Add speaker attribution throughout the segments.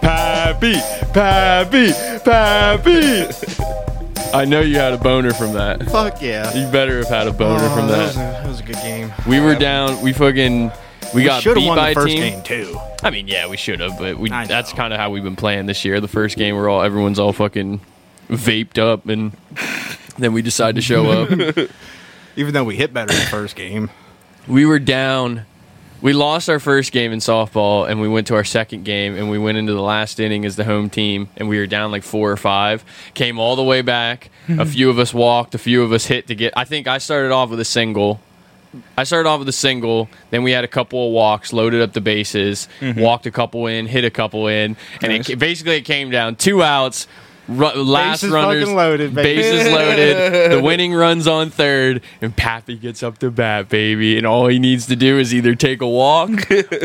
Speaker 1: Pappy, Pappy, Pappy. I know you had a boner from that.
Speaker 2: Fuck yeah.
Speaker 1: You better have had a boner
Speaker 2: Oh,
Speaker 1: from
Speaker 2: That was, a,
Speaker 1: that.
Speaker 2: that was a good game.
Speaker 1: We were down. We fucking. We, got
Speaker 2: should have
Speaker 1: beat
Speaker 2: won
Speaker 1: by
Speaker 2: the
Speaker 1: a
Speaker 2: first
Speaker 1: team.
Speaker 2: game too.
Speaker 1: I mean, yeah, we should have, but we,
Speaker 2: I know.
Speaker 1: that's kind of how we've been playing this year. The first game, we're all everyone's all fucking vaped up, and then we decide to show up.
Speaker 2: Even though we hit better in the first game.
Speaker 1: we were down. We lost our first game in softball, and we went to our second game, and we went into the last inning as the home team, and we were down like four or five. Came all the way back. a
Speaker 2: Mm-hmm.
Speaker 1: few of us walked. A few of us hit to get. I think I started off with a single. I started off with a single. Then we had a couple of walks, loaded up the bases,
Speaker 2: Mm-hmm.
Speaker 1: walked a couple in, hit a couple in, and it
Speaker 3: Nice.
Speaker 1: ca- basically it came down two outs. Ru- last
Speaker 2: Bases
Speaker 1: runners
Speaker 2: fucking loaded, baby.
Speaker 1: bases loaded. The winning runs on third, and Pappy gets up to bat, baby. And all he needs to do is either take a walk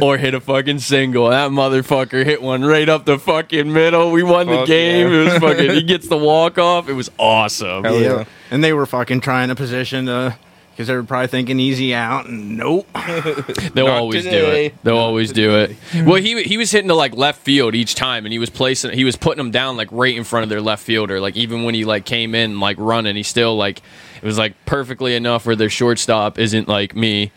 Speaker 1: or hit a fucking single. That motherfucker hit one right up the fucking middle. We won the
Speaker 3: Fuck
Speaker 1: game.
Speaker 3: yeah.
Speaker 1: It was fucking. He gets the walk off. It was awesome.
Speaker 3: Hell yeah.
Speaker 2: And they were fucking trying to position to because they were probably thinking easy out and nope.
Speaker 1: They'll
Speaker 3: Not
Speaker 1: always
Speaker 3: today.
Speaker 1: do it. They'll always do it. Well, he he was hitting to like left field each time, and he was placing. He was putting them down like right in front of their left fielder. Like even when he like came in like running, he still like it was like perfectly enough where their shortstop isn't like me.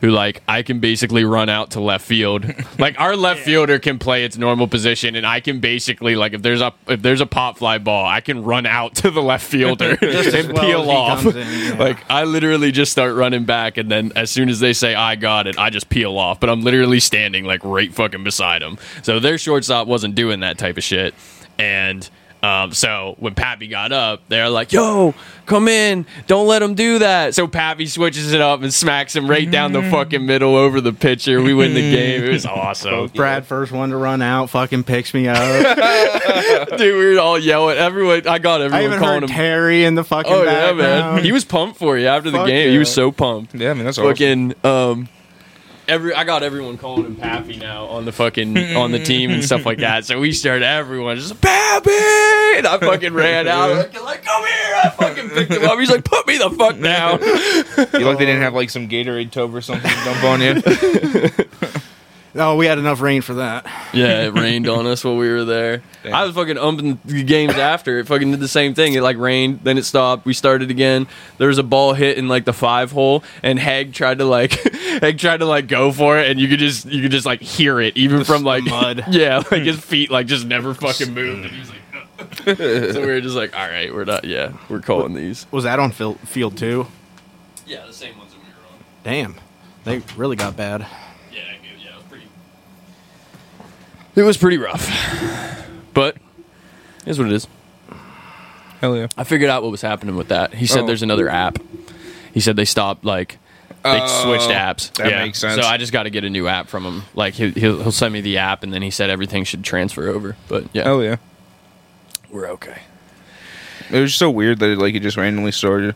Speaker 1: Who like I can basically run out to left field, like our left fielder can play its normal position, and I can basically like if there's a if there's a pop fly ball, I can run out to the left fielder
Speaker 2: Just as
Speaker 1: and
Speaker 2: well as
Speaker 1: peel
Speaker 2: he
Speaker 1: off.
Speaker 2: comes in, yeah.
Speaker 1: Like I literally just start running back, and then as soon as they say I got it, I just peel off. But I'm literally standing like right fucking beside them. So their shortstop wasn't doing that type of shit. And um, so when Pappy got up, they're like, "Yo, come in! Don't let him do that." So Pappy switches it up and smacks him right down the
Speaker 2: Mm.
Speaker 1: fucking middle over the pitcher. We win the game. It was awesome.
Speaker 2: Brad first one to run out, fucking picks me up.
Speaker 1: Dude, we were all yelling. Everyone, I got
Speaker 2: I
Speaker 1: everyone
Speaker 2: even
Speaker 1: calling
Speaker 2: heard
Speaker 1: him.
Speaker 2: Terry in the fucking
Speaker 1: oh yeah,
Speaker 2: background.
Speaker 1: man! He was pumped for you after the
Speaker 2: Fuck
Speaker 1: game. He was
Speaker 2: yeah.
Speaker 1: so pumped.
Speaker 3: Yeah, I mean that's awesome.
Speaker 1: fucking um every I got everyone calling him Pappy now on the fucking on the team and stuff like that. So we started everyone just Pappy and I fucking ran out like come here. I fucking picked him up. He's like, put me the fuck down.
Speaker 3: You like they didn't have like some Gatorade tub or something to dump on you.
Speaker 2: Oh, we had enough rain for that.
Speaker 1: Yeah, it rained on us while we were there.
Speaker 3: Damn.
Speaker 1: I was fucking umping the games after. It fucking did the same thing. It like rained, then it stopped. We started again. There was a ball hit in like the five hole, and Hag tried to like Hag tried to like go for it, and you could just you could just like hear it even from like
Speaker 2: mud.
Speaker 1: Yeah, like his feet like just never fucking moved. And he was like, so we were just like, all right, we're not. Yeah, we're calling these.
Speaker 2: Was that on field, field two?
Speaker 1: Yeah, the same ones that we were on.
Speaker 2: Damn, they really got bad.
Speaker 1: Yeah, yeah, it was pretty. It was pretty rough, but is what it is.
Speaker 3: Hell yeah.
Speaker 1: I figured out what was happening with that. He said
Speaker 3: Oh.
Speaker 1: there's another app. He said they stopped like they
Speaker 3: Oh,
Speaker 1: switched apps.
Speaker 3: that makes sense.
Speaker 1: So I just got to get a new app from him. Like he, he'll, he'll send me the app, and then he said everything should transfer over. But yeah,
Speaker 3: Hell yeah.
Speaker 1: we're okay.
Speaker 3: It was just so weird that it, like it just randomly started.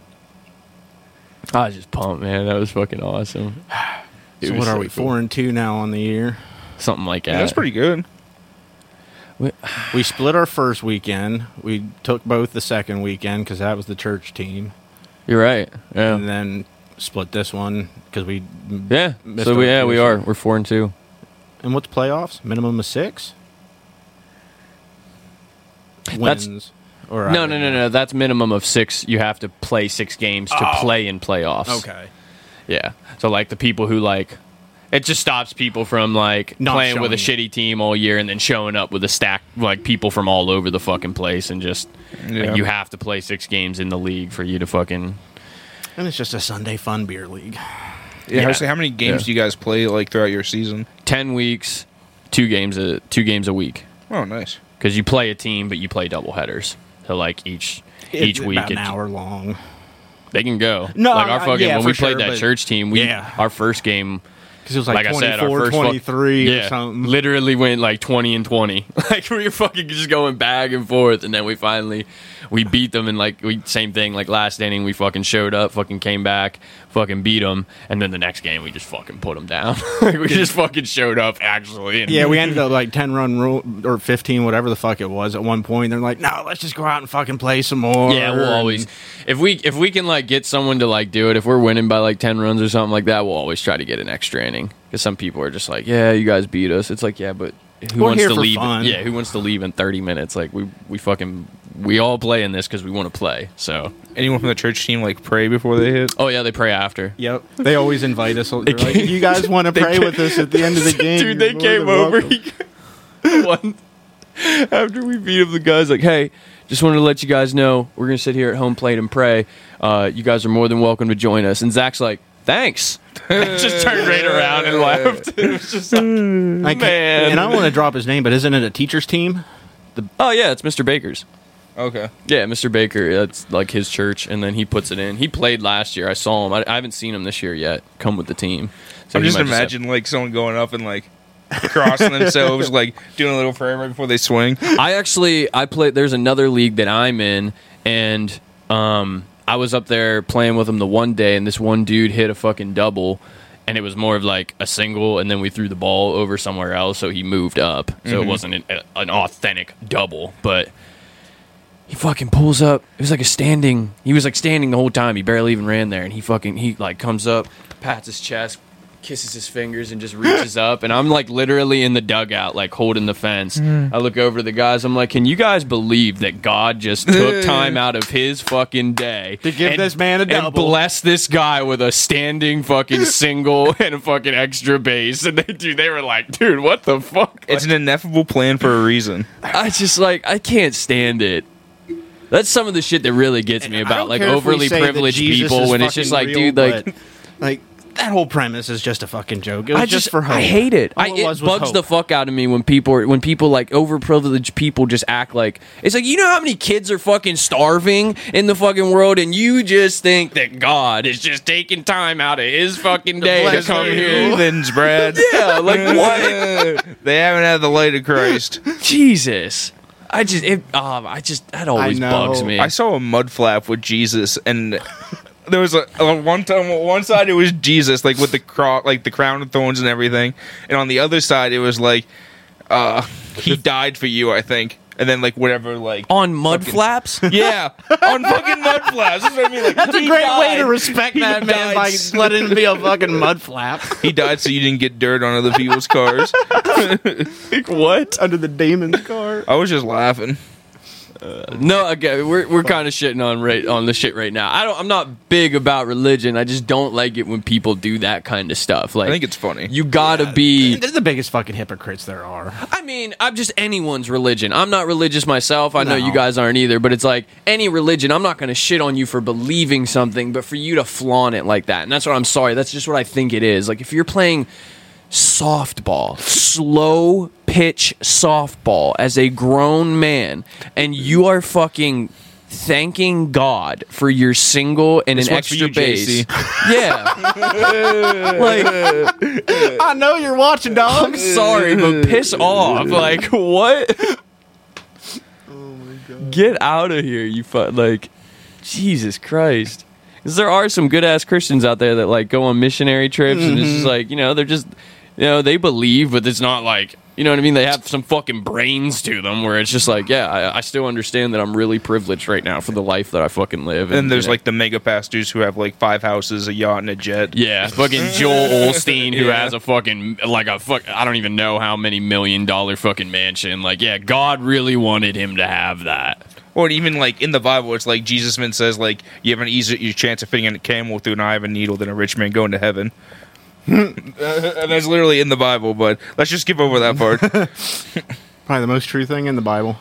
Speaker 1: I was just pumped, man. That was fucking awesome. It
Speaker 2: So
Speaker 1: was
Speaker 2: what are
Speaker 1: so
Speaker 2: we
Speaker 1: cool.
Speaker 2: four and two now on the year?
Speaker 1: Something like that.
Speaker 3: Yeah, that's pretty good.
Speaker 2: We split our first weekend. We took both the second weekend because that was the church team,
Speaker 1: You're right. Yeah.
Speaker 2: and then split this one because we.
Speaker 1: Yeah.
Speaker 2: Missed
Speaker 1: So we,
Speaker 2: our
Speaker 1: yeah, we are.
Speaker 2: position.
Speaker 1: We're four and two.
Speaker 2: And what's playoffs? Minimum of six.
Speaker 1: That's-
Speaker 2: Wins. Or
Speaker 1: No, no, no, no. That's minimum of six. You have to play six games to play in playoffs.
Speaker 2: Okay.
Speaker 1: Yeah. So like the people who like it just stops people from like
Speaker 2: Not
Speaker 1: playing with a
Speaker 2: showing
Speaker 1: shitty team all year and then showing up with a stack like people from all over the fucking place and just
Speaker 3: Yeah.
Speaker 1: like, you have to play six games in the league for you to fucking
Speaker 2: And it's just a Sunday fun beer league.
Speaker 3: Yeah.
Speaker 1: Yeah.
Speaker 3: How, so how many games
Speaker 1: Yeah.
Speaker 3: do you guys play like throughout your season?
Speaker 1: 10 weeks, two games a two games a week
Speaker 3: Oh, nice.
Speaker 1: cuz you play a team but you play double headers. So like each
Speaker 2: It's
Speaker 1: each week
Speaker 2: about an
Speaker 1: it-
Speaker 2: hour long.
Speaker 1: they can go.
Speaker 2: No,
Speaker 1: like our
Speaker 2: uh,
Speaker 1: fucking
Speaker 2: yeah,
Speaker 1: when we
Speaker 2: for
Speaker 1: played
Speaker 2: sure,
Speaker 1: that
Speaker 2: but-
Speaker 1: church team, we
Speaker 2: Yeah.
Speaker 1: our first game
Speaker 2: Because it was like,
Speaker 1: like, I said, our
Speaker 2: 24,
Speaker 1: first fuck-
Speaker 2: 23
Speaker 1: yeah,
Speaker 2: or something.
Speaker 1: Literally went like twenty and twenty. Like we were fucking just going back and forth, and then we finally we beat them. And like we same thing. Like last inning, we fucking showed up, fucking came back, fucking beat them, and then the next game we just fucking put them down. like we just fucking showed up actually. And
Speaker 2: Yeah, we ended up like ten run rule or fifteen, whatever the fuck it was. At one point, they're like, "No, let's just go out and fucking play some more."
Speaker 1: Yeah, we'll always if we if we can like get someone to like do it. If we're winning by like ten runs or something like that, we'll always try to get an extra inning because some people are just like, yeah, you guys beat us. It's like, yeah, but who
Speaker 2: We're
Speaker 1: wants
Speaker 2: here
Speaker 1: to
Speaker 2: for
Speaker 1: leave?
Speaker 2: fun.
Speaker 1: Yeah, who wants to leave in 30 minutes? Like we we fucking we all play in this because we want to play. So
Speaker 3: Anyone from the church team like pray before they hit?
Speaker 1: oh yeah, they pray after.
Speaker 2: Yep. They always invite us. They're like, you guys want to pray with us at the end of the game?
Speaker 1: Dude, they
Speaker 2: You're more
Speaker 1: came
Speaker 2: than
Speaker 1: over.
Speaker 2: welcome."
Speaker 1: he- one, after we beat up the guys, like, hey, just wanted to let you guys know we're gonna sit here at home plate and pray. Uh, you guys are more than welcome to join us. And Zach's like, thanks. just turned right around and left. It was just like,
Speaker 2: I can't-
Speaker 1: Man.
Speaker 2: And I want to drop his name, but isn't it a teacher's team?
Speaker 1: oh yeah, it's Mr. Baker's.
Speaker 3: Okay.
Speaker 1: Yeah, Mr. Baker. That's like his church, and then he puts it in. He played last year. I saw him. I, I haven't seen him this year yet. Come with the team. So
Speaker 3: I'm
Speaker 1: he
Speaker 3: just
Speaker 1: might have-
Speaker 3: imagining like someone going up and like crossing themselves, like doing a little prayer right before they swing.
Speaker 1: I actually I play. There's another league that I'm in, and um, I was up there playing with him the one day, and this one dude hit a fucking double, and it was more of like a single, and then we threw the ball over somewhere else, so he moved up, so
Speaker 3: Mm-hmm.
Speaker 1: it wasn't an, an authentic double, but. He fucking pulls up. It was like a standing. He was like standing the whole time. He barely even ran there, and he fucking he like comes up, pats his chest, kisses his fingers, and just reaches up. And I'm like literally in the dugout, like holding the fence.
Speaker 2: Mm.
Speaker 1: I look over to the guys. I'm like, can you guys believe that God just took time out of His fucking day
Speaker 2: To give this man a
Speaker 1: and
Speaker 2: double.
Speaker 1: bless this guy with a standing fucking single and a fucking extra base? And they do. They were like, dude, what the fuck?
Speaker 3: It's an ineffable plan for a reason.
Speaker 1: I just like I can't stand it. That's some of the shit that really gets me
Speaker 2: I
Speaker 1: about
Speaker 2: don't
Speaker 1: like
Speaker 2: care if we
Speaker 1: overly
Speaker 2: say that
Speaker 1: privileged
Speaker 2: Jesus
Speaker 1: people
Speaker 2: is
Speaker 1: when it's just like,
Speaker 2: fucking real,
Speaker 1: dude, like
Speaker 2: but, like that whole premise is just a fucking joke. It was
Speaker 1: I
Speaker 2: just, for hope.
Speaker 1: I hate it.
Speaker 2: All
Speaker 1: I,
Speaker 2: it
Speaker 1: it
Speaker 2: was was
Speaker 1: bugs
Speaker 2: hope.
Speaker 1: the fuck out of me when people are, when people like overprivileged people just act like it's like you know how many kids are fucking starving in the fucking world, and you just think that God is just taking time out of His fucking day to
Speaker 2: bless
Speaker 1: come
Speaker 2: you.
Speaker 1: here.
Speaker 3: Heathens, Brad.
Speaker 1: Yeah, like what?
Speaker 3: they haven't had the light of Christ.
Speaker 1: Jesus. I just it um I just that always
Speaker 2: know.
Speaker 1: bugs me.
Speaker 3: I saw a mud flap with Jesus, and there was a, a one time on one side it was Jesus, like with the cro- like the crown of thorns and everything, and on the other side it was like uh, he died for you, I think, and then like whatever, like
Speaker 1: on mud flaps.
Speaker 3: yeah, on fucking mud flaps. That's what I mean. Like,
Speaker 2: That's a
Speaker 3: he
Speaker 2: great way
Speaker 3: died.
Speaker 2: to respect that man by
Speaker 3: died.
Speaker 2: letting him be a fucking mud flap
Speaker 3: He died so you didn't get dirt on other people's cars.
Speaker 1: What?
Speaker 2: under the demon's car.
Speaker 3: I was just laughing.
Speaker 1: No, okay, we're we're kind of shitting on right on the shit right now. I don't. I'm not big about religion. I just don't like it when people do that kind of stuff. Like
Speaker 3: I think it's funny.
Speaker 1: you gotta be.
Speaker 2: They're the biggest fucking hypocrites there are.
Speaker 1: I mean, I'm just anyone's religion. I'm not religious myself. I know
Speaker 2: No.
Speaker 1: you guys aren't either, but it's like any religion. I'm not gonna shit on you for believing something, but for you to flaunt it like that, and that's what I'm sorry. That's just what I think it is. Like if you're playing softball, slow pitch softball as a grown man, and you are fucking thanking God for your single and
Speaker 3: This
Speaker 1: an
Speaker 3: one's for
Speaker 1: extra
Speaker 3: you,
Speaker 1: base.
Speaker 3: JC.
Speaker 1: Yeah. like,
Speaker 2: I know you're watching, dog.
Speaker 1: I'm sorry, but piss off. Like, what? Get out of here, you fuck. Like, Jesus Christ. 'Cause there are some good ass Christians out there that like go on missionary trips and it's just
Speaker 3: Mm-hmm.
Speaker 1: like, you know, they're just, you know, they believe, but it's not like, you know what I mean? They have some fucking brains to them where it's just like, yeah, I, I still understand that I'm really privileged right now for the life that I fucking live.
Speaker 3: And there's
Speaker 1: you know.
Speaker 3: like the mega pastors who have like five houses, a yacht, and a jet.
Speaker 1: Yeah, fucking Joel Olstein, who
Speaker 3: Yeah.
Speaker 1: has a fucking like a fuck. I don't even know how many million dollar fucking mansion. Like, yeah, God really wanted him to have that.
Speaker 3: Or even like in the Bible, it's like Jesus man says like you have an easier your chance of fitting a camel through an eye of a needle than a rich man going to heaven. and that's literally in the Bible, but let's just skip over that part.
Speaker 2: Probably the most true thing in the Bible.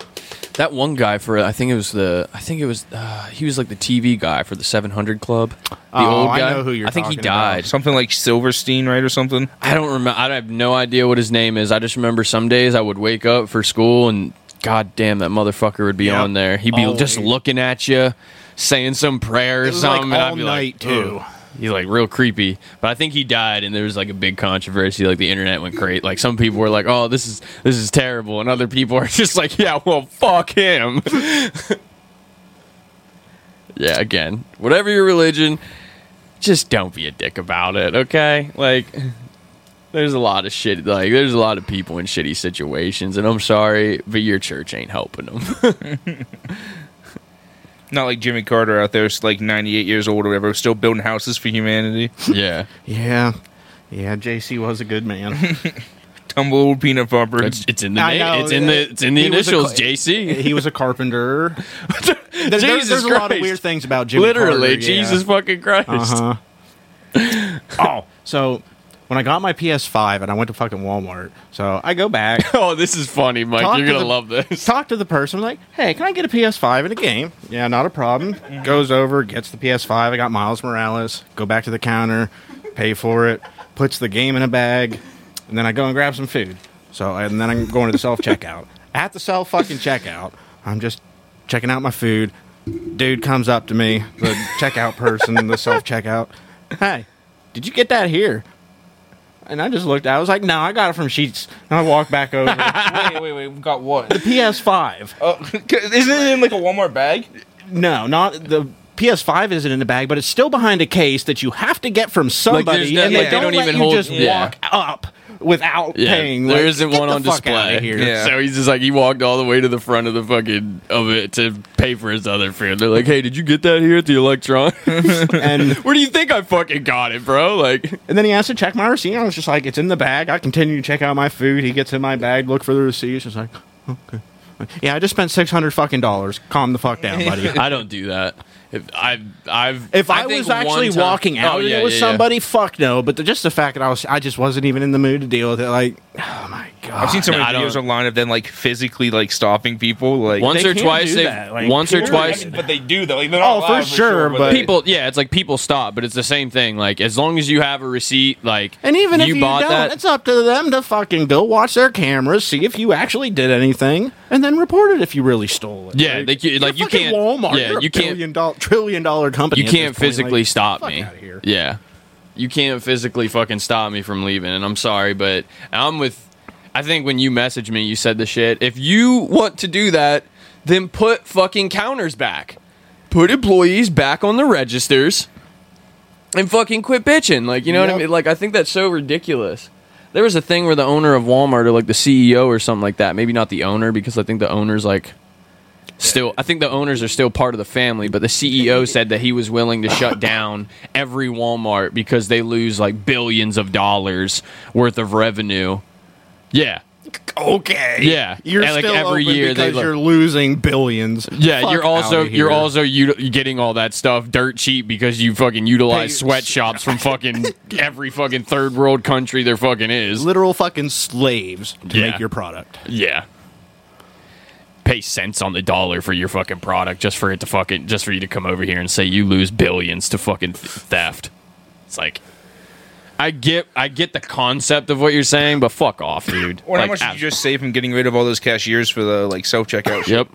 Speaker 1: That one guy for I think it was the I think it was uh, he was like the TV guy for the 700 Club. The
Speaker 2: Oh,
Speaker 1: old
Speaker 2: I
Speaker 1: guy.
Speaker 2: know who you're
Speaker 1: I think he
Speaker 2: talking about.
Speaker 1: died.
Speaker 3: something like Silverstein, right, or something.
Speaker 1: I don't remember. I have no idea what his name is. I just remember some days I would wake up for school and god damn that motherfucker would be
Speaker 2: Yep. Oh,
Speaker 1: on there. He'd be just
Speaker 2: Always.
Speaker 1: looking at you, saying some prayer or
Speaker 2: was, like,
Speaker 1: something. and I'd
Speaker 2: all
Speaker 1: be
Speaker 2: night, too.
Speaker 1: "Ugh." He's like real creepy, but I think he died, and there was like a big controversy. Like the internet went crazy. Like some people were like, "Oh, this is this is terrible," and other people are just like, "Yeah, well, fuck him." yeah, again, whatever your religion, just don't be a dick about it, okay? Like there's a lot of shit like there's a lot of people in shitty situations and I'm sorry, but your church ain't helping them.
Speaker 3: Not like Jimmy Carter out there, who's like 98 years old or whatever, still building houses for humanity.
Speaker 1: yeah.
Speaker 2: Yeah. Yeah, JC was a good man.
Speaker 3: tumbleweed peanut popper.
Speaker 1: It's, it's in the
Speaker 2: I
Speaker 1: na-
Speaker 2: know,
Speaker 1: it's in the it's in the
Speaker 2: he was a
Speaker 1: initials
Speaker 2: cl-
Speaker 1: JC.
Speaker 2: He was a carpenter. There- there-
Speaker 1: Jesus
Speaker 2: there's a lot of
Speaker 1: Christ.
Speaker 2: weird things about Jimmy.
Speaker 1: Literally,
Speaker 2: Carter, yeah.
Speaker 1: Jesus fucking Christ.
Speaker 2: Uh-huh. oh, so when I got my PS5 and I went to fucking Walmart, so I go back,
Speaker 1: Oh, this is funny, Mike.
Speaker 2: Talk
Speaker 1: You're
Speaker 2: to
Speaker 1: gonna
Speaker 2: the-
Speaker 1: love this.
Speaker 2: talk to the person, like, hey, can I get a PS5 and a game? Yeah, not a problem. Goes over, gets the PS5. I got Miles Morales. Go back to the counter, pay for it, puts the game in a bag, and then I go and grab some food. So, and then I'm going to the self checkout. At the self fucking checkout, I'm just checking out my food. Dude comes up to me, the checkout person, the self checkout. Hey, did you get that here? And I just looked. I was like, "No, I got it from Sheets." And I walked back over.
Speaker 3: wait, wait, wait. We got what?
Speaker 2: PS5.
Speaker 3: Uh, isn't it in like a Walmart bag?
Speaker 2: No, not the PS5 isn't in the bag, but it's still behind a case that you have to get from somebody,
Speaker 1: no-
Speaker 2: and
Speaker 1: like,
Speaker 2: they
Speaker 1: they
Speaker 2: don't,
Speaker 1: don't
Speaker 2: let
Speaker 1: even
Speaker 2: you
Speaker 1: hold-
Speaker 2: just
Speaker 1: yeah.
Speaker 2: walk up without
Speaker 1: Yeah,
Speaker 2: paying.
Speaker 1: there
Speaker 2: Like,
Speaker 1: isn't
Speaker 2: get
Speaker 1: one
Speaker 2: the
Speaker 1: on
Speaker 2: fuck outta
Speaker 1: display.
Speaker 2: here.
Speaker 3: Yeah.
Speaker 1: So he's just like he walked all the way to the front of the fucking of it to pay for his other food. They're like, "Hey, did you get that here at the Electron?
Speaker 2: And
Speaker 1: Where do you think I fucking got it, bro? Like,
Speaker 2: and then he asked to check my receipt. and I was just like, "It's in the bag." I continue to check out my food. He gets in my bag, look for the receipt. She's like, "Okay." Yeah, I just spent six hundred fucking dollars. Calm the fuck down, buddy.
Speaker 1: I don't do that. If I, I've,
Speaker 2: If I,
Speaker 1: think
Speaker 2: was actually
Speaker 1: one time-
Speaker 2: walking out
Speaker 1: Oh,
Speaker 2: and
Speaker 1: yeah,
Speaker 2: it was
Speaker 1: yeah, yeah.
Speaker 2: somebody, fuck no. But the, just the fact that I was, I just wasn't even in the mood to deal with it. Like, oh my god.
Speaker 3: I've seen so
Speaker 1: no,
Speaker 3: many
Speaker 1: Ah, I don't-
Speaker 3: videos online of them like physically like stopping people. Like
Speaker 1: once
Speaker 2: They
Speaker 1: or
Speaker 2: can't
Speaker 1: twice,
Speaker 2: do
Speaker 1: they
Speaker 2: that, like,
Speaker 1: once or
Speaker 2: period.
Speaker 1: twice,
Speaker 3: but they do though. Like, they're
Speaker 2: Oh,
Speaker 3: not
Speaker 2: for
Speaker 3: live
Speaker 2: sure, but-
Speaker 3: they-
Speaker 1: people yeah it's like people stop but it's the same thing like as long as you have a receipt like
Speaker 2: And even if you
Speaker 1: bought
Speaker 2: don't,
Speaker 1: that
Speaker 2: it's up to them to fucking go watch their cameras, see if you actually did anything, and then report it if you really stole it.
Speaker 1: yeah like you, like you
Speaker 2: Fucking
Speaker 1: can't
Speaker 2: Walmart.
Speaker 1: yeah
Speaker 2: You're a
Speaker 1: you can't
Speaker 2: billion doll- trillion dollar company.
Speaker 1: you
Speaker 2: at this
Speaker 1: can't
Speaker 2: point, like,
Speaker 1: physically stop
Speaker 2: fuck
Speaker 1: me
Speaker 2: outta here.
Speaker 1: yeah you can't physically fucking stop me from leaving and i'm sorry but i'm with i think when you messaged me you said the shit if you want to do that then put fucking counters back put employees back on the registers and fucking quit bitching. Like, you know what
Speaker 2: Yep.
Speaker 1: I mean? Like, I think that's so ridiculous. There was a thing where the owner of Walmart or like the CEO or something like that, maybe not the owner, because I think the owner's like still, I think the owners are still part of the family, but the CEO said that he was willing to shut down every Walmart because they lose like billions of dollars worth of revenue. Yeah.
Speaker 2: Okay.
Speaker 1: Yeah.
Speaker 2: You're
Speaker 1: And, like,
Speaker 2: still
Speaker 1: every
Speaker 2: open
Speaker 1: year they
Speaker 2: because
Speaker 1: look-
Speaker 2: you're losing billions.
Speaker 1: Yeah,
Speaker 2: Fuck
Speaker 1: you're also
Speaker 2: outta here.
Speaker 1: you're also u- getting all that stuff dirt cheap because you fucking utilize
Speaker 2: Pay-
Speaker 1: sweatshops from fucking every fucking third world country there fucking is.
Speaker 2: literal fucking slaves to
Speaker 1: Yeah.
Speaker 2: make your product.
Speaker 1: Yeah. Pay cents on the dollar for your fucking product just for it to fucking just for you to come over here and say you lose billions to fucking th- theft. It's like I get I get the concept of what you're saying, but fuck off, dude.
Speaker 3: Or how
Speaker 1: Like,
Speaker 3: much did
Speaker 1: ab-
Speaker 3: you just save from getting rid of all those cashiers for the like self checkout?
Speaker 1: Yep.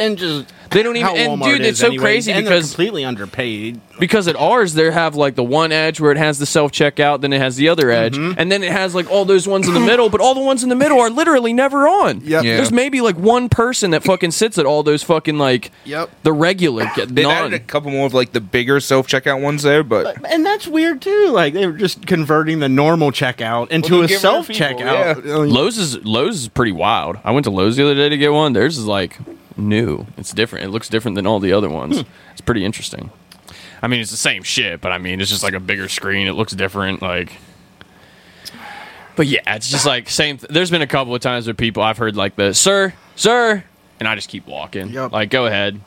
Speaker 2: And just
Speaker 1: They don't even-
Speaker 2: how
Speaker 1: and,
Speaker 2: Walmart
Speaker 1: dude,
Speaker 2: is
Speaker 1: it's so
Speaker 2: anyway.
Speaker 1: crazy
Speaker 2: and
Speaker 1: because-
Speaker 2: they're completely underpaid.
Speaker 1: because at ours they have like the one edge where it has the self checkout, then it has the
Speaker 2: Mm-hmm.
Speaker 1: other edge, and then it has like all those ones in the middle. But all the ones in the middle are literally never on.
Speaker 2: Yep.
Speaker 3: Yeah.
Speaker 1: There's maybe like one person that fucking sits at all those fucking like
Speaker 2: Yep.
Speaker 1: the regular. get-
Speaker 3: They
Speaker 1: none.
Speaker 3: added a couple more of like the bigger self checkout ones there, but
Speaker 2: And that's weird too. Like they were just converting the normal checkout into
Speaker 3: they're
Speaker 2: a
Speaker 3: giving their
Speaker 2: self
Speaker 3: people,
Speaker 2: checkout.
Speaker 1: Lowe's is Lowe's is pretty wild. I went to Lowe's the other day to get one. Theirs is like new. It's different. It looks different than all the other ones. It's pretty interesting. Hmm. I mean, it's the same shit, but I mean, it's just like a bigger screen. It looks different. Like, but yeah, it's just like same. Th- There's been a couple of times where people I've heard like the sir, sir, and I just keep walking.
Speaker 2: Yep.
Speaker 1: Like, go ahead.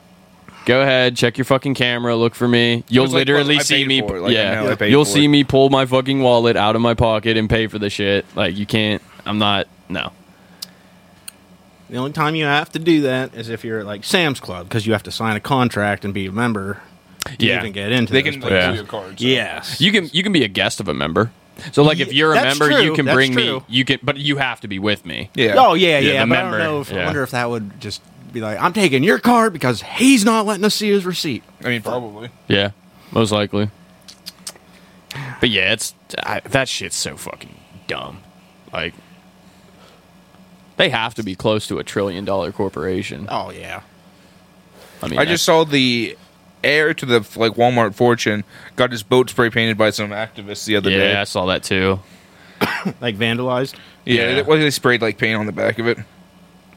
Speaker 1: Go ahead, check your fucking camera. Look for me. You'll
Speaker 3: It's like, well,
Speaker 1: literally
Speaker 3: I
Speaker 1: see
Speaker 3: paid
Speaker 1: me.
Speaker 3: for it. Like, I know, I
Speaker 1: yeah,
Speaker 3: paid
Speaker 1: you'll
Speaker 3: for
Speaker 1: see
Speaker 3: it.
Speaker 1: me pull my fucking wallet out of my pocket and pay for the shit. Like, you can't. I'm not. No.
Speaker 2: The only time you have to do that is if you're at like Sam's Club because you have to sign a contract and be a member to
Speaker 1: Yeah.
Speaker 2: even get into.
Speaker 3: they
Speaker 2: those
Speaker 3: can like,
Speaker 2: places.
Speaker 1: Yeah.
Speaker 3: do your cards.
Speaker 2: yes,
Speaker 1: You can you can be a guest of a member. So like if
Speaker 2: Ye-
Speaker 1: you're a
Speaker 2: that's
Speaker 1: member, you
Speaker 2: true,
Speaker 1: can
Speaker 2: that's
Speaker 1: bring me.
Speaker 2: true.
Speaker 1: You can, but you have to be with me.
Speaker 3: Yeah.
Speaker 2: Oh
Speaker 1: Yeah,
Speaker 2: yeah, yeah.
Speaker 1: the
Speaker 2: but
Speaker 1: member,
Speaker 2: I don't know. If,
Speaker 1: yeah.
Speaker 2: I wonder if that would just be like, I'm taking your card because he's not letting us see his receipt.
Speaker 3: I mean, probably.
Speaker 1: Yeah, most likely. But yeah, it's I, that shit's so fucking dumb. Like they have to be close to a trillion dollar corporation.
Speaker 2: Oh yeah.
Speaker 1: I mean,
Speaker 3: I just saw the heir to the like Walmart fortune got his boat spray painted by some activists the other
Speaker 1: yeah,
Speaker 3: day.
Speaker 1: I saw that too.
Speaker 2: Like vandalized.
Speaker 3: Yeah,
Speaker 1: Yeah.
Speaker 3: It, well, they sprayed like paint on the back of it.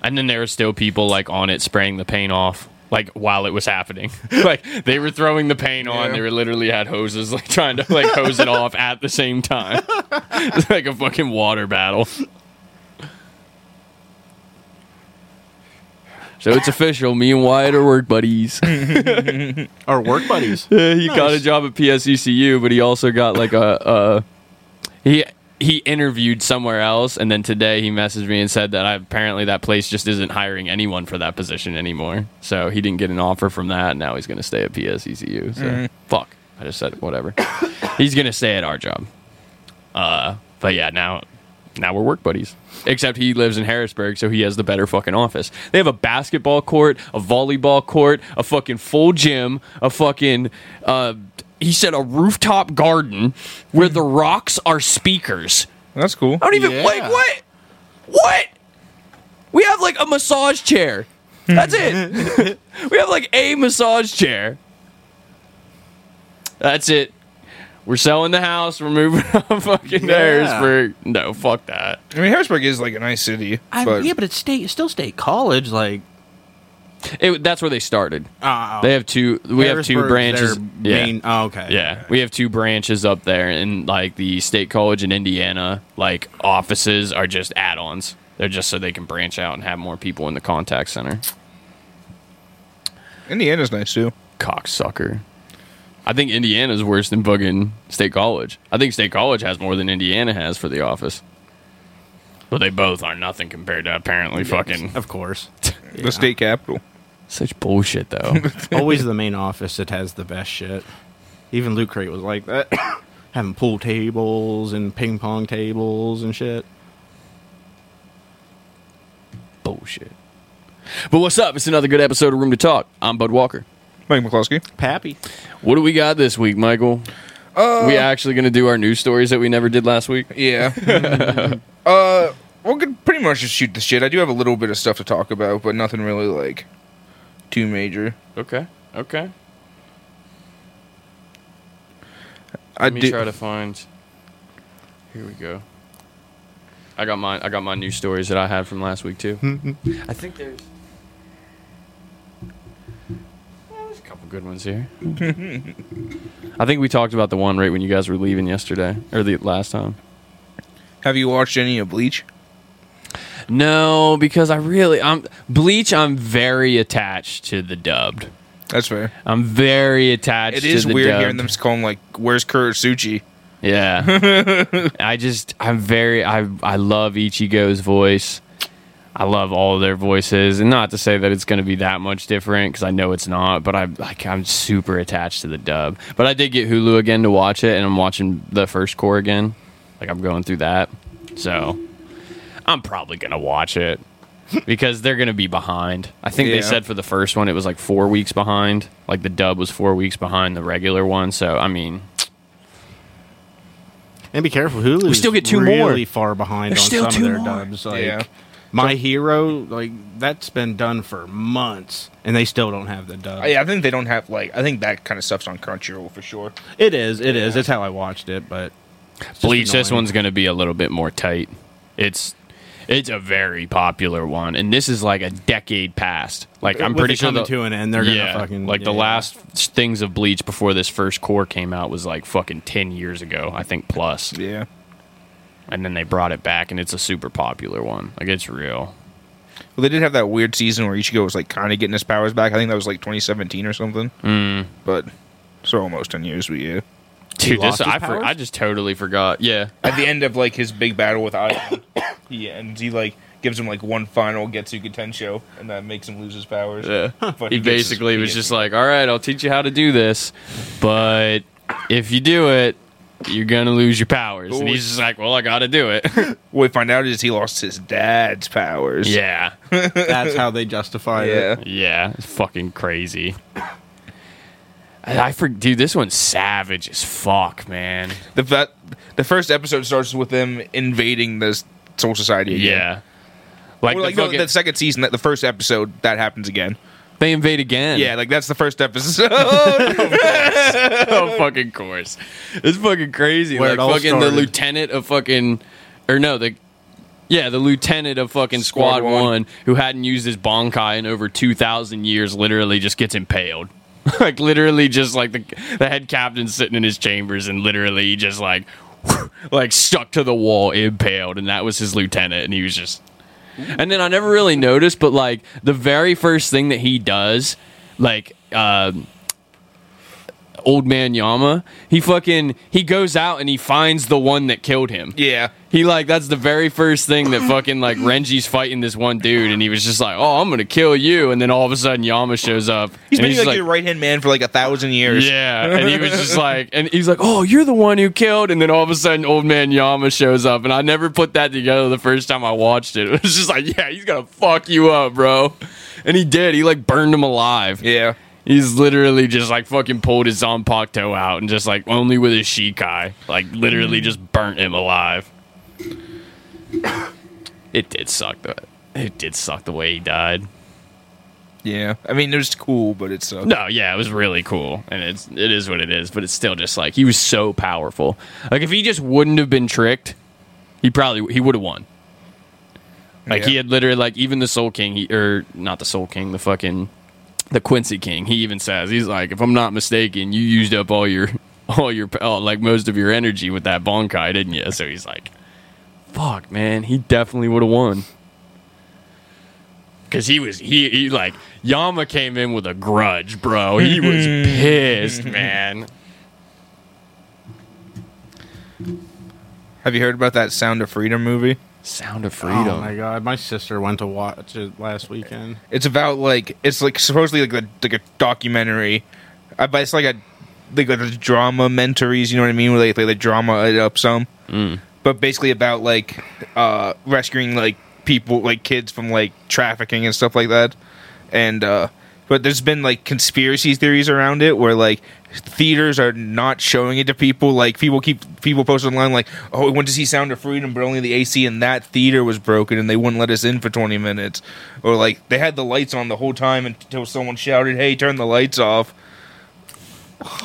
Speaker 1: And then there were still people like on it spraying the paint off. Like while it was happening, like they were throwing the paint on,
Speaker 3: Yeah.
Speaker 1: they were literally had hoses, like trying to like hose it off at the same time. it's like a fucking water battle. So it's official. Me and Wyatt are work buddies. Uh,
Speaker 2: Our work buddies.
Speaker 1: he got a job at PSECU, but he also got like a, a he he interviewed somewhere else, and then today he messaged me and said that I, apparently that place just isn't hiring anyone for that position anymore. So he didn't get an offer from that. And now he's going to stay at PSECU. So fuck. I just said whatever. he's going to stay at our job. Uh, but yeah, now now we're work buddies. Except he lives in Harrisburg, so he has the better fucking office. They have a basketball court, a volleyball court, a fucking full gym, a fucking uh, he said a rooftop garden where the rocks are speakers.
Speaker 3: That's cool.
Speaker 1: I don't even
Speaker 2: Yeah.
Speaker 1: like what? What? We have like a massage chair. That's it. we have like a massage chair. That's it. We're selling the house. We're moving on fucking
Speaker 2: Yeah.
Speaker 1: yeah. Harrisburg. No, fuck that.
Speaker 3: I mean, Harrisburg is like a nice city,
Speaker 2: I,
Speaker 3: but
Speaker 2: yeah, but it's state, still state college. Like,
Speaker 1: It, that's where they started.
Speaker 2: uh,
Speaker 1: They have two. We have two branches. Yeah.
Speaker 2: Main, oh, okay.
Speaker 1: Yeah, we have two branches up there, and like the state college in Indiana, like offices are just add-ons. They're just so they can branch out and have more people in the contact center.
Speaker 3: Indiana's nice too.
Speaker 1: Cocksucker. I think Indiana's worse than fucking state college. I think state college has more than Indiana has for the office. But they both are nothing compared to apparently fucking
Speaker 2: Of course.
Speaker 3: The state capital.
Speaker 1: such bullshit though.
Speaker 2: Always the main office that has the best shit. Even Loot Crate was like that. Having pool tables and ping pong tables and shit.
Speaker 1: bullshit. But what's up? It's another good episode of Room to Talk. I'm Bud Walker.
Speaker 3: Mike McCloskey.
Speaker 2: Pappy.
Speaker 1: What do we got this week, Michael? we actually going to do our news stories that we never did last week?
Speaker 3: Yeah. uh, we could pretty much just shoot the shit. I do have a little bit of stuff to talk about, but nothing really like too major.
Speaker 1: Okay. Okay.
Speaker 3: I
Speaker 1: Let me
Speaker 3: do.
Speaker 1: try to find. Here we go. I got my I got my news stories that I had from last week too. I think there's. Yeah, there's a couple good ones here. I think we talked about the one right when you guys were leaving yesterday or the last time.
Speaker 3: have you watched any of Bleach?
Speaker 1: No, because I really I'm Bleach. I'm very attached to the dubbed.
Speaker 3: That's fair.
Speaker 1: I'm very attached.
Speaker 3: It
Speaker 1: to
Speaker 3: is
Speaker 1: the
Speaker 3: weird
Speaker 1: dubbed.
Speaker 3: hearing them call him like, "Where's Kurosuchi?"
Speaker 1: Yeah. I just I'm very I I love Ichigo's voice. I love all their voices, and not to say that it's going to be that much different because I know it's not. But I like I'm super attached to the dub. But I did get Hulu again to watch it, and I'm watching the first core again. Like I'm going through that, so I'm probably going to watch it because they're going to be behind. I think
Speaker 3: Yeah.
Speaker 1: they said for the first one it was like four weeks behind. Like the dub was four weeks behind the regular one. So I mean,
Speaker 2: And be careful, Hulu.
Speaker 1: We still get two
Speaker 2: really
Speaker 1: more.
Speaker 2: far behind
Speaker 1: There's
Speaker 2: on
Speaker 1: still
Speaker 2: some
Speaker 1: two
Speaker 2: of their
Speaker 1: more.
Speaker 2: dubs. Like
Speaker 3: Yeah.
Speaker 2: My Hero, like that's been done for months, and they still don't have the dub.
Speaker 3: Uh, Yeah, I think they don't have like. I think that kind of stuff's on Crunchyroll for sure.
Speaker 2: It is. It is. That's how I watched it. But it's just
Speaker 1: Bleach. This
Speaker 2: annoying.
Speaker 1: one's going to be a little bit more tight. It's it's a very popular one, and this is like a decade past. Like I'm
Speaker 2: With
Speaker 1: pretty
Speaker 2: it
Speaker 1: sure
Speaker 2: coming
Speaker 1: the
Speaker 2: to an end. They're
Speaker 1: yeah,
Speaker 2: gonna fucking
Speaker 1: like the
Speaker 2: yeah.
Speaker 1: last things of Bleach before this first core came out was like fucking ten years ago, I think plus,
Speaker 3: Yeah.
Speaker 1: and then they brought it back, and it's a super popular one. Like it's real.
Speaker 3: Well, they did have that weird season where Ichigo was like kind of getting his powers back. I think that was like 2017 or something. Mm. But so almost 10 years, but yeah.
Speaker 1: Dude,
Speaker 2: lost
Speaker 1: this
Speaker 2: his
Speaker 1: I for,
Speaker 2: powers?
Speaker 1: I just totally forgot. Yeah,
Speaker 3: At the end of like his big battle with Ion, he ends. He like gives him like one final Getsuga Tensho, and that makes him lose his powers.
Speaker 1: Yeah.
Speaker 3: But
Speaker 1: he
Speaker 3: gets his-
Speaker 1: basically
Speaker 3: he
Speaker 1: was
Speaker 3: gets-
Speaker 1: just like, "All right, I'll teach you how to do this, but if you do it, you're gonna lose your powers." And he's just like, "Well, I got to do it."
Speaker 3: What we find out is he lost his dad's powers.
Speaker 1: yeah,
Speaker 2: That's how they justify
Speaker 3: Yeah.
Speaker 2: it.
Speaker 1: yeah, it's fucking crazy. I, I for, dude, this one's savage as fuck, man.
Speaker 3: The fa- the first episode starts with them invading this Soul Society. Again.
Speaker 1: Yeah, like,
Speaker 3: Well,
Speaker 1: the
Speaker 3: like no,
Speaker 1: fucking-
Speaker 3: the second season, that the first episode, that happens again.
Speaker 1: they invade again.
Speaker 3: Yeah, like that's the first episode.
Speaker 1: oh, fucking course. It's fucking crazy.
Speaker 2: Where
Speaker 1: like
Speaker 2: it all
Speaker 1: fucking the
Speaker 2: started.
Speaker 1: lieutenant of fucking or no, the yeah, the lieutenant of fucking squad,
Speaker 3: Squad
Speaker 1: one.
Speaker 3: One.
Speaker 1: who hadn't used his bonkai in over 2000 years literally just gets impaled. like literally just like the the head captain sitting in his chambers and literally just like like stuck to the wall impaled and that was his lieutenant and he was just And then I never really noticed, but like the very first thing that he does, like um old man Yama, he fucking he goes out and he finds the one that killed him.
Speaker 3: Yeah.
Speaker 1: He like that's the very first thing that fucking like Renji's fighting this one dude, and he was just like, "Oh, I'm gonna kill you," and then all of a sudden Yama shows up.
Speaker 3: He's
Speaker 1: and
Speaker 3: been like, your right hand man for like a thousand years.
Speaker 1: yeah, and he was just like, and he's like, "Oh, you're the one who killed," and then all of a sudden old man Yama shows up, and I never put that together the first time I watched it. It was just like, yeah, he's gonna fuck you up, bro, and he did. He like burned him alive.
Speaker 3: Yeah.
Speaker 1: He's literally just like fucking pulled his Zanpakuto out and just like only with his Shikai, like literally just burnt him alive. It did suck though. It did suck the way he died.
Speaker 3: Yeah. I mean, it was cool, but it's uh,
Speaker 1: No, yeah, it was really cool, and it's it is what it is. But it's still just like he was so powerful. Like if he just wouldn't have been tricked, he probably he would have won. Like
Speaker 3: Yeah.
Speaker 1: he had literally like even the Soul King, he or not the Soul King, the fucking the Quincy King. He even says he's like, if I'm not mistaken, you used up all your all your oh, like most of your energy with that Bonkai, didn't you? So he's like, fuck, man, he definitely would have won. Cause he was he, he like Yama came in with a grudge, bro. He was pissed, man.
Speaker 3: Have you heard about that Sound of Freedom movie?
Speaker 1: Sound of freedom.
Speaker 2: Oh my god, my sister went to watch it last weekend.
Speaker 3: It's about like it's like supposedly like a, like a documentary, uh, but it's like a like a drama mentaries. You know what I mean? Where they they, they drama it up some, but basically about like uh, rescuing like people like kids from like trafficking and stuff like that. And uh, but there's been like conspiracy theories around it where like theaters are not showing it to people. Like people keep people post online like, oh, we went to see Sound of Freedom, but only the AC in that theater was broken, and they wouldn't let us in for 20 minutes. Or like they had the lights on the whole time until someone shouted, "Hey, turn the lights off."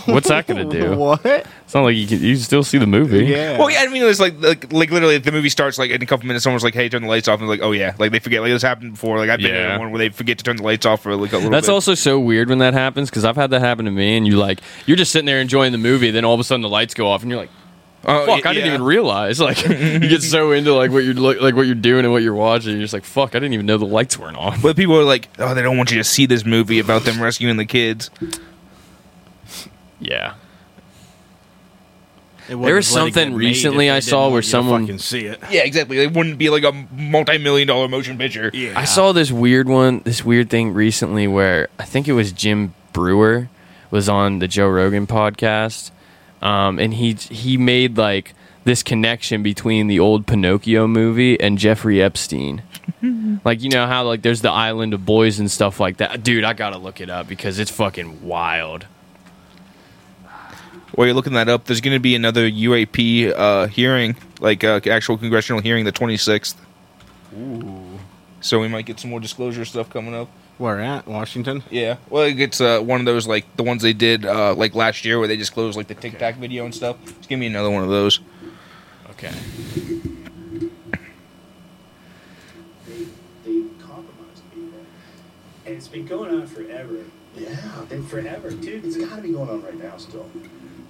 Speaker 1: What's that gonna do?
Speaker 2: What?
Speaker 1: It's not like you can you can still see the movie.
Speaker 2: Yeah.
Speaker 3: Well, yeah, I mean, it's like, like like literally, if the movie starts like in a couple minutes, someone's like, "Hey, turn the lights off," and like, "Oh yeah," like they forget. Like this happened before. Like I've been
Speaker 1: Yeah.
Speaker 3: in one where they forget to turn the lights off for like a little.
Speaker 1: That's
Speaker 3: bit.
Speaker 1: also so weird when that happens because I've had that happen to me, and you like you're just sitting there enjoying the movie, then all of a sudden the lights go off, and you're like,
Speaker 3: Oh,
Speaker 1: "Fuck,
Speaker 3: yeah,
Speaker 1: I didn't
Speaker 3: yeah.
Speaker 1: even realize." Like you get so into like what you're lo- like what you're doing and what you're watching, you're just like, "Fuck, I didn't even know the lights weren't on."
Speaker 3: But people are like, "Oh, they don't want you to see this movie about them rescuing the kids."
Speaker 1: Yeah,
Speaker 2: It wouldn't
Speaker 1: There was
Speaker 2: have let it
Speaker 1: something
Speaker 2: get made if
Speaker 1: recently
Speaker 2: they
Speaker 1: I
Speaker 2: didn't
Speaker 1: saw
Speaker 2: want
Speaker 1: where
Speaker 2: you to
Speaker 1: someone-
Speaker 2: fucking see it.
Speaker 3: Yeah, exactly. It wouldn't be like a multi-million dollar motion picture.
Speaker 2: Yeah.
Speaker 1: I saw this weird one, this weird thing recently where I think it was Jim Brewer was on the Joe Rogan podcast, um, and he he made like this connection between the old Pinocchio movie and Jeffrey Epstein. like you know how like there's the Island of Boys and stuff like that. Dude, I gotta look it up because it's fucking wild.
Speaker 3: While you're looking that up, there's going to be another UAP uh, hearing, like uh, actual congressional hearing, the 26th. So we might get some more disclosure stuff coming up.
Speaker 2: Where at? Washington?
Speaker 3: Yeah. Well, it gets uh, one of those like the ones they did uh, like last year where they disclosed like the Tic Tac video and stuff. Just give me another one of those.
Speaker 1: Okay.
Speaker 4: they they compromised people. And it's been going on forever. Yeah, and forever, dude. It's got to be going on right now still.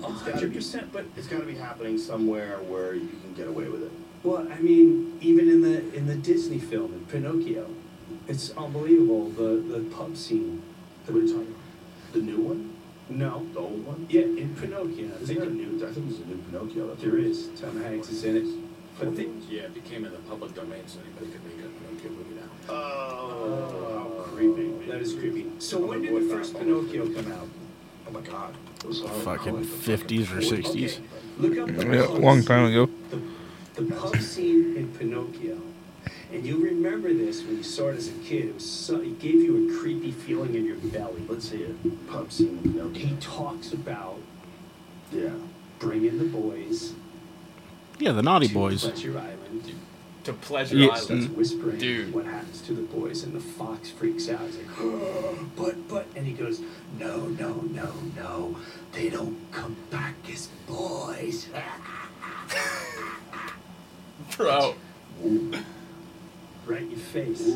Speaker 4: hundred percent, but it's got to be happening somewhere where you can get away with it.
Speaker 5: Well, I mean, even in the in the Disney film in Pinocchio, it's unbelievable the the pub scene.
Speaker 4: What are you talking about? The new one,
Speaker 5: No,
Speaker 4: the old one?
Speaker 5: yeah, in Pinocchio,
Speaker 4: Is
Speaker 5: there,
Speaker 4: there a new? I think there's a new Pinocchio. That's
Speaker 5: there
Speaker 4: what it
Speaker 5: is Tom Hanks is in it. But the,
Speaker 6: Yeah, it became in the public domain, so anybody could make a Pinocchio movie now.
Speaker 4: Oh,
Speaker 5: Oh,
Speaker 4: how creepy! man.
Speaker 5: that is creepy. So when did the first Pinocchio come out?
Speaker 4: Oh my god! It was horrible.
Speaker 2: Fucking 50s or 60s.
Speaker 5: Look up the
Speaker 3: Yeah, a
Speaker 5: pub
Speaker 3: long
Speaker 5: scene-
Speaker 3: time ago.
Speaker 5: The, the pub scene in Pinocchio, and you remember this when you saw it as a kid. It was so, it gave you a creepy feeling in your belly.
Speaker 4: Let's see it. Pub scene in Pinocchio.
Speaker 5: He talks about
Speaker 4: Yeah.
Speaker 5: bringing the boys
Speaker 2: Yeah, the Naughty
Speaker 5: to
Speaker 2: Boys. Mm.
Speaker 5: Pleasure Island.
Speaker 1: To Pleasure
Speaker 3: Yes.
Speaker 5: starts whispering
Speaker 1: Dude.
Speaker 5: what happens to the boys, and the fox freaks out. He's like, "Oh, but, but, and he goes, no, no, no, no, they don't come back as boys.
Speaker 1: bro.
Speaker 5: Right in your face.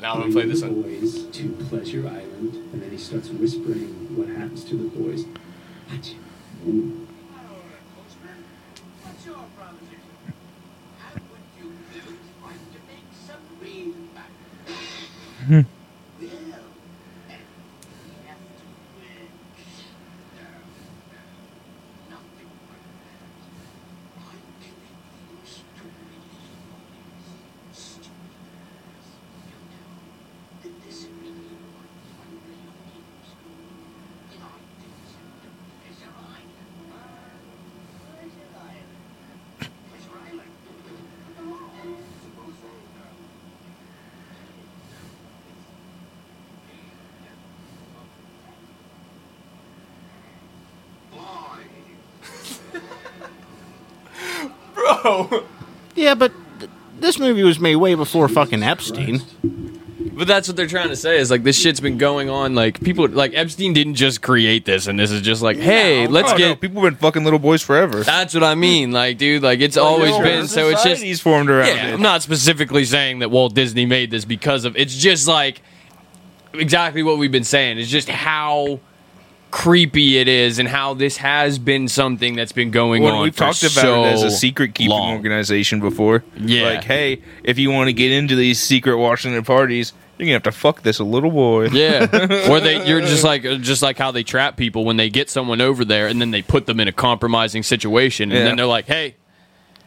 Speaker 1: Now
Speaker 5: Bring the boys to Pleasure Island, and then he starts whispering what happens to the boys. Achoo.
Speaker 7: What's your proposition? How would you do
Speaker 2: Yeah, but th- this movie was made way before fucking Epstein.
Speaker 1: But that's what they're trying to say is like this shit's been going on. Like people, like Epstein didn't just create this, and this is just like, hey, let's
Speaker 3: Oh, no,
Speaker 1: get.
Speaker 3: people been fucking little boys forever.
Speaker 1: that's what I mean, like, dude, like it's always
Speaker 3: No,
Speaker 1: been. So it's just,
Speaker 3: societies formed around
Speaker 1: yeah.
Speaker 3: it.
Speaker 1: I'm not specifically saying that Walt Disney made this because of. It's just like exactly what we've been saying. It's just how creepy it is, and how this has been something that's been going
Speaker 3: Well,
Speaker 1: on.
Speaker 3: we've
Speaker 1: for
Speaker 3: talked about
Speaker 1: so
Speaker 3: it as a secret keeping
Speaker 1: long.
Speaker 3: organization before.
Speaker 1: Yeah.
Speaker 3: Like, hey, if you want to get into these secret Washington parties, you're gonna have to fuck this little boy.
Speaker 1: Yeah, or they you're just like just like how they trap people when they get someone over there and then they put them in a compromising situation and
Speaker 3: Yeah.
Speaker 1: then they're like, hey,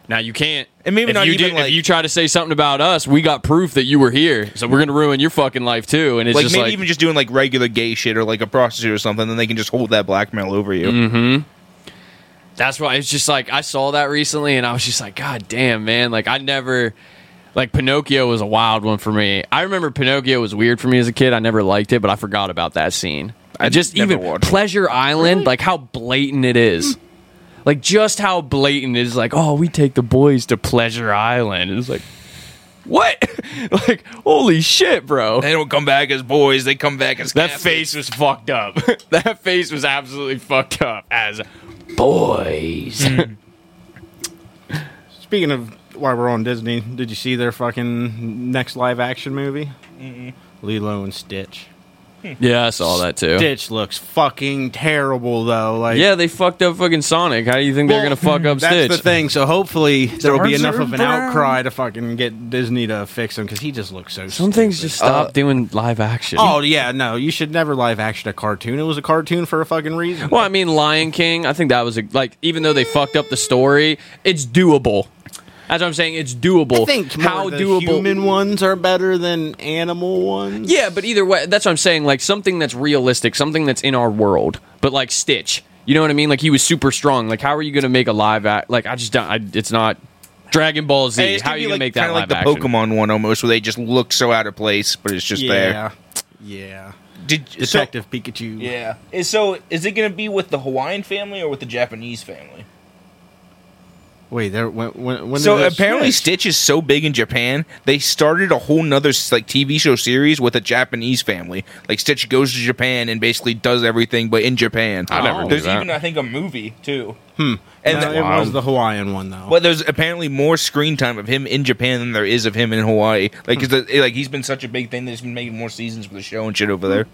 Speaker 1: now you can't.
Speaker 3: And maybe
Speaker 1: if
Speaker 3: not
Speaker 1: you
Speaker 3: even, like-
Speaker 1: if you try to say something about us, we got proof that you were here, so we're gonna ruin your fucking life too. And it's
Speaker 3: Like
Speaker 1: just
Speaker 3: maybe
Speaker 1: like
Speaker 3: even just doing like regular gay shit or like a prostitute or something, then they can just hold that blackmail over you.
Speaker 1: Mm. that's why it's just like I saw that recently and I was just like, God damn, man! Like I never. Like Pinocchio was a wild one for me. I remember Pinocchio was weird for me as a kid. I never liked it, but I forgot about that scene. I
Speaker 3: I
Speaker 1: just
Speaker 3: never
Speaker 1: even
Speaker 3: watched it.
Speaker 1: Pleasure Island, like how blatant it is. Like just how blatant it is like, oh, we take the boys to Pleasure Island. It's like what? like, holy shit, bro.
Speaker 3: They don't come back as boys; they come back as
Speaker 1: That
Speaker 3: cats.
Speaker 1: face was fucked up. that face was absolutely fucked up as boys.
Speaker 2: Speaking of why we're on Disney, did you see their fucking next live action movie? Lilo and Stitch.
Speaker 1: yeah, I saw that too.
Speaker 2: Stitch looks fucking terrible though. Like
Speaker 1: Yeah, they fucked up fucking Sonic. How do you think they're
Speaker 2: Well,
Speaker 1: gonna fuck up
Speaker 2: that's
Speaker 1: Stitch?
Speaker 2: the thing. So hopefully there'll be enough of an
Speaker 3: Brown.
Speaker 2: outcry to fucking get Disney to fix him because he just looks so.
Speaker 1: Some things just stop
Speaker 3: Uh,
Speaker 1: doing live action.
Speaker 2: Oh yeah, no, you should never live action a cartoon. It was a cartoon for a fucking reason.
Speaker 1: Well, I mean, Lion King. I think that was a, like, even though they fucked up the story, it's doable. That's what I'm saying. It's doable.
Speaker 2: I think
Speaker 1: how doable?
Speaker 2: human ones are better than animal ones.
Speaker 1: yeah, but either way, that's what I'm saying. Like something that's realistic, something that's in our world. But like Stitch, you know what I mean? Like he was super strong. Like how are you gonna make a live act? Like I just don't. I, it's not Dragon Ball Z.
Speaker 3: Hey, it's
Speaker 1: how
Speaker 3: gonna
Speaker 1: are
Speaker 3: be
Speaker 1: you gonna
Speaker 3: like,
Speaker 1: make that
Speaker 3: kinda
Speaker 1: live
Speaker 3: like the
Speaker 1: action?
Speaker 3: Pokemon one almost, where they just look so out of place, but it's just
Speaker 2: yeah,
Speaker 3: there.
Speaker 2: yeah.
Speaker 3: Did so-
Speaker 2: Detective Pikachu.
Speaker 3: Yeah. Is so is it going to be with the Hawaiian family or with the Japanese family?
Speaker 2: Wait, there. When, when, when
Speaker 3: so
Speaker 2: did that
Speaker 3: apparently
Speaker 2: switch?
Speaker 3: Stitch is so big in Japan, they started a whole nother s- like TV show series with a Japanese family. Like Stitch goes to Japan and basically does everything but in Japan.
Speaker 1: I never knew
Speaker 3: Oh. There's
Speaker 1: that.
Speaker 3: even I think a movie too. Hmm. And
Speaker 2: No,
Speaker 3: the-
Speaker 2: it was the Hawaiian one though.
Speaker 3: but there's apparently more screen time of him in Japan than there is of him in Hawaii. Like, 'cause the, like he's been such a big thing that he's been making more seasons for the show and shit over there.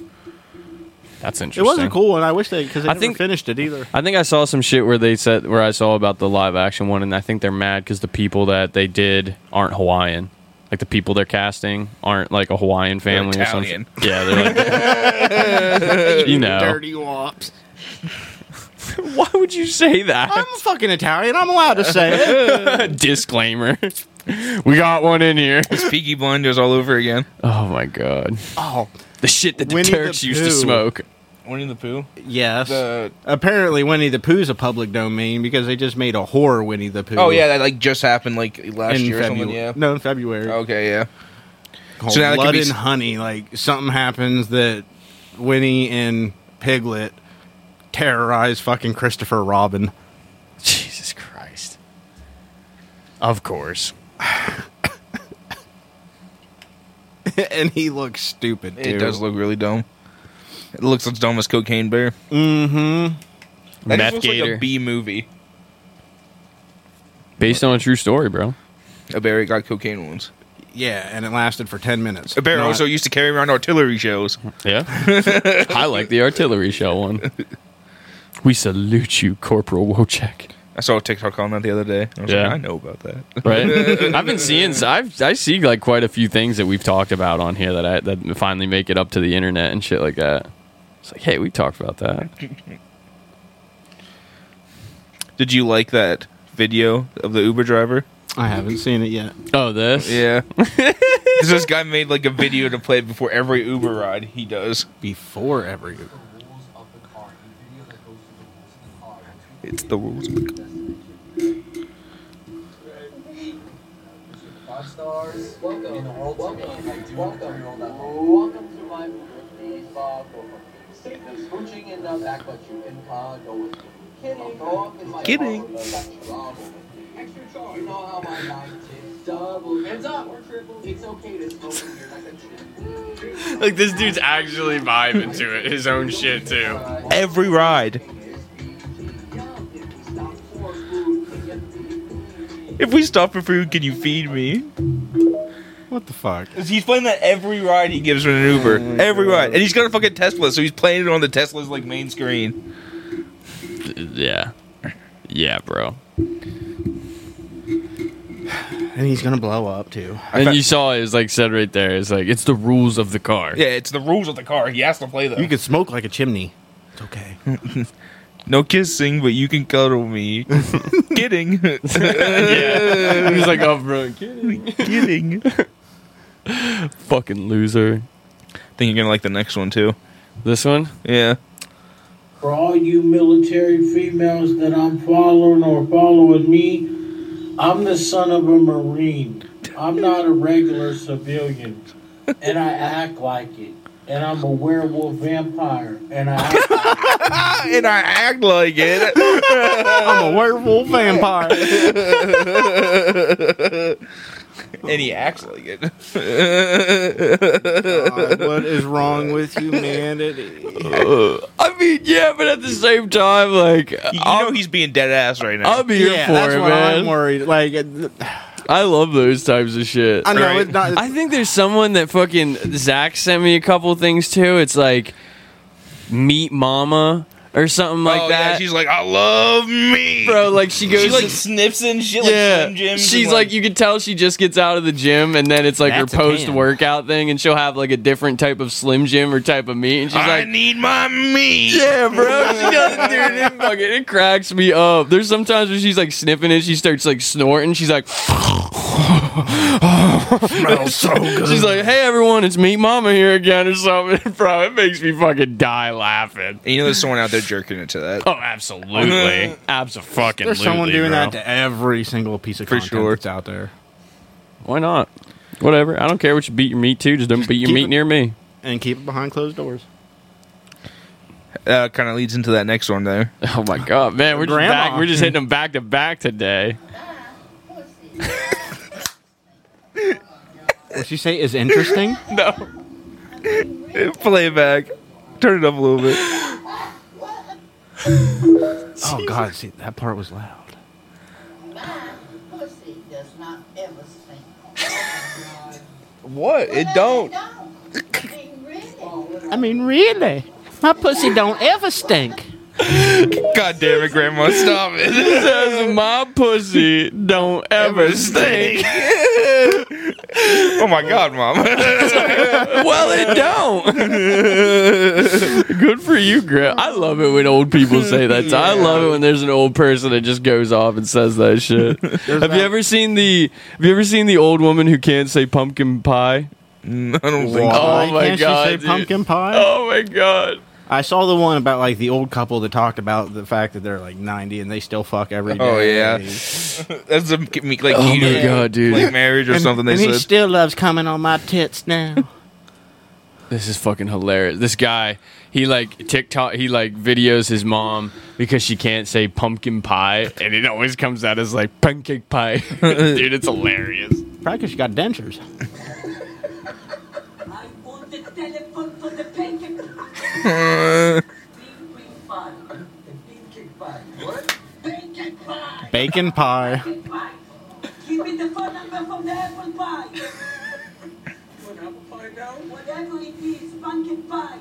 Speaker 1: That's
Speaker 2: It
Speaker 1: interesting.
Speaker 2: was a cool one. I wish they because they
Speaker 1: I
Speaker 2: never
Speaker 1: think-
Speaker 2: finished it either.
Speaker 1: I think I saw some shit where they said where I saw about the live action one, and I think they're mad because the people that they did aren't Hawaiian. Like the people they're casting aren't like a Hawaiian family or something.
Speaker 3: Italian.
Speaker 1: Yeah, they're like, you know,
Speaker 2: Dirty wops.
Speaker 1: why would you say that?
Speaker 2: I'm fucking Italian. I'm allowed to say it.
Speaker 1: Disclaimer. We got one in here.
Speaker 3: It's Peaky Blinders all over again.
Speaker 1: Oh my god,
Speaker 2: oh
Speaker 1: the shit that the
Speaker 2: Winnie the
Speaker 1: Turks used to
Speaker 2: Pooh.
Speaker 1: smoke.
Speaker 3: Winnie the Pooh.
Speaker 2: yes.
Speaker 3: The
Speaker 2: Apparently, Winnie the Pooh's a public domain because they just made a horror Winnie the Pooh.
Speaker 3: Oh yeah, that like just happened like last
Speaker 2: in
Speaker 3: year or
Speaker 2: February.
Speaker 3: something. Yeah. Oh,
Speaker 2: No, in February.
Speaker 3: Okay, yeah.
Speaker 2: Called
Speaker 3: So now that could
Speaker 2: Blood
Speaker 3: be
Speaker 2: and
Speaker 3: s-
Speaker 2: Honey. Like something happens that Winnie and Piglet terrorize fucking Christopher Robin.
Speaker 1: Jesus Christ. Of course.
Speaker 2: and he looks stupid,
Speaker 3: It
Speaker 2: too.
Speaker 3: does look really dumb. It looks as dumb as Cocaine Bear.
Speaker 2: Mm-hmm.
Speaker 3: That just
Speaker 1: Meth
Speaker 3: looks like
Speaker 1: Gator.
Speaker 3: a B movie.
Speaker 1: Based on a true story, bro.
Speaker 3: A bear got cocaine wounds.
Speaker 2: Yeah, and it lasted for 10 minutes.
Speaker 3: A bear
Speaker 2: Not-
Speaker 3: also used to carry around artillery shows.
Speaker 1: Yeah. I like the artillery shell one. We salute you, Corporal Wojcik.
Speaker 3: I saw a TikTok on that the other day. I was
Speaker 1: Yeah.
Speaker 3: like, I know about that.
Speaker 1: right? I've been seeing, I've I see like quite a few things that we've talked about on here that I that finally make it up to the internet and shit like that. It's like, hey, we talked about that.
Speaker 3: Did you like that video of the Uber driver?
Speaker 2: I haven't seen it yet.
Speaker 1: Oh, this,
Speaker 3: Yeah. 'Cause this guy made like a video to play before every Uber ride he does.
Speaker 2: Before every
Speaker 3: It's the rules.
Speaker 7: Five stars. Welcome. In the world welcome. Welcome. Welcome. welcome to my movie. Bob There's smooching in the back, but you can uh, go with me. Kidding. Go up in my
Speaker 3: Kidding.
Speaker 7: car, but you're all with me. You know how my life is. Double. Hands up. Or triple. It's okay to smoke in your neck.
Speaker 1: Like this dude's actually vibing to it, his own shit too.
Speaker 3: Every ride. If we stop for food, can you feed me?
Speaker 2: What the fuck?
Speaker 3: 'Cause he's playing that every ride he gives in an Uber. Every ride. And he's got a fucking Tesla, so he's playing it on the Tesla's like main screen.
Speaker 1: Yeah, yeah, bro.
Speaker 2: And he's gonna blow up too.
Speaker 1: And you saw it was like said right there. It's like it's the rules of the car.
Speaker 3: Yeah, it's the rules of the car. He has to play them.
Speaker 2: You could smoke like a chimney. It's okay.
Speaker 3: no kissing, but you can cuddle me. Kidding.
Speaker 1: yeah. He was like, oh, bro, kidding.
Speaker 3: Kidding.
Speaker 1: fucking loser.
Speaker 3: think you're gonna like the next one too.
Speaker 1: This one.
Speaker 3: Yeah.
Speaker 8: For all you military females that I'm following or following me, I'm the son of a Marine. I'm not a regular civilian. And I act like it. And I'm a werewolf vampire. And I act
Speaker 3: and I act like it.
Speaker 2: I'm a werewolf vampire.
Speaker 3: and he acts like it.
Speaker 2: God, what is wrong with humanity?
Speaker 1: I mean, yeah, but at the same time, like,
Speaker 3: You
Speaker 1: I'm,
Speaker 3: know he's being dead ass right now.
Speaker 1: I'm here for
Speaker 2: that's
Speaker 1: it,
Speaker 2: why I'm
Speaker 1: man.
Speaker 2: worried. Like, uh,
Speaker 1: I love those types of shit.
Speaker 2: I know
Speaker 3: Right.
Speaker 2: it's not.
Speaker 1: I think there's someone that fucking Zach sent me a couple things too. It's like meet mama or something like
Speaker 3: oh,
Speaker 1: that.
Speaker 3: Yeah, she's like, I love me,
Speaker 1: Bro, like she goes.
Speaker 3: She like
Speaker 1: to-
Speaker 3: sniffs and shit.
Speaker 1: yeah,
Speaker 3: like Slim Jims
Speaker 1: she's
Speaker 3: and,
Speaker 1: like, you can tell she just gets out of the gym, and then it's like
Speaker 2: That's
Speaker 1: her
Speaker 2: a can.
Speaker 1: post workout thing, and she'll have like a different type of Slim Jim or type of meat, and she's
Speaker 3: I
Speaker 1: like,
Speaker 3: need my meat.
Speaker 1: Yeah, bro. She doesn't, dude. It fucking it cracks me up. There's sometimes when she's like sniffing it, she starts like snorting. She's like,
Speaker 2: smells so good.
Speaker 1: she's like, hey everyone, it's Meat Mama here again or something. bro, it makes me fucking die laughing.
Speaker 3: And you know, there's someone out there jerking into that.
Speaker 1: Oh, absolutely, absolutely.
Speaker 2: There's someone doing that to every single piece of
Speaker 3: For
Speaker 2: content
Speaker 3: sure.
Speaker 2: that's out there.
Speaker 1: Why not? Whatever. I don't care what you beat your meat to. Just don't beat your
Speaker 2: Keep
Speaker 1: meat
Speaker 2: it-
Speaker 1: near me.
Speaker 2: And keep it behind closed doors.
Speaker 3: Uh, kind of leads into that next one there.
Speaker 1: Oh my god, man, we're just
Speaker 2: Grandma.
Speaker 1: back. We're just hitting them back to back today.
Speaker 2: What you say is interesting?
Speaker 1: No.
Speaker 3: Playback. Turn it up a little bit.
Speaker 2: oh God, see that part was loud.
Speaker 9: Pussy does not ever stink.
Speaker 3: What? It don't.
Speaker 9: I mean, really.
Speaker 2: I mean, really, my pussy don't ever stink.
Speaker 3: God damn it, Grandma! Stop it.
Speaker 1: Says my pussy don't ever stink.
Speaker 3: Oh my God, Mom.
Speaker 1: well, it don't. Good for you, Grip. I love it when old people say that. I love it when there's an old person that just goes off and says that shit. have you ever seen the Have you ever seen the old woman who can't say pumpkin pie?
Speaker 3: I don't
Speaker 1: Wow.
Speaker 3: think. so.
Speaker 1: Oh my
Speaker 2: can't
Speaker 1: God,
Speaker 2: she say
Speaker 1: dude.
Speaker 2: pumpkin pie?
Speaker 1: Oh my god.
Speaker 2: I saw the one about like the old couple that talked about the fact that they're like 90 and they still fuck every day.
Speaker 3: Oh, yeah. That's a, like
Speaker 1: Oh
Speaker 3: you
Speaker 1: my god, dude.
Speaker 3: like marriage or
Speaker 2: And,
Speaker 3: something. They
Speaker 2: and he
Speaker 3: said.
Speaker 2: still loves coming on my tits now.
Speaker 1: This is fucking hilarious. This guy, he like TikTok, he like videos his mom because she can't say pumpkin pie, and it always comes out as like pancake pie. Dude, it's hilarious.
Speaker 2: Probably because she got dentures.
Speaker 9: I want the telephone for the pancake big, big pie. The pancake pie. What? Pancake pie.
Speaker 2: Bacon pie.
Speaker 9: Pancake pie. Give me the phone number from the apple pie. what apple pie now? Whatever it is, pancake pie.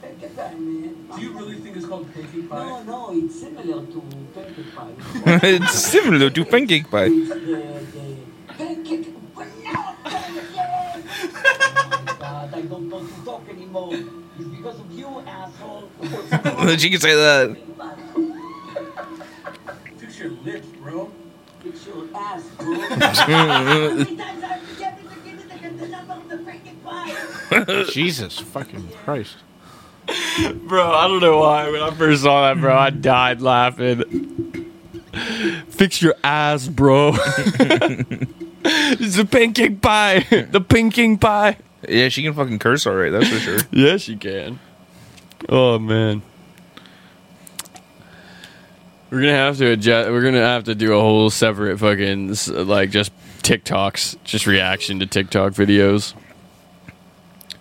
Speaker 9: back, get back, man.
Speaker 5: Do you really think it's called Pancake
Speaker 9: No,
Speaker 5: Pie?
Speaker 9: no, it's similar to pancake pie.
Speaker 3: it's similar to pancake pie.
Speaker 9: It's the, the pancake. But no, pancake! oh my god, I don't want to talk anymore. It's because of you, asshole.
Speaker 3: she can say that.
Speaker 5: Fix your lips, bro.
Speaker 9: It's your ass, bro. How many times I have to get it to give it the number of the pancake pie?
Speaker 2: Jesus fucking Christ.
Speaker 1: Bro, I don't know why. When I first saw that, bro, I died laughing. Fix your ass, bro. it's a pancake pie. The pancake pie.
Speaker 3: Yeah, she can fucking curse all right. That's for sure.
Speaker 1: Yes, you can. Oh man. We're gonna have to adjust. We're gonna have to do a whole separate fucking s- like just TikToks, just reaction to TikTok videos.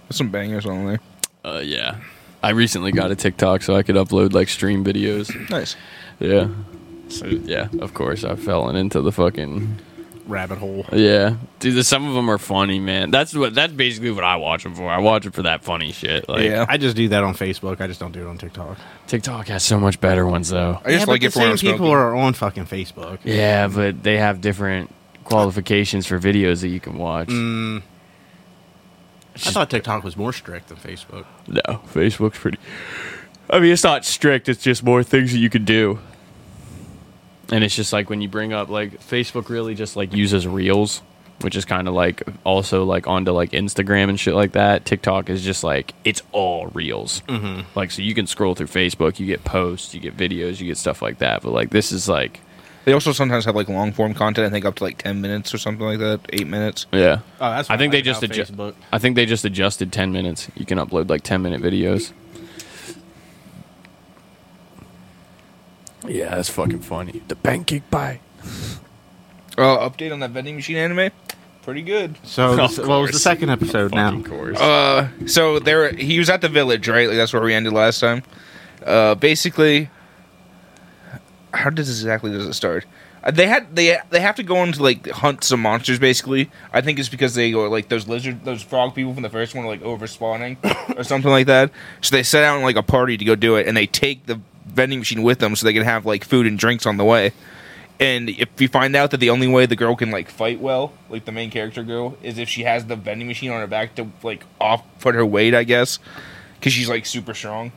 Speaker 3: There's some bangers on there.
Speaker 1: Uh, yeah, I recently got a TikTok so I could upload like stream videos.
Speaker 3: Nice.
Speaker 1: Yeah. So yeah, of course I've fallen into the fucking
Speaker 2: Rabbit hole.
Speaker 1: yeah. Dude, the- some of them are funny, man. That's what that's basically what I watch them for. I watch it for that funny shit. Like
Speaker 3: Yeah.
Speaker 2: I just do that on Facebook. I just don't do it on TikTok.
Speaker 1: TikTok has so much better ones though.
Speaker 3: I just like
Speaker 2: the
Speaker 3: it for when
Speaker 2: same
Speaker 3: I'm
Speaker 2: people
Speaker 3: smoking.
Speaker 2: are on fucking Facebook.
Speaker 1: Yeah, but they have different qualifications for videos that you can watch.
Speaker 2: I thought TikTok was more strict than Facebook.
Speaker 1: No, Facebook's pretty. I mean, it's not strict. It's just more things that you can do. And it's just like when you bring up like Facebook really just like uses Reels, which is kind of like also like onto like Instagram and shit like that. TikTok is just like it's all Reels. Mm-hmm. Like so you can scroll through Facebook, you get posts, you get videos, you get stuff like that. But like this is like
Speaker 3: They also sometimes have like long form content. I think up to like ten minutes or something like that. Eight minutes.
Speaker 1: yeah.
Speaker 2: Oh, that's
Speaker 1: I
Speaker 2: what
Speaker 1: think they
Speaker 2: like
Speaker 1: just
Speaker 2: about
Speaker 1: adjust.
Speaker 2: Facebook.
Speaker 1: I think they just adjusted ten minutes. You can upload like ten minute videos. Yeah, that's fucking funny. The pancake pie.
Speaker 3: Uh, update on that vending machine anime. Pretty good.
Speaker 2: So,
Speaker 1: Of
Speaker 2: this, what was the
Speaker 1: course.
Speaker 2: second episode now?
Speaker 1: Fucking course.
Speaker 3: Uh, so there he was at the village, right? Like that's where we ended last time. Uh, basically, how does exactly does it start? Uh, They had they they have to go into like hunt some monsters. Basically, I think it's because they go like those lizard those frog people from the first one are like overspawning or something like that. So they set out in like a party to go do it, and they take the vending machine with them so they can have like food and drinks on the way. And if you find out that the only way the girl can like fight well, like the main character girl, is if she has the vending machine on her back to like off put her weight, I guess, because she's like super strong.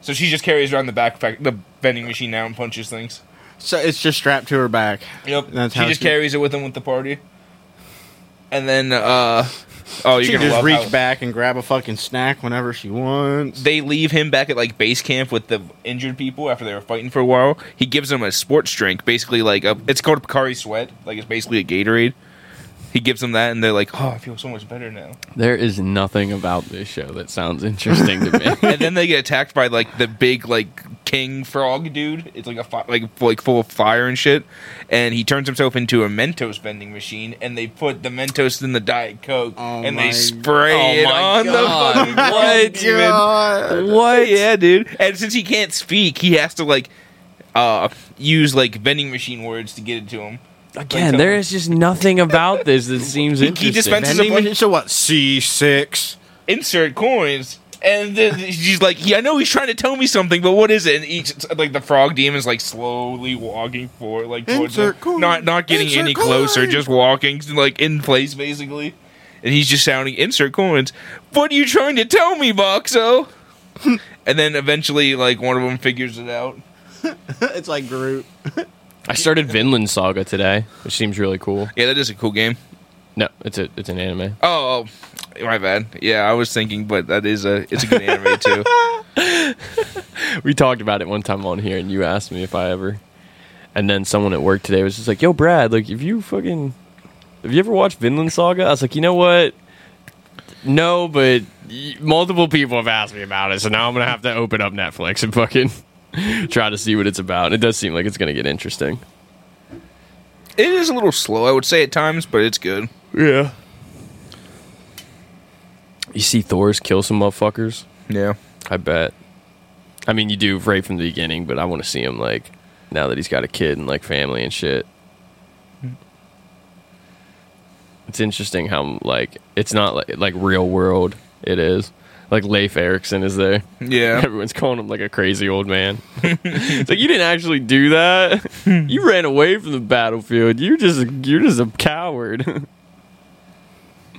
Speaker 3: So she just carries around the backpack, the vending machine now, and punches things.
Speaker 2: So it's just strapped to her back.
Speaker 3: Yep,
Speaker 2: That's
Speaker 3: she
Speaker 2: how
Speaker 3: just
Speaker 2: she-
Speaker 3: carries it with him with the party. And then, uh oh,
Speaker 2: She
Speaker 3: you're
Speaker 2: can
Speaker 3: gonna
Speaker 2: just
Speaker 3: love
Speaker 2: reach
Speaker 3: how-
Speaker 2: back and grab a fucking snack whenever she wants.
Speaker 3: They leave him back at like base camp with the injured people after they were fighting for a while. He gives them a sports drink, basically like a, it's called Picari Sweat, like it's basically a Gatorade. He gives them that, and they're like, "Oh, I feel so much better now."
Speaker 1: there is nothing about this show that sounds interesting to me.
Speaker 3: and then they get attacked by like the big like king frog dude. It's like a fi- like like full of fire and shit. And he turns himself into a Mentos vending machine, and they put the Mentos in the Diet Coke,
Speaker 2: Oh
Speaker 3: and
Speaker 2: my- oh
Speaker 3: they spray it on
Speaker 1: God.
Speaker 3: the fucking what,
Speaker 2: God.
Speaker 3: What? Yeah, dude. And since he can't speak, he has to like uh use like vending machine words to get it to him.
Speaker 1: Again, there is just nothing about this that seems
Speaker 3: He- he
Speaker 1: interesting.
Speaker 3: dispenses-
Speaker 2: Vending
Speaker 3: This is a
Speaker 2: machine- so what? C six.
Speaker 3: insert coins. And then she's like, "Yeah, I know he's trying to tell me something, but what is it?" And each, like the frog demon's like slowly walking forward, like towards
Speaker 2: Insert
Speaker 3: him.
Speaker 2: coin.
Speaker 3: not not getting
Speaker 2: Insert
Speaker 3: any closer,
Speaker 2: coin.
Speaker 3: just walking like in place basically. And he's just shouting, "Insert coins." What are you trying to tell me, Boxo? and then eventually, like one of them figures it out.
Speaker 2: it's like Groot.
Speaker 1: I started Vinland Saga today, which seems really cool.
Speaker 3: Yeah, that is a cool game.
Speaker 1: No, it's a it's an anime.
Speaker 3: Oh, oh, my bad. Yeah, I was thinking, but that is a it's a good anime too.
Speaker 1: We talked about it one time on here, and you asked me if I ever. And then someone at work today was just like, "Yo, Brad, like, if you fucking, have you ever watched Vinland Saga?" I was like, "You know what? No, but y- multiple people have asked me about it, so now I'm gonna have to open up Netflix and fucking try to see what it's about." And it does seem like it's gonna get interesting.
Speaker 3: It is a little slow, I would say at times, but it's good.
Speaker 1: Yeah. You see Thor's kill some motherfuckers.
Speaker 3: Yeah.
Speaker 1: I bet. I mean, you do right from the beginning, but I want to see him like now that he's got a kid and like family and shit. It's interesting how like it's not like like real world it is. Like Leif Erikson is there.
Speaker 3: Yeah.
Speaker 1: Everyone's calling him like a crazy old man. it's like you didn't actually do that. you ran away from the battlefield. You're just a, you're just a coward.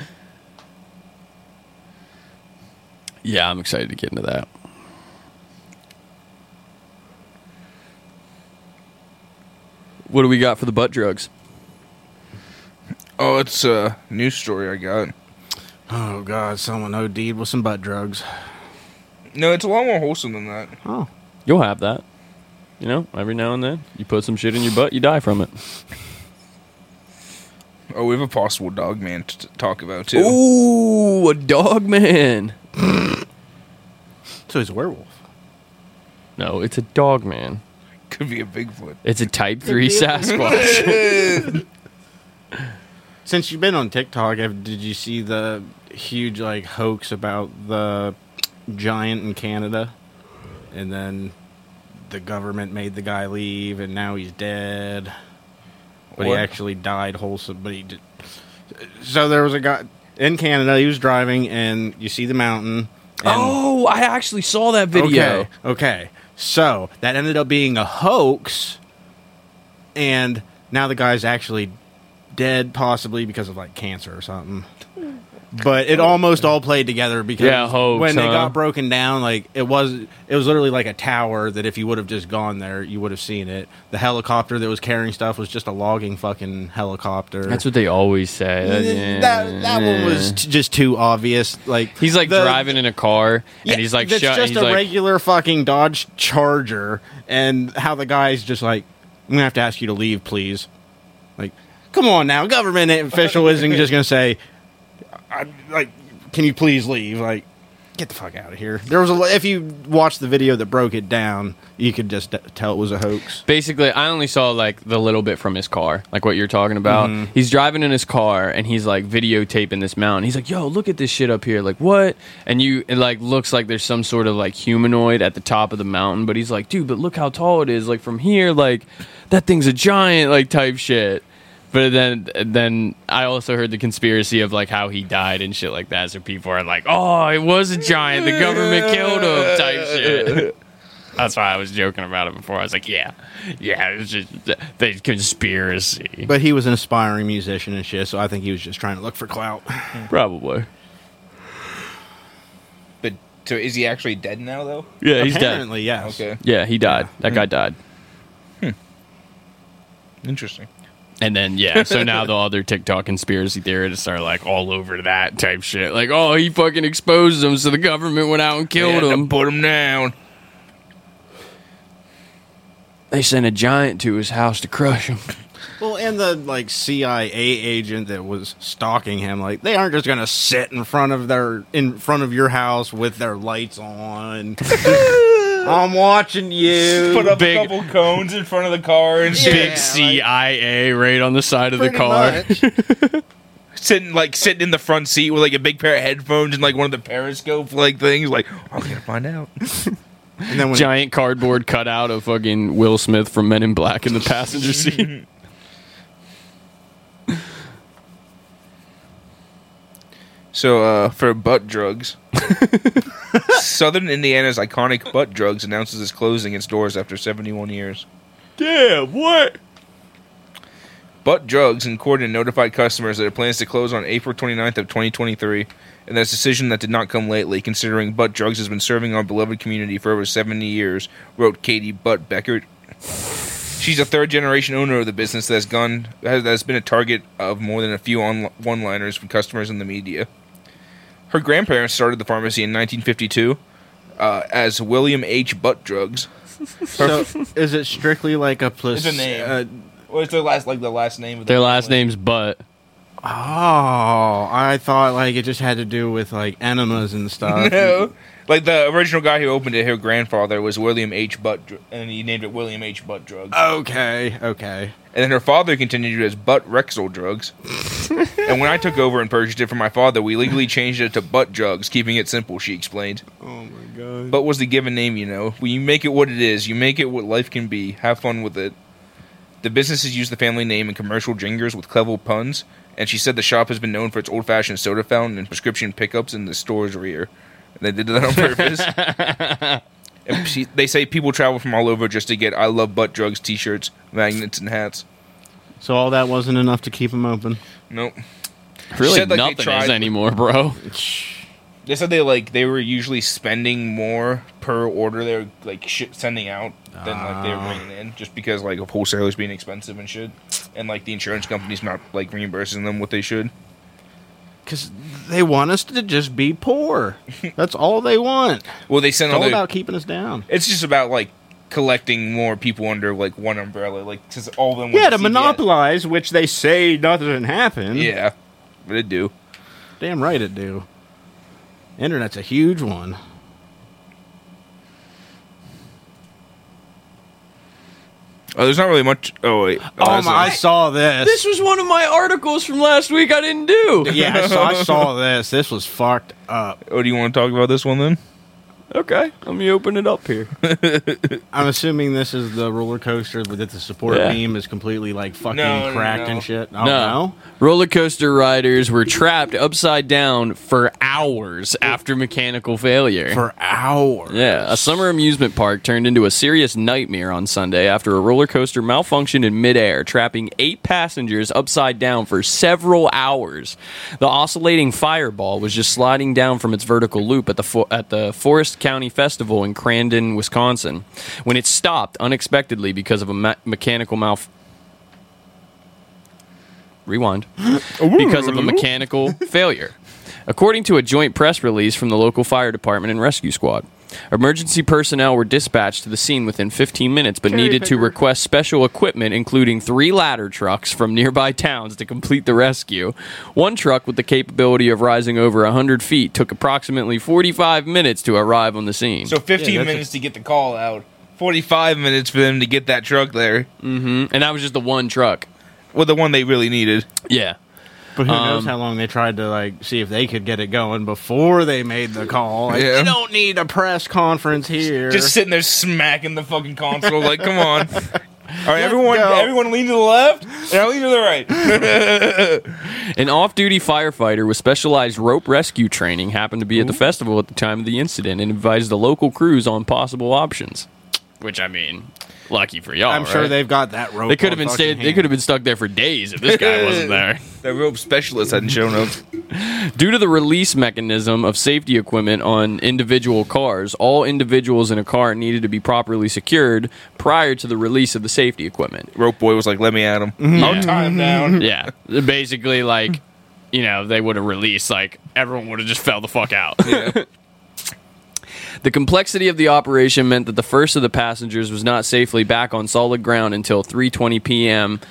Speaker 1: yeah, I'm excited to get into that. What do we got for the butt drugs?
Speaker 3: Oh, it's a news story I got.
Speaker 2: Oh God, someone OD'd with some butt drugs.
Speaker 3: No, it's a lot more wholesome than that.
Speaker 2: Oh,
Speaker 1: You'll have that. You know, every now and then you put some shit in your butt, you die from it.
Speaker 3: Oh, we have a possible dog man to t- talk about too.
Speaker 1: Ooh, a dog man.
Speaker 2: so he's a werewolf.
Speaker 1: No, it's a dog man.
Speaker 3: Could be a Bigfoot.
Speaker 1: It's a type 3 Sasquatch.
Speaker 2: Since you've been on TikTok, have, did you see the huge like hoax about the giant in Canada? And then the government made the guy leave, and now he's dead. But he
Speaker 3: What?
Speaker 2: actually died wholesome. But he did. So there was a guy in Canada. He was driving, and you see the mountain. and-
Speaker 1: oh, I actually saw that video.
Speaker 2: Okay. Okay. So that ended up being a hoax, and now the guy's actually dead, possibly because of like cancer or something. But it almost all played together because
Speaker 1: Yeah, hoax,
Speaker 2: when they
Speaker 1: huh?
Speaker 2: got broken down, like it was, it was literally like a tower that if you would have just gone there, you would have seen it. The helicopter that was carrying stuff was just a logging fucking helicopter.
Speaker 1: That's what they always say.
Speaker 2: Th- that that one was t- just too obvious. Like
Speaker 1: He's like
Speaker 2: the-
Speaker 1: driving in a car
Speaker 2: yeah,
Speaker 1: and he's like
Speaker 2: that's
Speaker 1: shut
Speaker 2: just
Speaker 1: he's
Speaker 2: a
Speaker 1: like
Speaker 2: regular fucking Dodge Charger, and how the guy's just like, I'm gonna have to ask you to leave, please. Like, come on now, government official isn't just gonna say, I, like, can you please leave? Like, get the fuck out of here. There was a lo- if you watched the video that broke it down, you could just t- tell it was a hoax.
Speaker 1: basically i only saw like the little bit from his car like what you're talking about
Speaker 2: Mm-hmm.
Speaker 1: he's driving in his car and he's like videotaping this mountain he's like yo look at this shit up here like what and you it like looks like there's some sort of like humanoid at the top of the mountain but he's like dude but look how tall it is like from here like that thing's a giant like type shit but then then i also heard the conspiracy of like how he died and shit like that so people are like oh it was a giant the government killed him type shit that's why I was joking about it before. I was like, yeah, yeah, it's just the, the conspiracy.
Speaker 2: But he was an aspiring musician and shit, so I think he was just trying to look for clout.
Speaker 1: Probably.
Speaker 3: But so is he actually dead now though?
Speaker 1: Yeah, he's dead.
Speaker 2: Apparently, yes.
Speaker 3: Okay.
Speaker 1: Yeah, he died. That guy died.
Speaker 3: Interesting.
Speaker 1: And then yeah, so now the other TikTok conspiracy theorists are like all over that type shit. Like, oh, he fucking exposed him, so the government went out and killed
Speaker 3: Had to
Speaker 1: him.
Speaker 3: Put him down.
Speaker 1: They sent a giant to his house to crush him.
Speaker 2: Well, and the like CIA agent that was stalking him, like they aren't just gonna sit in front of their in front of your house with their lights on. I'm watching you.
Speaker 3: Put up
Speaker 1: Big-
Speaker 3: a couple cones in front of the car and shit.
Speaker 1: Big CIA right on the side of the
Speaker 2: Pretty
Speaker 1: car.
Speaker 2: much.
Speaker 3: sitting like sitting in the front seat with like a big pair of headphones and like one of the periscope like things. Like I'm gonna find out.
Speaker 2: And then when
Speaker 1: Giant cardboard cutout of fucking Will Smith from Men in Black in the passenger seat.
Speaker 3: So uh, for butt drugs, Southern Indiana's iconic butt drugs announces it's closing its doors after 71 years.
Speaker 1: yeah, what?
Speaker 3: Butt Drugs in Corden notified customers that it plans to close on April 29th of 2023, and that's a decision that did not come lately, considering Butt Drugs has been serving our beloved community for over 70 years, wrote Katie Butt Beckert. She's a third-generation owner of the business that's gone has, that's been a target of more than a few on, one-liners from customers and the media. Her grandparents started the pharmacy in 1952 uh, as William H. Butt Drugs.
Speaker 2: so, is it strictly like a uh, plus?
Speaker 3: It's a name. What's their last like the last name of
Speaker 1: Their last name's Butt.
Speaker 2: Uh, oh, I thought like it just had to do with like enemas and stuff.
Speaker 3: No. Like the original guy who opened it, her grandfather was William H. Butt, Dr- and he named it William H. Butt Drugs.
Speaker 2: Uh. Okay, okay.
Speaker 3: And then her father continued it as Butt Rexel Drugs. and when I took over and purchased it from my father, we legally changed it to Butt Drugs, keeping it simple. She explained.
Speaker 2: Oh my god.
Speaker 3: Butt was the given name, you know. When you make it what it is, you make it what life can be. Have fun with it. The business has used the family name in commercial jingles with clever puns, and she said the shop has been known for its old-fashioned soda fountain and prescription pickups in the store's rear. They did that on purpose. And she- they say people travel from all over just to get "I love butt drugs" T-shirts, magnets, and hats.
Speaker 2: So all that wasn't enough to keep them open.
Speaker 3: Nope.
Speaker 1: Really,
Speaker 3: said, like, they
Speaker 1: nothing is
Speaker 3: tried-
Speaker 1: anymore, bro.
Speaker 3: They said they like they were usually spending more per order they were like shit sending out than like
Speaker 2: Ah.
Speaker 3: they were bringing in, just because like of wholesalers being expensive and shit, and like the insurance companies not like reimbursing them what they should.
Speaker 2: Because they want us to just be poor. That's all they want.
Speaker 3: Well, they sent
Speaker 2: It's
Speaker 3: all
Speaker 2: all
Speaker 3: their
Speaker 2: about keeping us down.
Speaker 3: It's just about like collecting more people under like one umbrella, like because all of them. went
Speaker 2: Yeah, to
Speaker 3: CVS.
Speaker 2: monopolize, which they say nothing happened.
Speaker 3: Yeah, but it do.
Speaker 2: Damn right it do. Internet's a huge one.
Speaker 3: Oh, there's not really much. Oh wait.
Speaker 2: Oh
Speaker 3: that's
Speaker 2: my,
Speaker 3: a-
Speaker 2: I saw this.
Speaker 1: This was one of my articles from last week. I didn't do.
Speaker 2: yeah, I saw, I saw this. This was fucked up.
Speaker 3: Oh, do you want to talk about this one then?
Speaker 1: Okay, let me open it up here.
Speaker 2: I'm assuming this is the roller coaster that the support
Speaker 1: Yeah.
Speaker 2: beam is completely like fucking
Speaker 3: No, no,
Speaker 2: cracked
Speaker 3: no.
Speaker 2: and shit. Oh,
Speaker 1: no.
Speaker 2: no.
Speaker 1: Roller coaster riders were trapped upside down for hours after mechanical failure.
Speaker 2: For hours.
Speaker 1: yeah, a summer amusement park turned into a serious nightmare on Sunday after a roller coaster malfunctioned in midair, trapping eight passengers upside down for several hours. The oscillating fireball was just sliding down from its vertical loop at the fo- at the Forest County Festival in Crandon, Wisconsin, when it stopped unexpectedly because of a ma- mechanical malfunction. rewind because of a mechanical failure according to a joint press release from the local fire department and rescue squad emergency personnel were dispatched to the scene within 15 minutes but needed to request special equipment including three ladder trucks from nearby towns to complete the rescue one truck with the capability of rising over 100 feet took approximately 45 minutes to arrive on the scene
Speaker 3: So 15 minutes to get the call out, 45 minutes for them to get that truck there
Speaker 1: Mm, and that was just the one truck
Speaker 3: with the one they really needed.
Speaker 1: yeah
Speaker 2: But who
Speaker 1: Um,
Speaker 2: knows how long they tried to like see if they could get it going before they made the call. Like,
Speaker 3: Yeah.
Speaker 2: We don't need a press conference here.
Speaker 3: Just sitting there smacking the fucking console, like, come on. All right, everyone,
Speaker 2: go.
Speaker 3: everyone, lean to the left, and I lean to the right.
Speaker 1: An off duty firefighter with specialized rope rescue training happened to be
Speaker 2: Hmm?
Speaker 1: at the festival at the time of the incident and advised the local crews on possible options. Which I mean, lucky for y'all.
Speaker 2: I'm sure
Speaker 1: right?
Speaker 2: they've got that rope.
Speaker 1: they could have
Speaker 2: on
Speaker 1: been stayed,
Speaker 2: fucking
Speaker 1: they could have been stuck there for days if this guy wasn't there.
Speaker 3: That rope specialist hadn't shown up.
Speaker 1: Due to the release mechanism of safety equipment on individual cars, all individuals in a car needed to be properly secured prior to the release of the safety equipment.
Speaker 3: Rope boy was like, let me at him.
Speaker 2: Hmm.
Speaker 1: Yeah.
Speaker 3: I'll tie him Mm-hmm. down.
Speaker 1: Yeah. Basically, like, you know, they would have released, like, everyone would have just fell the fuck out. the complexity of the operation meant that the first of the passengers was not safely back on solid ground until 3.20 p.m.,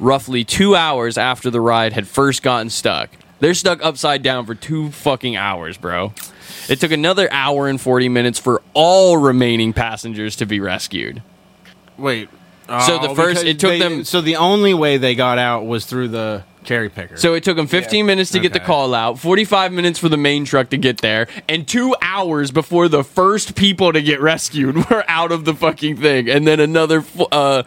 Speaker 1: roughly two hours after the ride had first gotten stuck. They're stuck upside down for two fucking hours, bro. It took another hour and 40 minutes for all remaining passengers to be rescued.
Speaker 2: Wait. Oh,
Speaker 1: So the first-
Speaker 2: because
Speaker 1: it took
Speaker 2: they-
Speaker 1: them-
Speaker 2: So the only way they got out was through the cherry picker.
Speaker 1: So it took them 15 minutes to get the
Speaker 2: Okay.
Speaker 1: call out, 45 minutes for the main truck to get there, and two hours before the first people to get rescued were out of the fucking thing. And then another, f- uh,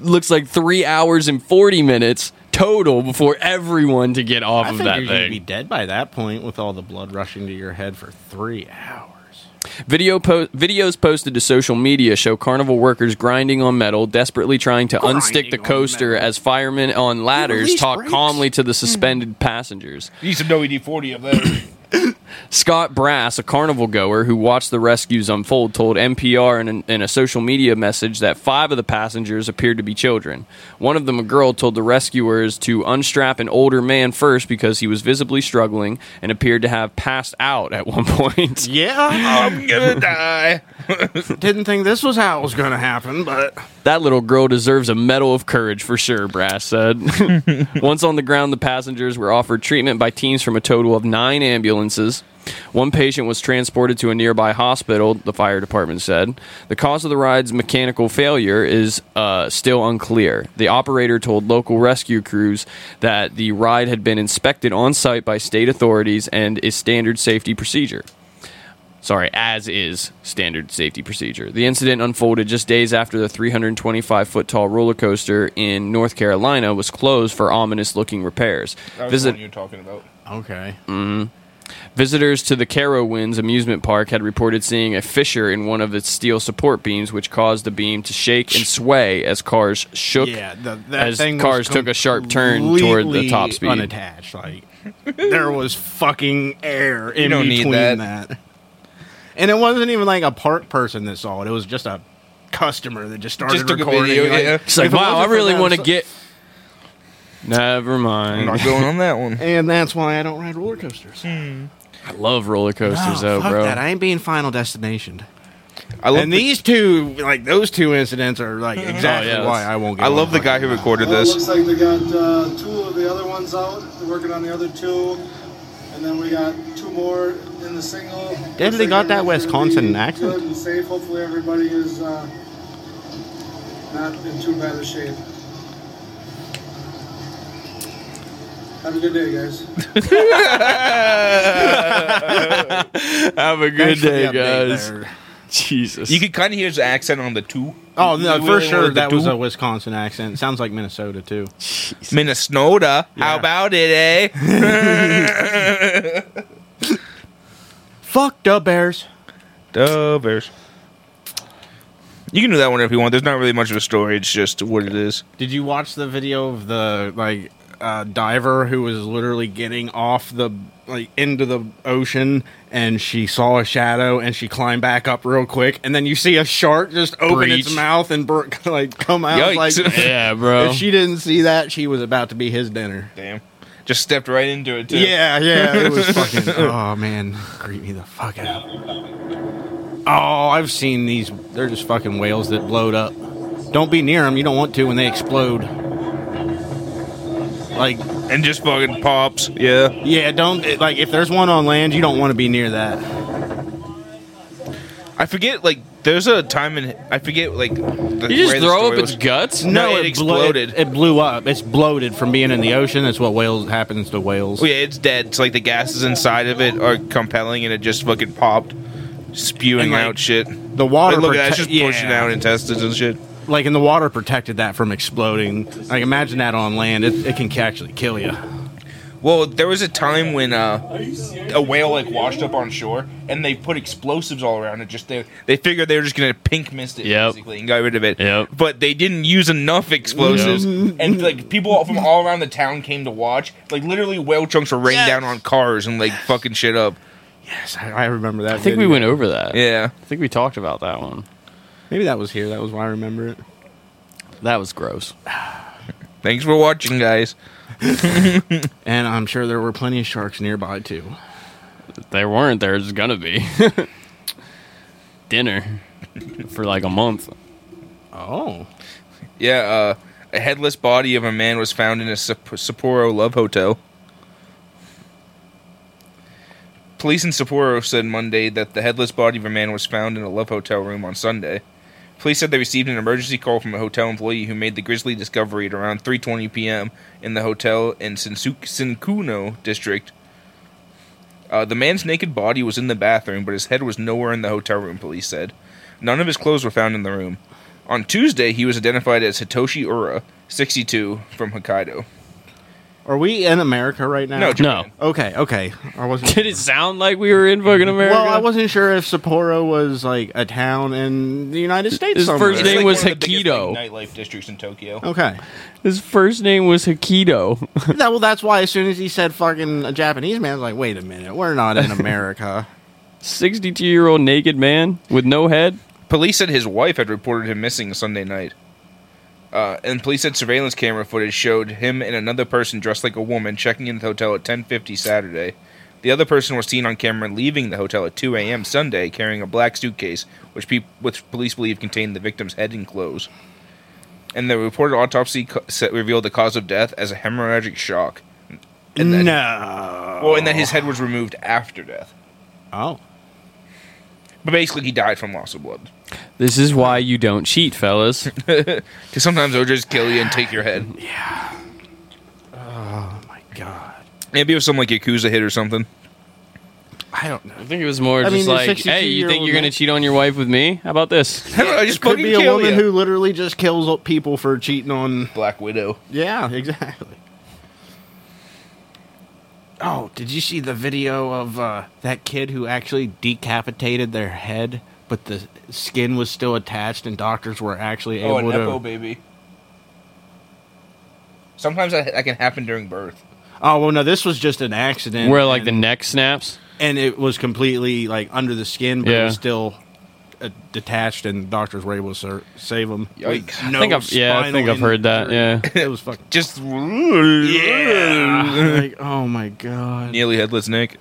Speaker 1: looks like three hours and 40 minutes total before everyone to get off
Speaker 2: I
Speaker 1: of
Speaker 2: think
Speaker 1: that
Speaker 2: you're gonna
Speaker 1: thing.
Speaker 2: be dead by that point with all the blood rushing to your head for three hours.
Speaker 1: Video po- videos posted to social media show carnival workers grinding on metal, desperately trying to unstick the
Speaker 2: Grinding on
Speaker 1: coaster
Speaker 2: metal.
Speaker 1: as firemen on ladders
Speaker 2: release
Speaker 1: talk
Speaker 2: brakes. Hmm.
Speaker 1: calmly to the suspended passengers.
Speaker 3: Need some WD 40 of that.
Speaker 1: Scott Brass, a carnival goer who watched the rescues unfold, told NPR in, an, in a social media message that five of the passengers appeared to be children. One of them, a girl, told the rescuers to unstrap an older man first because he was visibly struggling and appeared to have passed out at one point.
Speaker 2: Yeah,
Speaker 3: I'm gonna die.
Speaker 2: I didn't think this was how it was going to happen, but
Speaker 1: That little girl deserves a medal of courage for sure, Brass said. Once on the ground, the passengers were offered treatment by teams from a total of nine ambulances. One patient was transported to a nearby hospital, the fire department said. The cause of the ride's mechanical failure is uh, still unclear. The operator told local rescue crews that the ride had been inspected on site by state authorities and is standard safety procedure sorry, as is standard safety procedure. The incident unfolded just days after the 325 foot tall roller coaster in North Carolina was closed for ominous looking repairs.
Speaker 3: That was
Speaker 1: Visit
Speaker 3: the one you were talking about.
Speaker 2: okay.
Speaker 1: Visitors to the Carowinds amusement park had reported seeing a fissure in one of its steel support beams, which caused the beam to shake and sway as cars shook.
Speaker 2: Yeah, the, that
Speaker 1: as
Speaker 2: thing was
Speaker 1: cars took a sharp turn toward the top
Speaker 2: completely
Speaker 1: speed.
Speaker 2: Unattached, like there was fucking air in
Speaker 3: don't need
Speaker 2: between
Speaker 3: that.
Speaker 2: that. And it wasn't even like a park person that saw it. It was just a customer that just started
Speaker 3: Just took a
Speaker 2: recording.
Speaker 3: video,
Speaker 2: like,
Speaker 3: yeah.
Speaker 1: It's like,
Speaker 2: if it
Speaker 1: wow, I
Speaker 2: wasn't for
Speaker 1: really
Speaker 2: them,
Speaker 1: want to
Speaker 2: so-
Speaker 1: get. Never
Speaker 3: I'm not
Speaker 1: mind.
Speaker 3: going on that one.
Speaker 2: And that's why I don't ride roller coasters.
Speaker 1: Hmm. I love roller coasters,
Speaker 2: Oh,
Speaker 1: though,
Speaker 2: fuck
Speaker 1: bro.
Speaker 2: that. I ain't being Final Destination.
Speaker 3: I love
Speaker 2: and
Speaker 3: the,
Speaker 2: these two, like those two incidents, are like exactly
Speaker 1: Oh, yeah,
Speaker 2: why
Speaker 1: that's-
Speaker 2: I won't. Get
Speaker 3: I
Speaker 2: on
Speaker 3: love the
Speaker 2: fucking
Speaker 3: guy who
Speaker 2: ride.
Speaker 3: recorded
Speaker 10: Well, it looks
Speaker 3: this.
Speaker 10: like they got uh, two of the other ones out. They're working on the other two, and then we got two more in the single. Looks like
Speaker 2: got that
Speaker 10: everything's gonna
Speaker 2: Wisconsin
Speaker 10: be
Speaker 2: accent.
Speaker 10: Good and safe. Hopefully, everybody is uh, not in too bad a shape. Have a good day, guys.
Speaker 1: Have a good
Speaker 2: Thanks for the
Speaker 1: day,
Speaker 2: update
Speaker 1: guys.
Speaker 2: there.
Speaker 1: Jesus.
Speaker 3: You could kind of hear his accent on the two.
Speaker 2: Oh no,
Speaker 3: You
Speaker 2: for
Speaker 3: really
Speaker 2: sure
Speaker 3: wanted the
Speaker 2: that was
Speaker 3: two?
Speaker 2: a Wisconsin accent. Sounds like Minnesota too.
Speaker 3: Minnesota.
Speaker 2: Yeah.
Speaker 3: How about it, eh?
Speaker 2: Fuck the Bears.
Speaker 3: Duh, Bears. You can do that one if you want. There's not really much of a story. It's just what it is.
Speaker 2: Did you watch the video of the like uh, diver who was literally getting off the like into the ocean and she saw a shadow and she climbed back up real quick and then you see a shark just open its
Speaker 1: Breach.
Speaker 2: mouth and bur- like come out
Speaker 3: Yikes.
Speaker 2: like
Speaker 1: Yeah, bro.
Speaker 2: if she didn't see that she was about to be his dinner.
Speaker 3: Damn. Just stepped right into it, too.
Speaker 2: Yeah, yeah, it was fucking. Oh man, creep me the fuck out. Oh, I've seen these. They're just fucking whales that blowed up. Don't be near them. You don't want to when they explode. Like,
Speaker 3: And just fucking pops. Yeah.
Speaker 2: yeah, don't it- like if there's one on land, you don't want to be near that.
Speaker 3: I forget, like, there's a time in. I forget, like. The,
Speaker 1: You just
Speaker 3: where the
Speaker 1: throw up
Speaker 3: story
Speaker 1: its
Speaker 3: was.
Speaker 1: guts?
Speaker 3: No, it
Speaker 2: blew-
Speaker 3: exploded.
Speaker 2: it, blew up. It's bloated from being in the ocean. That's what whales happens to whales.
Speaker 3: Oh, yeah, it's dead. It's like the gases inside of it are compelling and it just fucking popped, spewing
Speaker 2: And, like,
Speaker 3: out shit.
Speaker 2: The water.
Speaker 3: Like, look at that.
Speaker 2: protect-
Speaker 3: It's just
Speaker 2: yeah.
Speaker 3: pushing out intestines and shit.
Speaker 2: Like, and the water protected that from exploding. Like, imagine that on land. It, it can actually kill you.
Speaker 3: Well, there was a time when uh, a whale like washed up on shore, and they put explosives all around it. Just they they figured they were just gonna pink mist it
Speaker 1: Yep.
Speaker 3: basically and got rid of it.
Speaker 1: Yep.
Speaker 3: But they didn't use enough explosives, and like people from all around the town came to watch. Like literally, whale chunks were raining down on cars and like fucking shit up.
Speaker 2: Yes, I, I remember that.
Speaker 1: I think we
Speaker 2: video.
Speaker 1: went over that.
Speaker 3: Yeah.
Speaker 1: I think we talked about that one.
Speaker 2: Maybe that was here. That was why I remember it.
Speaker 1: That was gross.
Speaker 3: Thanks for watching, guys.
Speaker 2: And I'm sure there were plenty of sharks nearby too.
Speaker 1: If they weren't, there's gonna be dinner for like a month.
Speaker 2: Oh,
Speaker 3: Yeah. uh A headless body of a man was found in a Sap- Sapporo love hotel. Police in Sapporo said Monday that the headless body of a man was found in a love hotel room on Sunday. Police said they received an emergency call from a hotel employee who made the grisly discovery at around 3:20 p.m. in the hotel in Shinsu- Shinkuno district. Uh, the man's naked body was in the bathroom, but his head was nowhere in the hotel room. Police said none of his clothes were found in the room. On Tuesday, he was identified as Hitoshi Ura, 62, from Hokkaido.
Speaker 2: are we in America right now?
Speaker 3: No,
Speaker 1: No.
Speaker 2: Okay, okay. I wasn't.
Speaker 1: Did it sound like we were in fucking America?
Speaker 2: Well, I wasn't sure if Sapporo was like a town in the United States.
Speaker 1: His
Speaker 2: somewhere.
Speaker 1: first name was
Speaker 3: one of the biggest,
Speaker 1: Hokkaido.
Speaker 3: like, nightlife districts in Tokyo.
Speaker 2: Okay.
Speaker 1: His first name was Hikido.
Speaker 2: that, well, that's why as soon as he said "fucking" a Japanese man, I was like, "Wait a minute, we're not in America."
Speaker 1: 62 year old naked man with no head.
Speaker 3: Police said his wife had reported him missing Sunday night. Uh, and police said surveillance camera footage showed him and another person dressed like a woman checking in the hotel at 10:50 Saturday. The other person was seen on camera leaving the hotel at 2 a.m. Sunday carrying a black suitcase, which, peop which police believe contained the victim's head and clothes. And the reported autopsy co- set revealed the cause of death as a hemorrhagic shock. And that,
Speaker 2: no.
Speaker 3: Well, and that his head was removed after death.
Speaker 2: Oh.
Speaker 3: But basically, he died from loss of blood.
Speaker 1: This is why you don't cheat, fellas.
Speaker 3: Because sometimes they'll just kill you and take your head.
Speaker 2: Oh my god.
Speaker 3: Maybe it was some like Yakuza hit or something.
Speaker 2: I don't know.
Speaker 1: I think it was more
Speaker 2: I mean,
Speaker 1: just
Speaker 2: the
Speaker 1: like, hey, you
Speaker 2: 62-year-old
Speaker 1: think you're going to
Speaker 2: man-
Speaker 1: cheat on your wife with me? How about this?
Speaker 3: I just
Speaker 2: Could
Speaker 3: fucking
Speaker 2: be a
Speaker 3: kill
Speaker 2: woman
Speaker 3: ya.
Speaker 2: who literally just kills people for cheating on.
Speaker 3: Black Widow.
Speaker 2: Yeah, exactly. Oh, did you see the video of uh, that kid who actually decapitated their head, but the skin was still attached, and doctors were actually
Speaker 3: Oh,
Speaker 2: able
Speaker 3: an
Speaker 2: to.
Speaker 3: echo baby. Sometimes that, that can happen during birth.
Speaker 2: Oh well, no, this was just an accident.
Speaker 1: Where like the
Speaker 2: and-
Speaker 1: neck snaps.
Speaker 2: and it was completely like under the skin, but it
Speaker 1: Yeah.
Speaker 2: was still uh, detached, and doctors were able to sur- save him. with
Speaker 3: Yikes. I
Speaker 1: I think I've, yeah, I
Speaker 2: spinal
Speaker 1: think I've heard that.
Speaker 2: injury.
Speaker 1: Yeah.
Speaker 2: it was fucking.
Speaker 3: Just
Speaker 2: Yeah, like oh my god.
Speaker 3: nearly headless Nick.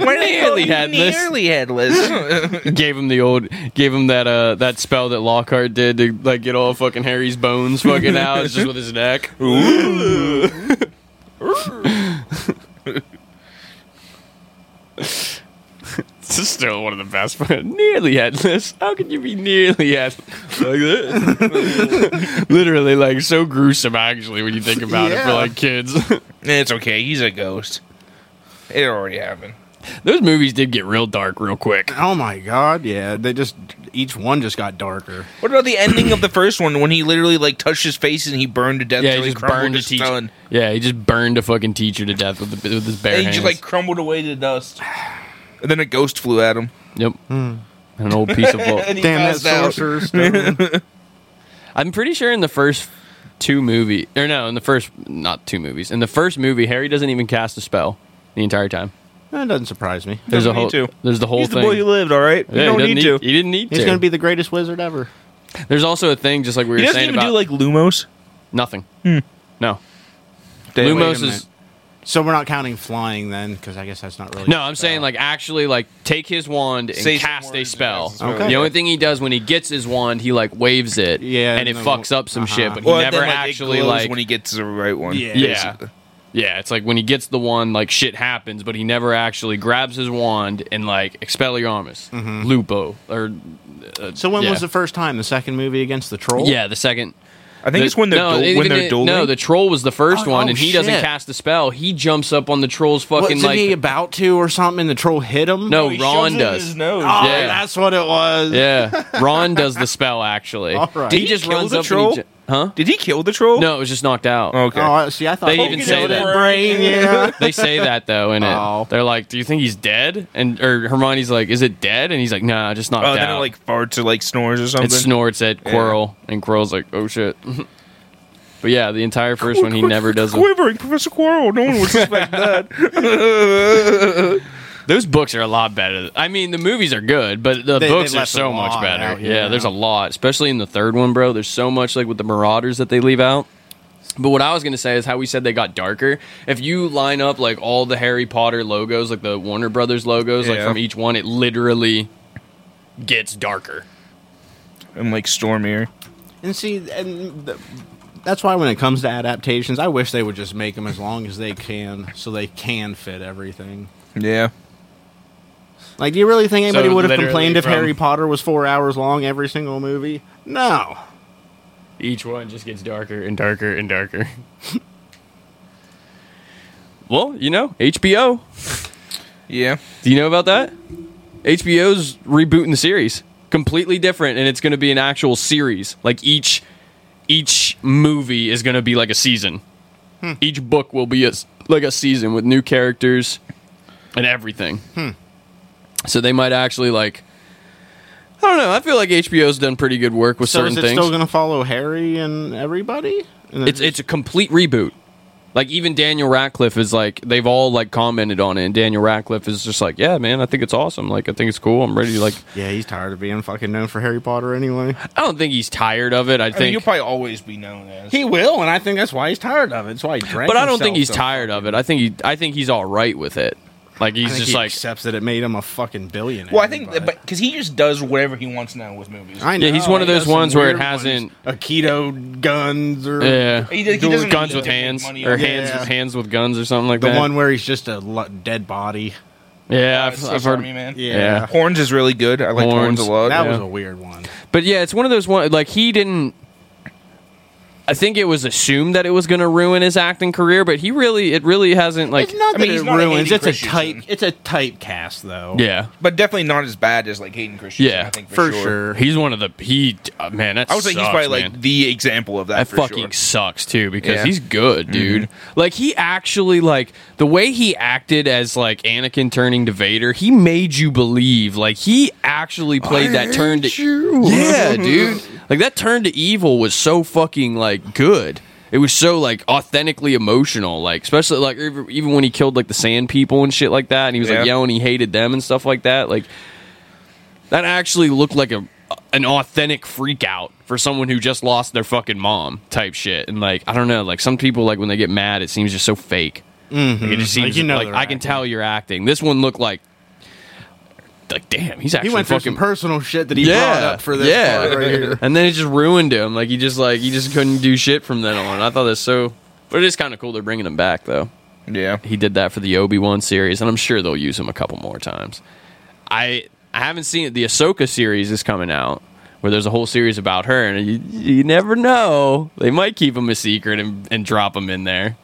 Speaker 1: Nearly headless.
Speaker 3: Nearly headless.
Speaker 1: gave him the old, gave him that uh that spell that Lockhart did to like get all fucking Harry's bones fucking out. It's just with his neck. This is still one of the best. but nearly headless. How could you be nearly headless like this? Literally, like so gruesome. Actually, when you think about it, for
Speaker 2: Yeah.
Speaker 1: like kids,
Speaker 3: it's okay. He's a ghost. It already happened.
Speaker 1: those movies did get real dark real quick.
Speaker 2: Oh my god. Yeah, they just each one just got darker.
Speaker 3: What about the ending of the first one when he literally like touched his face and he burned to death?
Speaker 1: Yeah,
Speaker 3: till
Speaker 1: he just
Speaker 3: crumbled
Speaker 1: burned
Speaker 3: to
Speaker 1: a teacher.
Speaker 3: stone?
Speaker 1: Yeah, he just burned a fucking teacher to death with, the, with his bare
Speaker 3: And he
Speaker 1: hands.
Speaker 3: just like crumbled away to dust. And then a ghost flew at him.
Speaker 1: yep,
Speaker 3: Hmm.
Speaker 1: an old piece of wood.
Speaker 3: And he
Speaker 2: Damn that
Speaker 3: passed out.
Speaker 2: sorcerer's stone.
Speaker 1: I'm pretty sure in the first two movie, or no, in the first not two movies, in the first movie, Harry doesn't even cast a spell the entire time.
Speaker 2: that doesn't surprise me.
Speaker 1: There's a
Speaker 3: Doesn't
Speaker 1: whole,
Speaker 3: need to.
Speaker 1: there's the whole
Speaker 3: He's
Speaker 1: thing.
Speaker 3: the boy who lived. All right,
Speaker 1: Yeah,
Speaker 3: you don't
Speaker 1: he doesn't
Speaker 3: need, to.
Speaker 1: He didn't need
Speaker 2: He's
Speaker 1: to.
Speaker 2: gonna be the greatest wizard ever.
Speaker 1: There's also a thing, just like we were
Speaker 3: He doesn't
Speaker 1: saying
Speaker 3: even
Speaker 1: about
Speaker 3: do like Hmm. Lumos.
Speaker 1: nothing. No,
Speaker 2: Wait a
Speaker 1: Lumos
Speaker 2: minute.
Speaker 1: is
Speaker 2: So we're not counting flying then, because I guess that's not really.
Speaker 1: No, I'm saying like actually like take his wand and
Speaker 3: Say some
Speaker 1: cast a
Speaker 3: words,
Speaker 1: spell.
Speaker 3: cast
Speaker 2: a spell. Okay.
Speaker 1: The only thing he does when he gets his wand, he like waves it.
Speaker 2: Yeah,
Speaker 1: and it
Speaker 2: and then
Speaker 1: fucks
Speaker 2: we'll-
Speaker 1: up some
Speaker 2: uh-huh.
Speaker 1: shit, but he
Speaker 3: Well,
Speaker 1: never
Speaker 3: then, like, it
Speaker 1: actually
Speaker 3: glows
Speaker 1: like
Speaker 3: when he gets to the right one.
Speaker 2: Yeah.
Speaker 1: yeah.
Speaker 3: basically.
Speaker 1: Yeah, it's like when he gets the one, like shit happens, but he never actually grabs his wand and like Expelliarmus, Lupo, or
Speaker 2: So when
Speaker 1: Yeah.
Speaker 2: was the first time? The second movie against the troll.
Speaker 1: yeah, the second.
Speaker 3: Oh. I think it's when they're
Speaker 1: no,
Speaker 3: duel-
Speaker 1: even
Speaker 3: when they're
Speaker 1: it-
Speaker 3: dueling.
Speaker 1: No, the troll was the first
Speaker 2: Oh,
Speaker 1: one,
Speaker 2: oh,
Speaker 1: and he doesn't
Speaker 2: shit.
Speaker 1: cast the spell. He jumps up on the troll's fucking
Speaker 2: Wasn't
Speaker 1: like
Speaker 2: he about to or something? and The troll hit him.
Speaker 1: no,
Speaker 3: Oh, he shoves
Speaker 1: Ron
Speaker 3: it in
Speaker 1: does.
Speaker 3: his nose.
Speaker 2: Oh,
Speaker 1: Yeah.
Speaker 2: that's what it was.
Speaker 1: Yeah, Ron does the spell actually.
Speaker 2: All right.
Speaker 1: He
Speaker 2: Did
Speaker 3: he
Speaker 1: just
Speaker 3: kill
Speaker 1: runs
Speaker 3: the
Speaker 1: up
Speaker 3: troll?
Speaker 1: and he ju- huh?
Speaker 3: Did he kill the troll?
Speaker 1: No, it was just knocked out.
Speaker 3: Okay.
Speaker 2: Oh, see, I thought
Speaker 1: They
Speaker 2: Hulk
Speaker 1: even
Speaker 2: killed
Speaker 1: say
Speaker 2: his
Speaker 1: that.
Speaker 2: brain. Yeah.
Speaker 1: They say that though in it.
Speaker 2: Oh.
Speaker 1: They're like, "Do you think he's dead?" And or Hermione's like, "Is it dead?" And he's like, "Nah, just knocked
Speaker 3: Oh,
Speaker 1: out."
Speaker 3: then it like farts or like snores or something.
Speaker 1: it snorts at Quirrell, and Quirrell's like, "Oh shit." but yeah, the entire first one he never does. it.
Speaker 3: Quivering, Professor Quirrell. No one would suspect that.
Speaker 1: Those books are a lot better. I mean, the movies are good, but the
Speaker 2: They-
Speaker 1: books
Speaker 2: they
Speaker 1: are
Speaker 2: left
Speaker 1: so
Speaker 2: a
Speaker 1: much
Speaker 2: lot
Speaker 1: better.
Speaker 2: out,
Speaker 1: yeah.
Speaker 2: yeah.
Speaker 1: there's a lot, especially in the third one, bro. There's so much like with the Marauders that they leave out. But what I was gonna say is how we said they got darker. If you line up like all the Harry Potter logos, like the Warner Brothers logos, like
Speaker 3: Yeah.
Speaker 1: from each one, it literally gets darker.
Speaker 3: And like Stormier.
Speaker 2: And see, and th that's why when it comes to adaptations, I wish they would just make them as long as they can, so they can fit everything.
Speaker 3: Yeah.
Speaker 2: Like, do you really think anybody
Speaker 1: So
Speaker 2: would have
Speaker 1: literally
Speaker 2: complained if
Speaker 1: from-
Speaker 2: Harry Potter was four hours long every single movie? No.
Speaker 1: Each one just gets darker and darker and darker. well, you know, HBO.
Speaker 3: Yeah.
Speaker 1: Do you know about that? HBO's rebooting the series. Completely different, and it's going to be an actual series. Like each each movie is going to be like a season.
Speaker 2: Hmm.
Speaker 1: Each book will be a, s- like a season with new characters and everything.
Speaker 2: Hmm.
Speaker 1: So they might actually like. I don't know. I feel like HBO's done pretty good work with
Speaker 2: So
Speaker 1: certain
Speaker 2: is it
Speaker 1: things.
Speaker 2: still going to follow Harry and everybody? And then
Speaker 1: It's it's a complete reboot. Like even Daniel Radcliffe is like they've all like commented on it, and Daniel Radcliffe is just like, yeah, man, I think it's awesome. Like I think it's cool. I'm ready to like.
Speaker 2: yeah, he's tired of being fucking known for Harry Potter anyway.
Speaker 1: I don't think he's tired of it. I
Speaker 3: I mean, you'll
Speaker 1: think,
Speaker 3: probably always be known as.
Speaker 2: He will, and I think that's why he's tired of it. That's why he drank.
Speaker 1: but I don't think he's
Speaker 2: himself so-
Speaker 1: tired of it. I think he I think he's all right with it. Like
Speaker 2: I
Speaker 1: he's
Speaker 2: think
Speaker 1: just
Speaker 2: he
Speaker 1: like
Speaker 2: accepts that it made him a fucking billionaire.
Speaker 3: well, I think, that, but because he just does whatever he wants now with movies.
Speaker 2: I know,
Speaker 1: Yeah, he's one of
Speaker 2: he
Speaker 1: those
Speaker 2: does some
Speaker 1: ones where it
Speaker 2: weird ones.
Speaker 1: hasn't-
Speaker 2: a keto guns or
Speaker 1: yeah,
Speaker 3: He does- he
Speaker 1: Dual
Speaker 3: doesn't
Speaker 1: guns
Speaker 3: need
Speaker 1: with
Speaker 3: to make
Speaker 1: hands
Speaker 3: money
Speaker 1: or
Speaker 3: off it.
Speaker 1: hands
Speaker 2: Yeah.
Speaker 1: with hands with guns or something like
Speaker 2: the
Speaker 1: that.
Speaker 2: one where he's just a lo- dead body.
Speaker 1: yeah,
Speaker 3: Uh,
Speaker 1: I've,
Speaker 3: Swiss
Speaker 1: I've heard.
Speaker 3: Army Man.
Speaker 1: Yeah.
Speaker 3: Horns is really good. I like
Speaker 1: Horns.
Speaker 3: horns, a lot.
Speaker 2: that
Speaker 1: yeah.
Speaker 2: was a weird one.
Speaker 1: But yeah, it's one of those one like he didn't I think it was assumed that it was going to ruin his acting career, but he really, it really hasn't like.
Speaker 2: Not that it ruins. It's a
Speaker 3: type.
Speaker 2: type. It's a type cast though.
Speaker 1: Yeah,
Speaker 3: but definitely not as bad as like Hayden Christensen.
Speaker 1: yeah,
Speaker 3: I think for,
Speaker 1: He's one of the he uh, man. That
Speaker 3: I would say he's
Speaker 1: sucks,
Speaker 3: probably like
Speaker 1: man.
Speaker 3: the example of
Speaker 1: that
Speaker 3: that. for
Speaker 1: fucking
Speaker 3: sure.
Speaker 1: sucks too because
Speaker 3: Yeah. Mm-hmm.
Speaker 1: he's good, dude. Like he actually like the way he acted as like Anakin turning to Vader. He made you believe. Like he actually played that turn to yeah, dude. Like that turn to evil was so fucking like good. It was so like authentically emotional, like especially like ev- even when he killed like the sand people and shit like that, and he was
Speaker 3: Yeah.
Speaker 1: like yelling he hated them and stuff like that. Like that actually looked like a an authentic freak out for someone who just lost their fucking mom type shit. And like I don't know, like some people like when they get mad, it seems just so fake. Like, it just
Speaker 2: Mm-hmm. Like,
Speaker 1: seems like,
Speaker 2: you know they're
Speaker 1: I can tell you're acting. This one looked like like damn, he's actually
Speaker 2: He went through
Speaker 1: fucking
Speaker 2: some personal shit that he brought up for this
Speaker 1: yeah.
Speaker 2: part right here.
Speaker 1: and then it just ruined him. Like he just like he just couldn't do shit from then on. I thought that's so. But it is kind of cool they're bringing him back though.
Speaker 3: Yeah,
Speaker 1: He did that for the Obi Wan series, and I'm sure they'll use him a couple more times. I I haven't seen it. The Ahsoka series is coming out, where there's a whole series about her, and you, you never know. They might keep him a secret and, and drop him in there.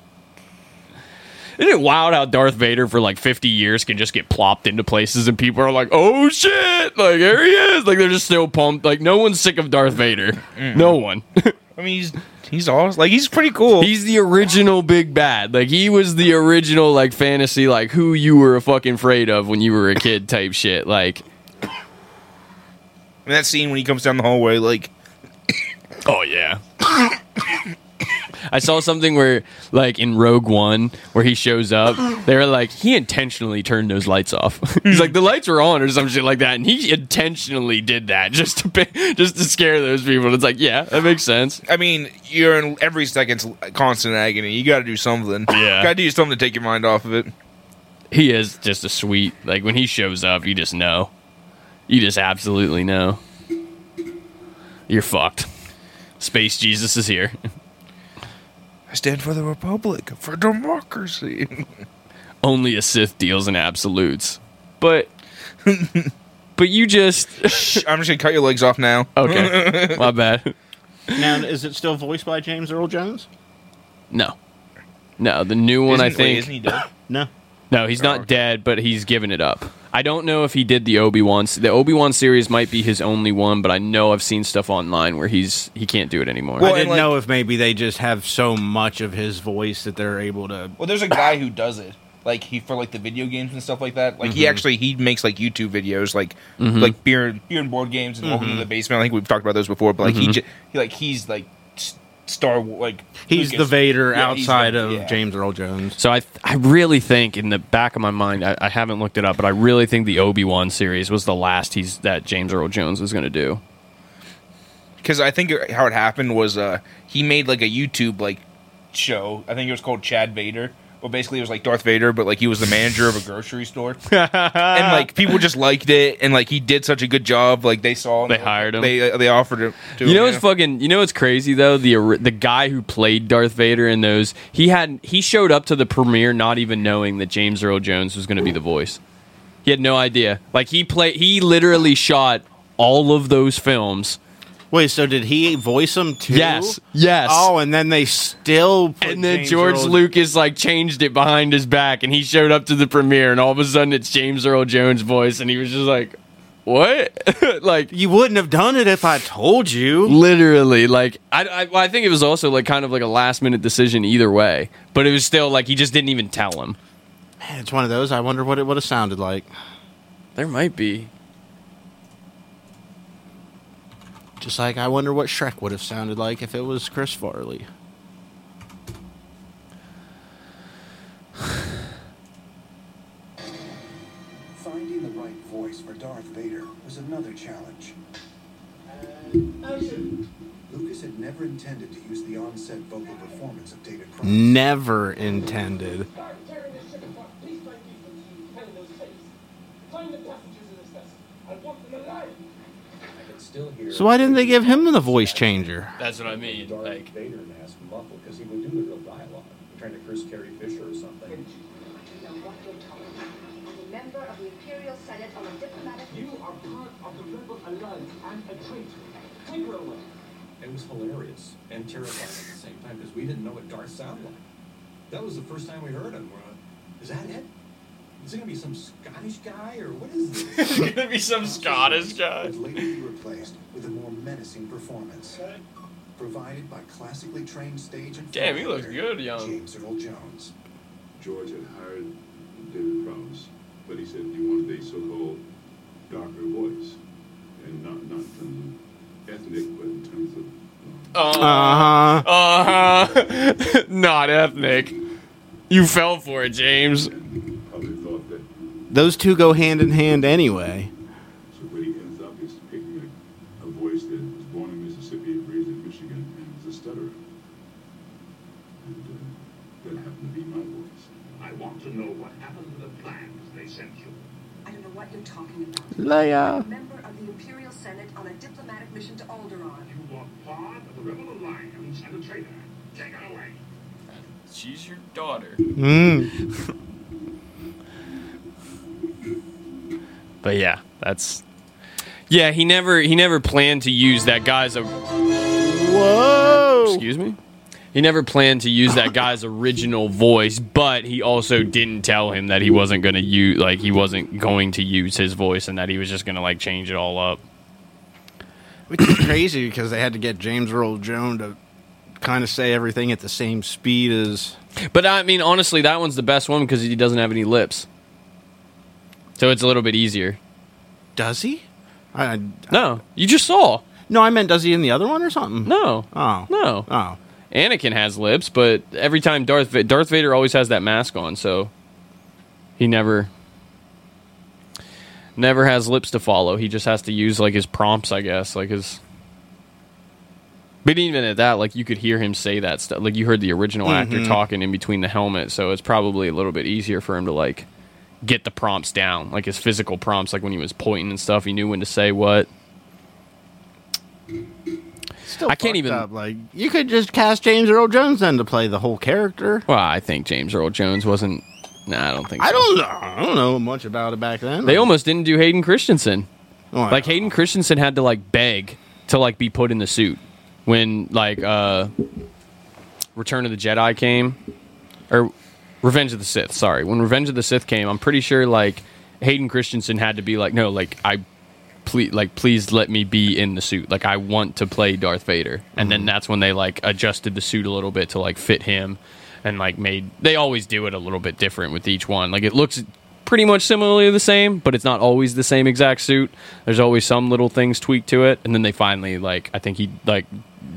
Speaker 1: Isn't it wild how Darth Vader for like 50 years can just get plopped into places and people are like, oh shit, like there he is. Like they're just still pumped. Like no one's sick of Darth Vader. No one.
Speaker 3: I mean he's he's awesome. Like he's pretty cool.
Speaker 1: He's the original big bad. Like he was the original like fantasy like who you were fucking afraid of when you were a kid type shit. Like
Speaker 3: And that scene when he comes down the hallway, like
Speaker 1: oh yeah. I saw something where like in Rogue One where he shows up, they were like he intentionally turned those lights off. He's like the lights were on or some shit like that and he intentionally did that just to be- just to scare those people. It's like, yeah, that makes sense.
Speaker 3: I mean, you're in every second's constant agony. You got to do something.
Speaker 1: Yeah.
Speaker 3: got to do something to take your mind off of it.
Speaker 1: he is just a sweet like when he shows up you just know you just absolutely know you're fucked space jesus is here
Speaker 3: I stand for the republic, for democracy.
Speaker 1: only a sith deals in absolutes but but you just
Speaker 3: Shh, I'm just gonna cut your legs off now.
Speaker 1: okay my bad
Speaker 2: Now, is it still voiced by James Earl Jones?
Speaker 1: no no the new one i
Speaker 3: Isn't- wait,
Speaker 1: think
Speaker 3: isn't he dead? Oh,
Speaker 2: No.
Speaker 1: No, he's not dead, but he's given it up. I don't know if he did the Obi Wan. The Obi Wan series might be his only one, but I know I've seen stuff online where he's he can't do it anymore.
Speaker 3: Well,
Speaker 2: I
Speaker 3: and,
Speaker 2: didn't
Speaker 3: like-
Speaker 2: know if maybe they just have so much of his voice that they're able to.
Speaker 3: well, there's a guy who does it, like he for like the video games and stuff like that. Like
Speaker 2: Mm-hmm.
Speaker 3: he actually he makes like YouTube videos, like like beer beer and board games and
Speaker 2: Mm-hmm.
Speaker 3: Welcome to the Basement. I think we've talked about those before, but like he, j- he like he's like s- Star Wa- like
Speaker 2: He's
Speaker 3: Lucas.
Speaker 2: the Vader
Speaker 3: Yeah, he's
Speaker 2: outside
Speaker 3: the-
Speaker 2: of
Speaker 3: yeah.
Speaker 2: James Earl Jones.
Speaker 1: So I, I really think in the back of my mind, I, I haven't looked it up, but I really think the Obi Wan series was the last he's that James Earl Jones was going to do.
Speaker 3: because I think it- how it happened was uh, he made like a YouTube like show. I think it was called Chad Vader. Well, basically, it was like Darth Vader, but like he was the manager of a grocery store, and like people just liked it, and like he did such a good job. Like they saw,
Speaker 1: They hired him.
Speaker 3: They uh, they offered him. To
Speaker 1: You know
Speaker 3: him,
Speaker 1: what's fucking. You know what's crazy though. The ori- the guy who played Darth Vader in those, he had he showed up to the premiere not even knowing that James Earl Jones was going to be the voice. He had no idea. Like he played. He literally shot all of those films.
Speaker 2: Wait, so did he voice him too?
Speaker 1: Yes, yes.
Speaker 2: Oh, and then they still. Put
Speaker 1: and then
Speaker 2: James
Speaker 1: George
Speaker 2: Earl-
Speaker 1: Lucas like changed it behind his back, and he showed up to the premiere, and all of a sudden it's James Earl Jones' voice, and he was just like, "What?" like
Speaker 2: You wouldn't have done it if I told you.
Speaker 1: literally, like I, I, well, I think it was also like kind of like a last minute decision either way, but it was still like he just didn't even tell him.
Speaker 2: Man, it's one of those. I wonder what it would have sounded like.
Speaker 1: There might be.
Speaker 2: Just like I wonder what Shrek would have sounded like if it was Chris Farley.
Speaker 5: Finding the right voice for Darth Vader was another challenge. Lucas had never intended to use the onset vocal performance of David Cross.
Speaker 2: Never intended.
Speaker 9: Start tearing this shit apart piece by piece until you find those tapes. Find the passages in this test. I want them alive.
Speaker 4: I can still hear
Speaker 2: So why didn't they give him the voice changer?
Speaker 1: That's what I mean.
Speaker 4: Darth Vader and ask Muffle because he would do the real dialogue. Trying to curse Carrie Fisher or something.
Speaker 11: know what you're talking about. I'm a member of the Imperial Senate on a diplomatic
Speaker 9: You are part of the Rebel Alliance and a traitor. Take her away.
Speaker 4: It was hilarious and terrifying at the same time because we didn't know what Darth sounded like. That was the first time we heard him. We're like, is that it? Is it gonna be some Scottish guy or what is this?
Speaker 12: It's gonna be some Scottish guy.
Speaker 4: Would later be replaced with a more menacing performance, provided by classically trained stage and
Speaker 12: Damn, he
Speaker 4: film
Speaker 12: looks
Speaker 4: actor
Speaker 12: good, young.
Speaker 4: James Earl Jones.
Speaker 6: George had hired David Prowse, but he said he wanted a so-called darker voice, and not not in terms of ethnic, but in terms of um,
Speaker 1: Oh.
Speaker 2: Uh-huh.
Speaker 12: Uh huh. Uh huh. Not ethnic. You fell for it, James.
Speaker 2: Those two go hand in hand anyway.
Speaker 6: so what he ends up is picking a, a voice that was born in Mississippi and raised in Michigan and is a stutterer, and uh, that happened to be my voice. I want to know what happened to the plans they sent you.
Speaker 11: I don't know what you're talking about.
Speaker 2: Leia.
Speaker 11: A member of the Imperial Senate on a diplomatic mission to Alderaan.
Speaker 6: You are part of the Rebel Alliance and a traitor. Take it away.
Speaker 12: She's your daughter.
Speaker 2: Mm.
Speaker 1: But yeah, that's yeah. He never he never planned to use that guy as a
Speaker 2: whoa.
Speaker 1: Excuse me. He never planned to use that guy's original voice, but he also didn't tell him that he wasn't going to use like he wasn't going to use his voice and that he was just going to like change it all up.
Speaker 2: Which is crazy because they had to get James Earl Jones to kind of say everything at the same speed as.
Speaker 1: But I mean, honestly, that one's the best one because he doesn't have any lips, so it's a little bit easier.
Speaker 2: Does he? I,
Speaker 1: no, you just saw.
Speaker 2: No, I meant does he in the other one or something?
Speaker 1: No.
Speaker 2: Oh.
Speaker 1: No.
Speaker 2: Oh.
Speaker 1: Anakin has lips, but every time Darth Va- Darth Vader always has that mask on, so he never never has lips to follow. He just has to use like his prompts, I guess, like his. But even at that, like you could hear him say that stuff. Like you heard the original actor
Speaker 2: Mhm.
Speaker 1: talking in between the helmet, so it's probably a little bit easier for him to like get the prompts down, like his physical prompts, like when he was pointing and stuff. He knew when to say what.
Speaker 2: Still
Speaker 1: I can't
Speaker 2: fucked
Speaker 1: even-
Speaker 2: up, Like you could just cast James Earl Jones then to play the whole character.
Speaker 1: Well, I think James Earl Jones wasn't. Nah, I don't think.
Speaker 2: I
Speaker 1: so.
Speaker 2: don't know. I don't know much about it back then.
Speaker 1: They almost didn't do Hayden Christensen.
Speaker 2: Why?
Speaker 1: Like Hayden Christensen had to like beg to like be put in the suit when like uh Return of the Jedi came or Revenge of the Sith, sorry. When Revenge of the Sith came, I'm pretty sure like Hayden Christensen had to be like no, like I please like please let me be in the suit. Like I want to play Darth Vader.
Speaker 12: Mm-hmm.
Speaker 1: And then that's when they like adjusted the suit a little bit to like fit him and like made they always do it a little bit different with each one. Like it looks pretty much similarly the same, but it's not always the same exact suit. There's always some little things tweaked to it, and then they finally like I think he like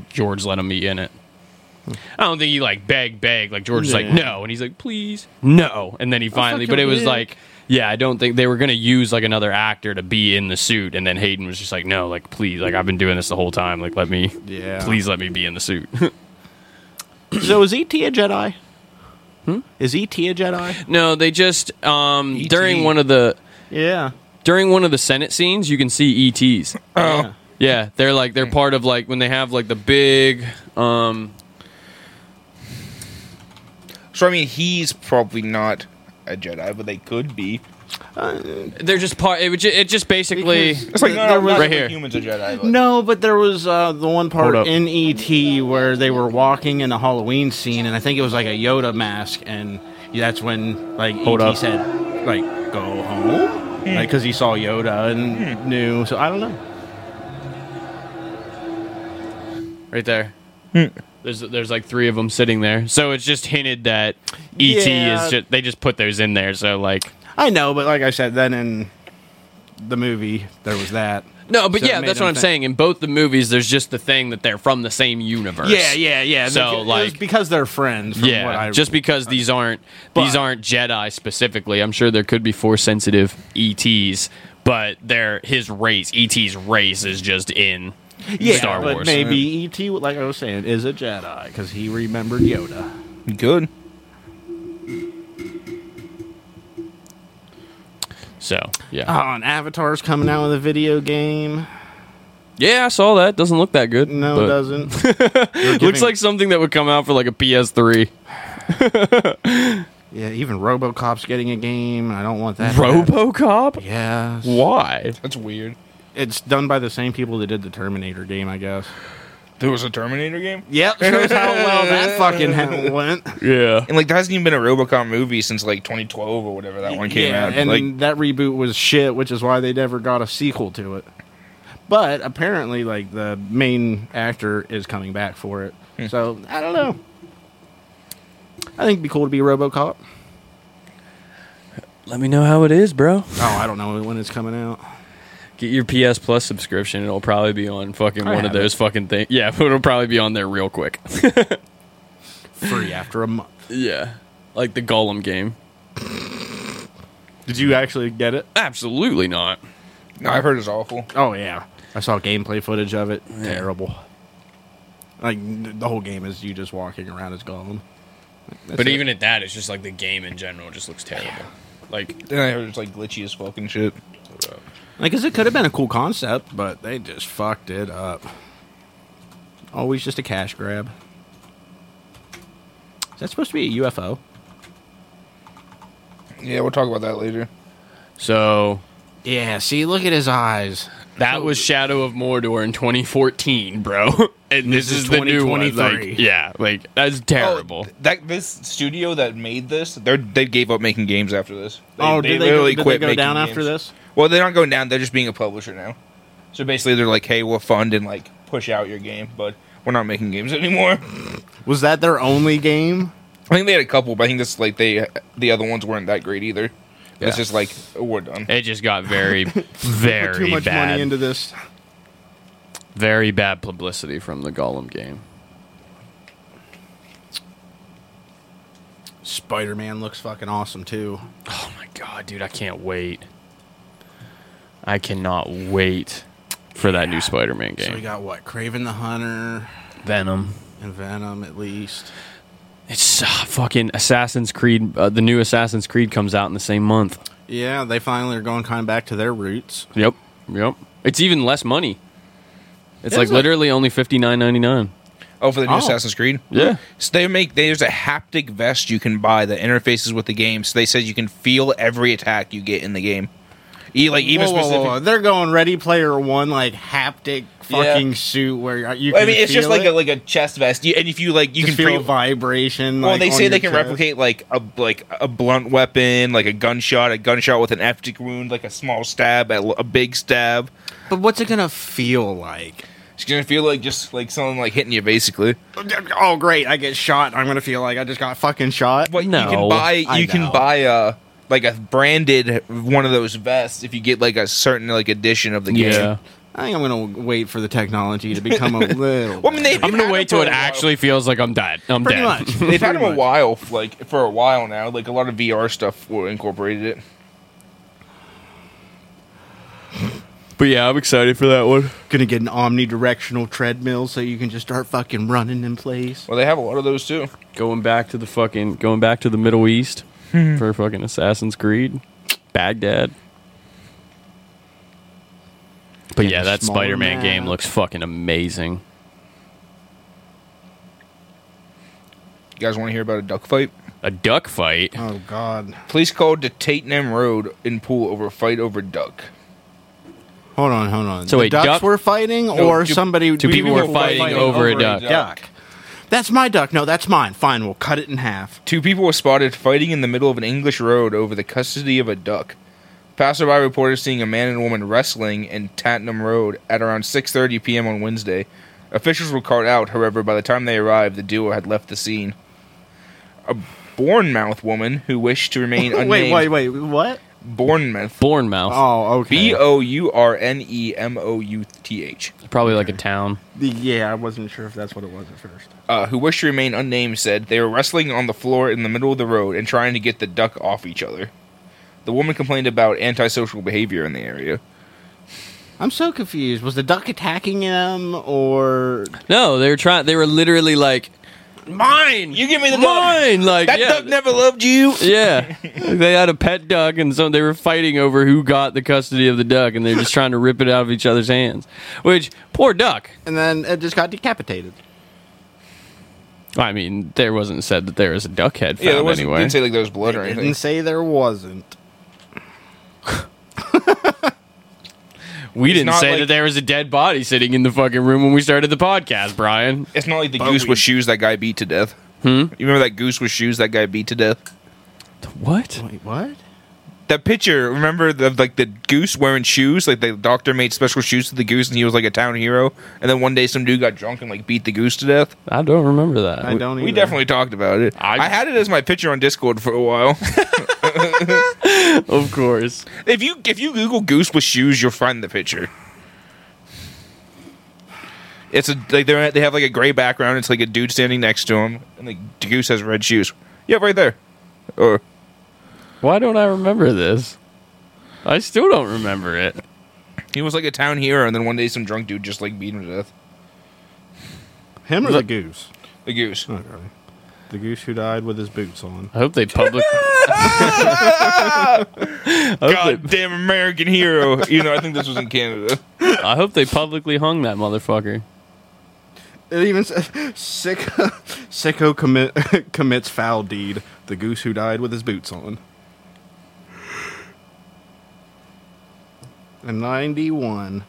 Speaker 1: George let him be in it. I don't think he like beg beg like George is like
Speaker 12: Yeah.
Speaker 1: no, and he's like please no, and then he finally. But it
Speaker 12: fucking
Speaker 1: was
Speaker 12: big.
Speaker 1: like yeah, I don't think they were gonna use like another actor to be in the suit, and then Hayden was just like no, like please, like I've been doing this the whole time, like let me,
Speaker 2: Yeah.
Speaker 1: please let me be in the suit.
Speaker 2: So is ET a Jedi? Hmm? Is ET a Jedi?
Speaker 1: No, they just
Speaker 2: E
Speaker 1: um, during one of the
Speaker 2: yeah
Speaker 1: during one of the Senate scenes, you can see ETs.
Speaker 2: Oh.
Speaker 1: yeah, they're like they're part of like when they have like the big. Um,
Speaker 3: So I mean, he's probably not a Jedi, but they could be.
Speaker 1: they're just part. It, would ju- it just basically
Speaker 3: It's like no, no, not
Speaker 1: right
Speaker 3: every
Speaker 1: here.
Speaker 3: Humans are Jedi. But.
Speaker 2: No, but there was uh, the one
Speaker 1: Hold
Speaker 2: part
Speaker 1: up.
Speaker 2: in ET where they were walking in the Halloween scene, and I think it was like a Yoda mask, and that's when like
Speaker 1: Hold
Speaker 2: ET
Speaker 1: up.
Speaker 2: said like go home,
Speaker 1: Hmm.
Speaker 2: because he saw Yoda and knew. So I don't know.
Speaker 1: Right there.
Speaker 2: Hmm.
Speaker 1: There's there's like three of them sitting there, so it's just hinted that ET
Speaker 2: Yeah.
Speaker 1: is just they just put those in there. So like
Speaker 2: I know, but like I said, then in the movie there was that.
Speaker 1: no, but
Speaker 2: So it
Speaker 1: yeah,
Speaker 2: made
Speaker 1: that's what
Speaker 2: them
Speaker 1: I'm
Speaker 2: think-
Speaker 1: saying. In both the movies, there's just the thing that they're from the same universe.
Speaker 2: Yeah, yeah, yeah.
Speaker 1: So
Speaker 2: It was
Speaker 1: like
Speaker 2: because they're friends. From
Speaker 1: yeah,
Speaker 2: what I, uh,
Speaker 1: just because these aren't these aren't Jedi specifically. I'm sure there could be force sensitive ETs, but they're his race. ET's race is just in
Speaker 2: yeah,
Speaker 1: Star
Speaker 2: but
Speaker 1: Wars.
Speaker 2: maybe ET, like I was saying, is a Jedi because he remembered Yoda.
Speaker 3: Good.
Speaker 1: So yeah,
Speaker 2: Oh, and Avatar's coming out with a video game.
Speaker 1: yeah, I saw that. Doesn't look that good.
Speaker 2: No,
Speaker 1: but-
Speaker 2: it doesn't. You're
Speaker 1: Looks
Speaker 2: giving-
Speaker 1: like something that would come out for like a PS3.
Speaker 2: yeah, even RoboCop's getting a game. and I don't want that.
Speaker 1: RoboCop?
Speaker 2: Yeah.
Speaker 1: Why?
Speaker 3: That's weird.
Speaker 2: It's done by the same people that did the Terminator game, I guess.
Speaker 3: There was a Terminator game.
Speaker 2: Yep, shows how well that fucking ha- went.
Speaker 3: Yeah, and like there hasn't even been a RoboCop movie since like 2012 or whatever that one came out.
Speaker 2: and
Speaker 3: like,
Speaker 2: that reboot was shit, which is why they never got a sequel to it. But apparently, like the main actor is coming back for it, so I don't know. I think it'd be cool to be RoboCop.
Speaker 1: Let me know how it is, bro.
Speaker 2: Oh, I don't know when it's coming out.
Speaker 1: Get your PS Plus subscription. It'll probably be on fucking
Speaker 2: I
Speaker 1: one of
Speaker 2: have
Speaker 1: those fucking things. Yeah, it'll probably be on there real quick.
Speaker 2: Free after a month.
Speaker 1: yeah, like the Golem game.
Speaker 2: Did you actually get it?
Speaker 1: Absolutely not.
Speaker 3: No, I've heard it's awful.
Speaker 2: Oh yeah, I saw gameplay footage of it. Terrible. Like n- the whole game is you just walking around as Gollum. That's
Speaker 1: but
Speaker 2: it.
Speaker 1: even at that, it's just like the game in general just looks terrible. Like
Speaker 3: Then I heard it's like glitchy as fuck and shit.
Speaker 2: Like, cause it could have been a cool concept, but they just fucked it up. Always just a cash grab. Is that supposed to be a UFO?
Speaker 3: Yeah, we'll talk about that later.
Speaker 1: so.
Speaker 2: Yeah. See, look at his eyes.
Speaker 1: That was Shadow of Mordor in 2014, bro. And this, is, the new one. Like,
Speaker 2: 2023.
Speaker 1: yeah, like that's terrible.
Speaker 3: Oh,
Speaker 2: Oh.
Speaker 3: That this studio that made this, they are they gave up making games after this.
Speaker 2: Oh, did they go- did they go
Speaker 3: making
Speaker 2: down after this?
Speaker 3: Well, they're not going down. They're just being a publisher now. So basically, they're like, "Hey, we'll fund and like push out your game, but we're not making games anymore."
Speaker 2: Was that their only game?
Speaker 3: I think they had a couple, but I think this like they the other ones weren't that great either.
Speaker 2: Yeah.
Speaker 3: It's just like we're done.
Speaker 1: It just got very,
Speaker 2: Put
Speaker 1: very
Speaker 2: too much
Speaker 1: bad.
Speaker 2: money into this.
Speaker 1: very bad publicity from the Golem game.
Speaker 2: Spider-Man looks fucking awesome too.
Speaker 1: Oh my god, dude, I can't wait. I cannot wait for that new Spider-Man
Speaker 2: So we
Speaker 1: game.
Speaker 2: got what? Craven the Hunter
Speaker 1: Venom.
Speaker 2: and Venom at least.
Speaker 1: It's uh, fucking Assassin's Creed. Uh, the new Assassin's Creed comes out in the same month.
Speaker 2: Yeah, they finally are going kind of back to their roots.
Speaker 1: Yep. Yep. It's even less money. It's
Speaker 2: Is
Speaker 1: like
Speaker 2: it?
Speaker 1: literally only fifty nine ninety nine.
Speaker 3: Oh, for the new
Speaker 2: Oh.
Speaker 3: Assassin's Creed.
Speaker 1: Yeah.
Speaker 3: So they make there's a haptic vest you can buy that interfaces with the game. So they said you can feel every attack you get in the game. E, like even
Speaker 2: Whoa, whoa, uh, whoa,
Speaker 3: specific.
Speaker 2: whoa. They're going Ready Player One like haptic
Speaker 3: Yeah.
Speaker 2: fucking suit where you. Can
Speaker 3: I mean, it's just
Speaker 2: feel
Speaker 3: like
Speaker 2: it.
Speaker 3: a like a chest vest, you, and if you like, you
Speaker 2: Just
Speaker 3: can
Speaker 2: feel
Speaker 3: pre-
Speaker 2: a vibration.
Speaker 3: Well,
Speaker 2: like,
Speaker 3: they
Speaker 2: on
Speaker 3: say they
Speaker 2: your
Speaker 3: can
Speaker 2: chest.
Speaker 3: replicate like a like a blunt weapon, like a gunshot, a gunshot with an haptic wound, like a small stab, a, a big stab.
Speaker 2: But what's it gonna feel like?
Speaker 3: It's gonna feel like just like someone like hitting you, basically.
Speaker 2: Oh, great! I get shot. I'm gonna feel like I just got fucking shot.
Speaker 3: But you
Speaker 1: No,
Speaker 3: can buy
Speaker 2: I
Speaker 3: you
Speaker 2: know.
Speaker 3: can buy a like a branded one of those vests if you get like a certain like edition of the game.
Speaker 1: Yeah.
Speaker 2: I think I'm gonna wait for the technology to become a little.
Speaker 3: Well, I mean, they,
Speaker 1: I'm gonna wait till it actually feels like I'm dead. I'm
Speaker 2: Pretty
Speaker 1: dead.
Speaker 2: much.
Speaker 3: They've had them
Speaker 2: Pretty
Speaker 3: a while, like for a while now. Like a lot of VR stuff were incorporated it.
Speaker 1: But yeah, I'm excited for that one.
Speaker 2: gonna get an omnidirectional treadmill so you can just start fucking running in place.
Speaker 3: Well, they have a lot of those too.
Speaker 1: Going back to the fucking going back to the Middle East for fucking Assassin's Creed, Baghdad. But
Speaker 2: Get
Speaker 1: yeah,
Speaker 2: the
Speaker 1: that
Speaker 2: smaller
Speaker 1: Spider Man game
Speaker 2: map.
Speaker 1: looks fucking amazing.
Speaker 3: You guys want to hear about a duck fight?
Speaker 1: A duck fight.
Speaker 2: Oh God!
Speaker 3: Police called to Tatenham Road in pool over fight over duck.
Speaker 2: Hold on, hold on.
Speaker 1: So
Speaker 2: the
Speaker 1: wait,
Speaker 2: ducks
Speaker 1: duck-
Speaker 2: were fighting, or
Speaker 3: two-
Speaker 2: somebody?
Speaker 1: two people were fighting over a duck.
Speaker 2: duck. That's my duck. No, that's mine. Fine, we'll cut it in half.
Speaker 3: Two people were spotted fighting in the middle of an English road over the custody of a duck. Passerby reported seeing a man and woman wrestling in Tattenham Road at around 6:30 p.m. on Wednesday. Officials were called out, however, by the time they arrived, the duo had left the scene. A Bournemouth woman who wished to remain unnamed.
Speaker 2: Wait, wait, wait. What?
Speaker 3: Bournemouth.
Speaker 1: Bournemouth.
Speaker 2: Oh, okay.
Speaker 3: B O U R N E M O U T H.
Speaker 1: Probably like a town.
Speaker 2: yeah, I wasn't sure if that's what it was at first.
Speaker 3: uh, who wish to remain unnamed, said they were wrestling on the floor in the middle of the road and trying to get the duck off each other. The woman complained about antisocial behavior in the area.
Speaker 2: I'm so confused. Was the duck attacking him, or
Speaker 1: No, they were trying. They were literally like, mine.
Speaker 3: You give me the duck!
Speaker 1: mine. Like
Speaker 3: That
Speaker 1: yeah,
Speaker 3: duck never loved you.
Speaker 1: yeah. they had a pet duck, and so they were fighting over who got the custody of the duck, and they're just trying to rip it out of each other's hands. Which poor duck.
Speaker 2: and then it just got decapitated?
Speaker 1: I mean, there wasn't said that there was a duck head
Speaker 3: Yeah, there
Speaker 1: found
Speaker 3: was,
Speaker 1: anyway.
Speaker 3: didn't say like there was blood or
Speaker 2: Didn't
Speaker 3: anything.
Speaker 2: say there wasn't.
Speaker 1: We
Speaker 3: It's
Speaker 1: didn't
Speaker 3: not
Speaker 1: say
Speaker 3: like-
Speaker 1: that there was a dead body sitting in the fucking room when we started the podcast, Brian.
Speaker 3: It's not like the goose with shoes that guy beat to death.
Speaker 1: Hmm?
Speaker 3: You remember that goose with shoes that guy beat to death?
Speaker 1: What?
Speaker 2: Wait, what?
Speaker 3: That picture, remember the like the goose wearing shoes? Like the doctor made special shoes to the goose and he was like a town hero. And then one day some dude got drunk and like beat the goose to death.
Speaker 1: I don't remember that.
Speaker 2: I don't.
Speaker 3: We
Speaker 2: either.
Speaker 3: definitely talked about it. I, had it as my picture on Discord for a while.
Speaker 1: of course.
Speaker 3: If you if you Google goose with shoes, you'll find the picture. It's a like they they have like a gray background. It's like a dude standing next to him, and the goose has red shoes. Yeah, right there. Or
Speaker 1: Why don't I remember this? I still don't remember it.
Speaker 3: he was like a town hero, and then one day some drunk dude just like beat him to death.
Speaker 2: him or the, goose?
Speaker 3: The goose.
Speaker 2: Oh, really? The goose who died with his boots on.
Speaker 1: I hope they public.
Speaker 3: Goddamn American hero. You know, I think this was in Canada.
Speaker 1: I hope they publicly hung that motherfucker.
Speaker 2: It even says sicko, sicko commit, commits foul deed. The goose who died with his boots on. And ninety one.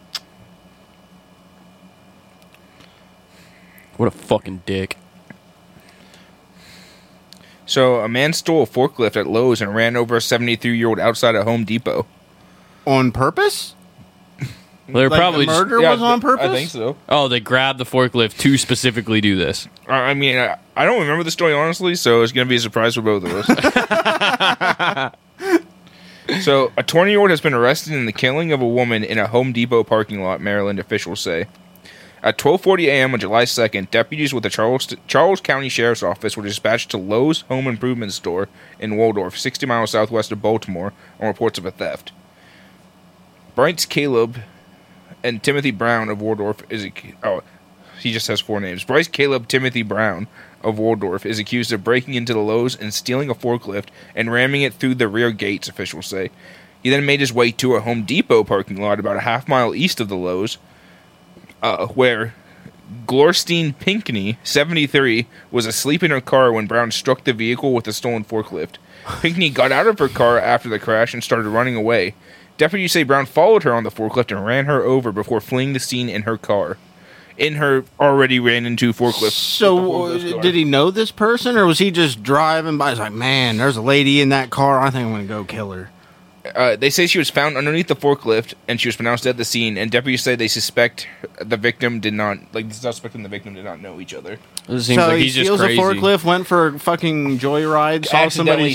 Speaker 1: What a fucking dick.
Speaker 3: So a man stole a forklift at Lowe's and ran over a 73 year old outside a Home Depot.
Speaker 2: On purpose?
Speaker 1: They're
Speaker 2: Like
Speaker 1: probably
Speaker 2: the
Speaker 1: just-
Speaker 2: murder
Speaker 3: Yeah,
Speaker 2: was on
Speaker 3: I think
Speaker 2: purpose.
Speaker 3: so.
Speaker 1: oh, they grabbed the forklift to specifically do this.
Speaker 3: I I mean, I, I don't remember the story honestly, so it's going to be a surprise for both of us. so, a 20 year old has been arrested in the killing of a woman in a Home Depot parking lot, Maryland officials say. At 12:40 a.m. on July 2nd, deputies with the Charles Charles County Sheriff's Office were dispatched to Lowe's Home Improvement Store in Waldorf, 60 miles southwest of Baltimore, on reports of a theft. Bryce Caleb and Timothy Brown of Waldorf is ac- oh, he just has four names. Bryce Caleb Timothy Brown of Waldorf is accused of breaking into the Lowe's and stealing a forklift and ramming it through the rear gates. Officials say he then made his way to a Home Depot parking lot about a half mile east of the Lowe's, uh, where Glorstein Pinkney, 73, was asleep in her car when Brown struck the vehicle with a stolen forklift. Pinkney got out of her car after the crash and started running away. Deputies say Brown followed her on the forklift and ran her over before fleeing the scene in her car. In her already ran into forklift.
Speaker 2: So uh, did he know this person, or was he just driving by? He's like, man, there's a lady in that car. I think I'm gonna go kill her.
Speaker 3: Uh, they say she was found underneath the forklift and she was pronounced dead at the scene. And deputies say they suspect the victim did not like the suspect and the victim did not know each other.
Speaker 1: It seems
Speaker 2: so
Speaker 1: like
Speaker 2: he
Speaker 1: he's just
Speaker 2: steals
Speaker 1: crazy.
Speaker 2: a forklift, went for a fucking joyride, saw
Speaker 3: accidentally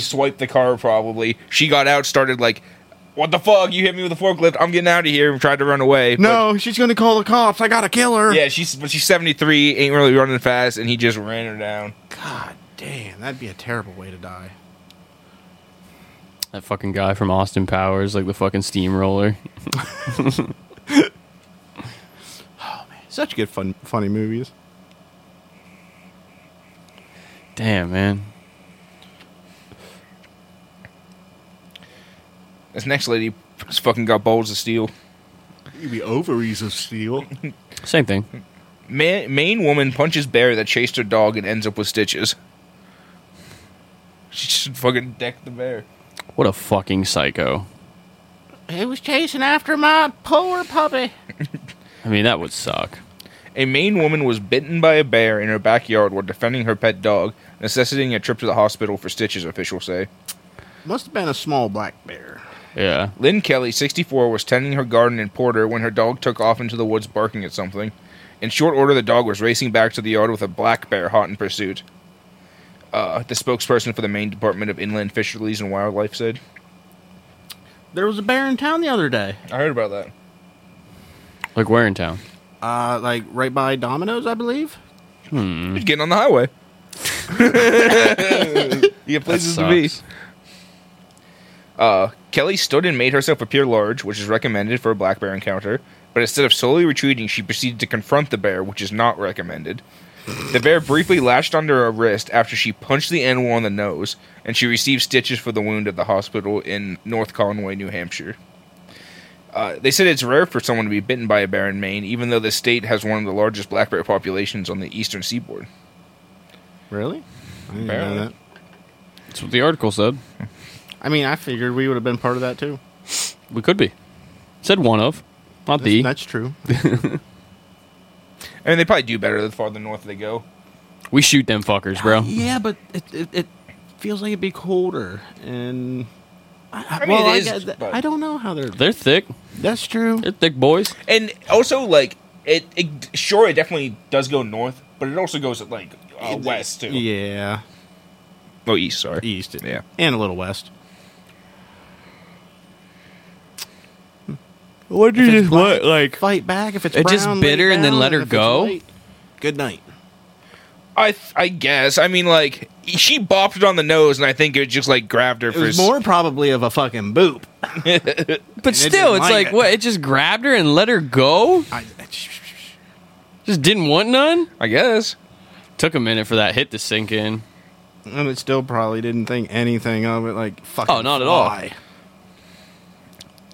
Speaker 2: somebody.
Speaker 3: swiped the car probably. She got out, started like, "What the fuck? You hit me with a forklift! I'm getting out of here!" and tried to run away.
Speaker 2: No, she's gonna call the cops. I gotta kill her.
Speaker 3: but, yeah, she's but she's 73, ain't really running fast, and he just ran her down.
Speaker 2: God damn, that'd be a terrible way to die.
Speaker 1: That fucking guy from Austin Powers, like the fucking steamroller.
Speaker 2: Such good fun, funny movies.
Speaker 1: Damn, man.
Speaker 3: This next lady has fucking got balls of steel.
Speaker 2: You'd be ovaries of steel.
Speaker 1: Same thing.
Speaker 3: Man, Maine woman punches bear that chased her dog and ends up with stitches. She should fucking deck the bear.
Speaker 1: What a fucking psycho.
Speaker 2: He was chasing after my poor puppy.
Speaker 1: I mean, that would suck.
Speaker 3: A Maine woman was bitten by a bear in her backyard while defending her pet dog, necessitating a trip to the hospital for stitches, officials say.
Speaker 2: Must have been a small black bear.
Speaker 1: Yeah.
Speaker 3: Lynn Kelly, 64, was tending her garden in Porter when her dog took off into the woods barking at something. In short order, the dog was racing back to the yard with a black bear hot in pursuit. Uh, the spokesperson for the Maine Department of Inland Fisheries and Wildlife said,
Speaker 2: There was a bear in town the other day.
Speaker 3: I heard about that.
Speaker 1: Like, where in town?
Speaker 2: Uh, like right by Domino's, I believe.
Speaker 1: Hmm.
Speaker 3: He's getting on the highway. you get
Speaker 1: That
Speaker 3: places to be.
Speaker 1: sucks.
Speaker 3: Uh, Kelly stood and made herself appear large, which is recommended for a black bear encounter, but instead of slowly retreating, she proceeded to confront the bear, which is not recommended. The bear briefly lashed under her wrist after she punched the animal on the nose, and she received stitches for the wound at the hospital in North Conway, New Hampshire. Uh, they said it's rare for someone to be bitten by a bear in Maine, even though the state has one of the largest black bear populations on the eastern seaboard.
Speaker 2: Really? I didn't
Speaker 3: Apparently.
Speaker 2: know that.
Speaker 1: That's what the article said.
Speaker 2: I mean, I figured we would have been part of that too.
Speaker 1: We could be. Said one of. Not the.
Speaker 2: That's true.
Speaker 3: I mean, they probably do better the farther north they go.
Speaker 1: We shoot them fuckers, bro.
Speaker 2: Yeah, but it, it, it feels like it'd be colder, and I,
Speaker 3: I mean,
Speaker 2: well,
Speaker 3: it
Speaker 2: I
Speaker 3: is,
Speaker 2: guess-
Speaker 3: but-
Speaker 2: I don't know how they're.
Speaker 1: They're thick.
Speaker 2: That's true.
Speaker 1: They're thick boys.
Speaker 3: And also, like it, it sure it definitely does go north, but it also goes like uh, west too.
Speaker 2: Yeah,
Speaker 3: Oh, east. Sorry,
Speaker 2: east.
Speaker 3: Yeah.
Speaker 2: and a little west. Hmm. What do you just what like fight back if it's
Speaker 1: It's just
Speaker 2: brown, lay
Speaker 1: bitter and then
Speaker 2: down,
Speaker 1: let her
Speaker 2: if it's
Speaker 1: go?
Speaker 2: white, Good night.
Speaker 3: I th- I guess. I mean, like she bopped it on the nose, and I think it just like grabbed her
Speaker 2: It
Speaker 3: for
Speaker 2: was
Speaker 3: s-
Speaker 2: more probably of a fucking boop.
Speaker 1: But
Speaker 2: it
Speaker 1: still, it's
Speaker 2: didn't like
Speaker 1: like
Speaker 2: it.
Speaker 1: what? It just grabbed her and let her go.
Speaker 2: I,
Speaker 1: Just didn't want none.
Speaker 3: I guess.
Speaker 1: Took a minute for that hit to sink in.
Speaker 2: and it still probably didn't think anything of it. Like fucking.
Speaker 1: Oh, not at all.
Speaker 2: fly.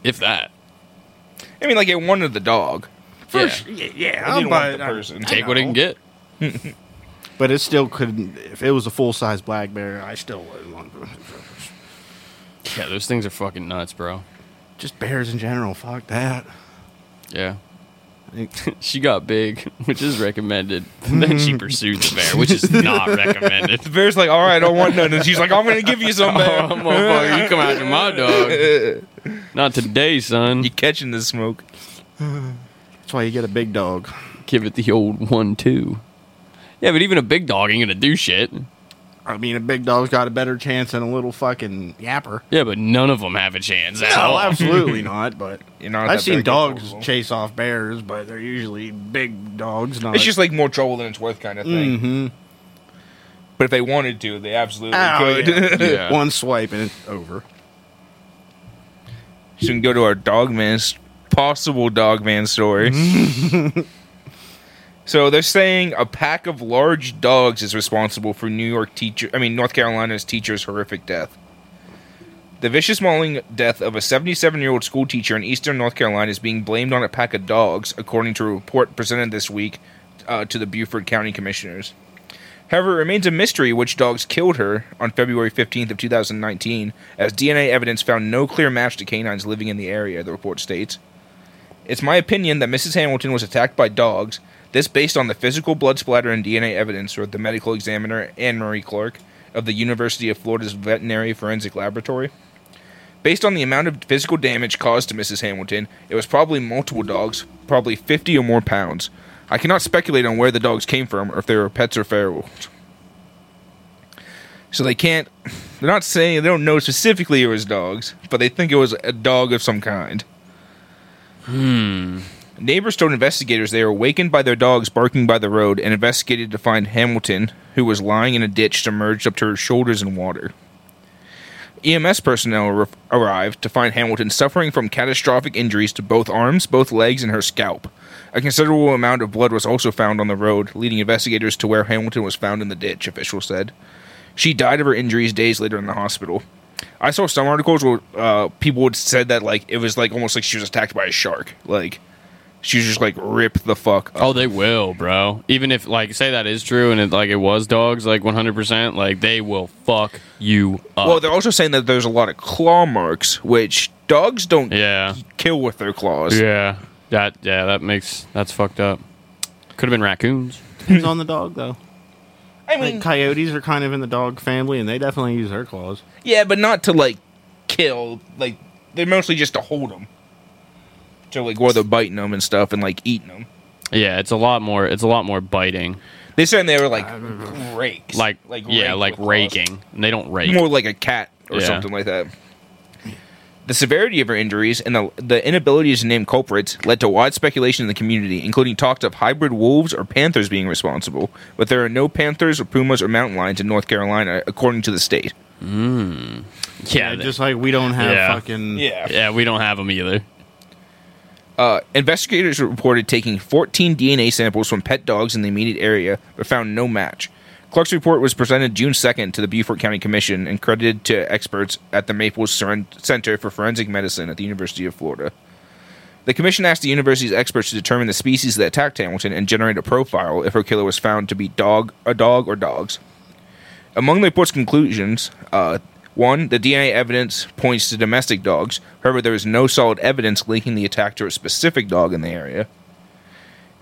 Speaker 1: If that.
Speaker 3: I mean, like it wanted the dog.
Speaker 1: Yeah.
Speaker 2: Yeah,
Speaker 3: It
Speaker 2: yeah.
Speaker 3: didn't want
Speaker 2: But,
Speaker 3: the person.
Speaker 1: Take what it can get.
Speaker 2: but it still couldn't. If it was a full size black bear, I still wouldn't want.
Speaker 1: Yeah, those things are fucking nuts, bro.
Speaker 2: Just bears in general. Fuck that.
Speaker 1: Yeah.
Speaker 2: It-
Speaker 1: She got big, which is recommended. then she pursued the bear, which is not recommended.
Speaker 3: The bear's like, all right, I don't want none. And she's like, I'm gonna give you some.
Speaker 1: Oh,
Speaker 3: Bear.
Speaker 1: motherfucker, you come after my dog. Not today, son.
Speaker 3: You catching the smoke?
Speaker 2: That's why you get a big dog.
Speaker 1: Give it the old one, too. Yeah, but even a big dog ain't gonna do shit.
Speaker 2: I mean, a big dog's got a better chance than a little fucking yapper.
Speaker 1: Yeah, but none of them have a chance at
Speaker 2: No,
Speaker 1: all.
Speaker 2: absolutely not. But
Speaker 3: You're not
Speaker 2: I've
Speaker 3: that
Speaker 2: seen
Speaker 3: big,
Speaker 2: dogs
Speaker 3: you're
Speaker 2: chase off bears, but they're usually big dogs. Not
Speaker 3: It's just like more trouble than it's worth, kind of thing.
Speaker 2: hmm
Speaker 3: But if they wanted to, they absolutely
Speaker 2: Oh,
Speaker 3: could.
Speaker 1: Yeah.
Speaker 2: one swipe and it's over.
Speaker 3: so we can go to our dog man's possible dog man story. so they're saying a pack of large dogs is responsible for New York teacher I mean North Carolina's teacher's horrific death. The vicious mauling death of a 77 year old school teacher in eastern North Carolina is being blamed on a pack of dogs, according to a report presented this week uh, to the Beaufort County Commissioners. However, it remains a mystery which dogs killed her on February 15th of 2019, as DNA evidence found no clear match to canines living in the area, the report states. It's my opinion that Mrs. Hamilton was attacked by dogs, this based on the physical blood splatter and DNA evidence, wrote the medical examiner Anne Marie Clark of the University of Florida's Veterinary Forensic Laboratory. Based on the amount of physical damage caused to Mrs. Hamilton, it was probably multiple dogs, probably 50 or more pounds. I cannot speculate on where the dogs came from or if they were pets or ferals. So they can't, they're not saying, they don't know specifically it was dogs, but they think it was a dog of some kind. Hmm. Neighbors told investigators they were awakened by their dogs barking by the road and investigated to find Hamilton, who was lying in a ditch submerged up to her shoulders in water. EMS E personnel ar- arrived to find Hamilton suffering from catastrophic injuries to both arms, both legs, and her scalp. A considerable amount of blood was also found on the road, leading investigators to where Hamilton was found in the ditch, officials said. She died of her injuries days later in the hospital. I saw some articles where uh, people would said that like it was like almost like she was attacked by a shark. Like she was just like ripped the fuck up.
Speaker 1: Oh, they will, bro. Even if like say that is true and it like it was dogs, like one hundred percent, like they will fuck you up.
Speaker 3: Well, they're also saying that there's a lot of claw marks, which dogs don't
Speaker 1: yeah,
Speaker 3: kill with their claws.
Speaker 1: yeah, that yeah, that makes that's fucked up. Could have been raccoons.
Speaker 2: Depends on the dog though.
Speaker 3: I mean,
Speaker 2: Like coyotes are kind of in the dog family, and they definitely use their claws.
Speaker 3: Yeah, but not to like kill. Like they're mostly just to hold them. To like where they're biting them and stuff and like eating them.
Speaker 1: Yeah, it's a lot more. It's a lot more biting.
Speaker 3: They said they were like rakes,
Speaker 1: Like, yeah, like
Speaker 3: raked with claws.
Speaker 1: raking. And they don't rake.
Speaker 3: more like a cat or
Speaker 1: Yeah.
Speaker 3: something like that. The severity of her injuries and the, the inability to name culprits led to wide speculation in the community, including talks of hybrid wolves or panthers being responsible. But there are no panthers or pumas or mountain lions in North Carolina, according to the state.
Speaker 1: yeah,
Speaker 2: Like, just like we don't have
Speaker 1: Yeah.
Speaker 2: fucking.
Speaker 1: they- yeah. We don't have them either.
Speaker 3: Uh, investigators reported taking 14 DNA samples from pet dogs in the immediate area, but found no match. Clark's report was presented June 2nd to the Beaufort County Commission and credited to experts at the Maples Ceren- Center for Forensic Medicine at the University of Florida. The commission asked the university's experts to determine the species that attacked Hamilton and generate a profile if her killer was found to be dog, a dog, or dogs. Among the report's conclusions, uh, One, the DNA evidence points to domestic dogs. However, there is no solid evidence linking the attack to a specific dog in the area.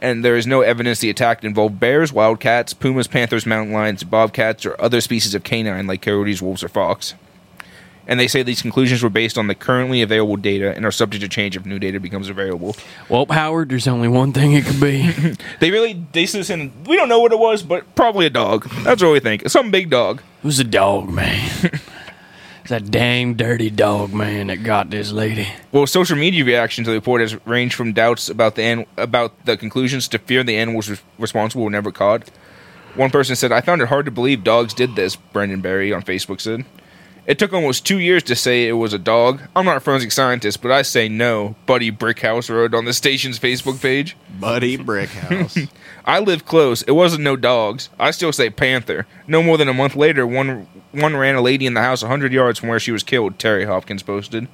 Speaker 3: And there is no evidence the attack involved bears, wildcats, pumas, panthers, mountain lions, bobcats, or other species of canine like coyotes, wolves, or fox. And they say these conclusions were based on the currently available data and are subject to change if new data becomes available.
Speaker 1: Well, Howard, there's only one thing it could be.
Speaker 3: They really they this in we don't know what it was, but probably a dog. That's what we think. Some big dog.
Speaker 1: It was a dog, man. it's that damn dirty dog man that got this lady.
Speaker 3: Well, social media reaction to the report has ranged from doubts about the an- about the conclusions to fear the animals res- responsible were never caught. One person said, "I found it hard to believe dogs did this." Brendan Barry on Facebook said, "It took almost two years to say it was a dog. I'm not a forensic scientist, but I say no." Buddy Brickhouse wrote on the station's Facebook page.
Speaker 2: Buddy Brickhouse.
Speaker 3: I live close. It wasn't no dogs. I still say panther. No more than a month later, one one ran a lady in the house 100 yards from where she was killed. Terry Hopkins posted.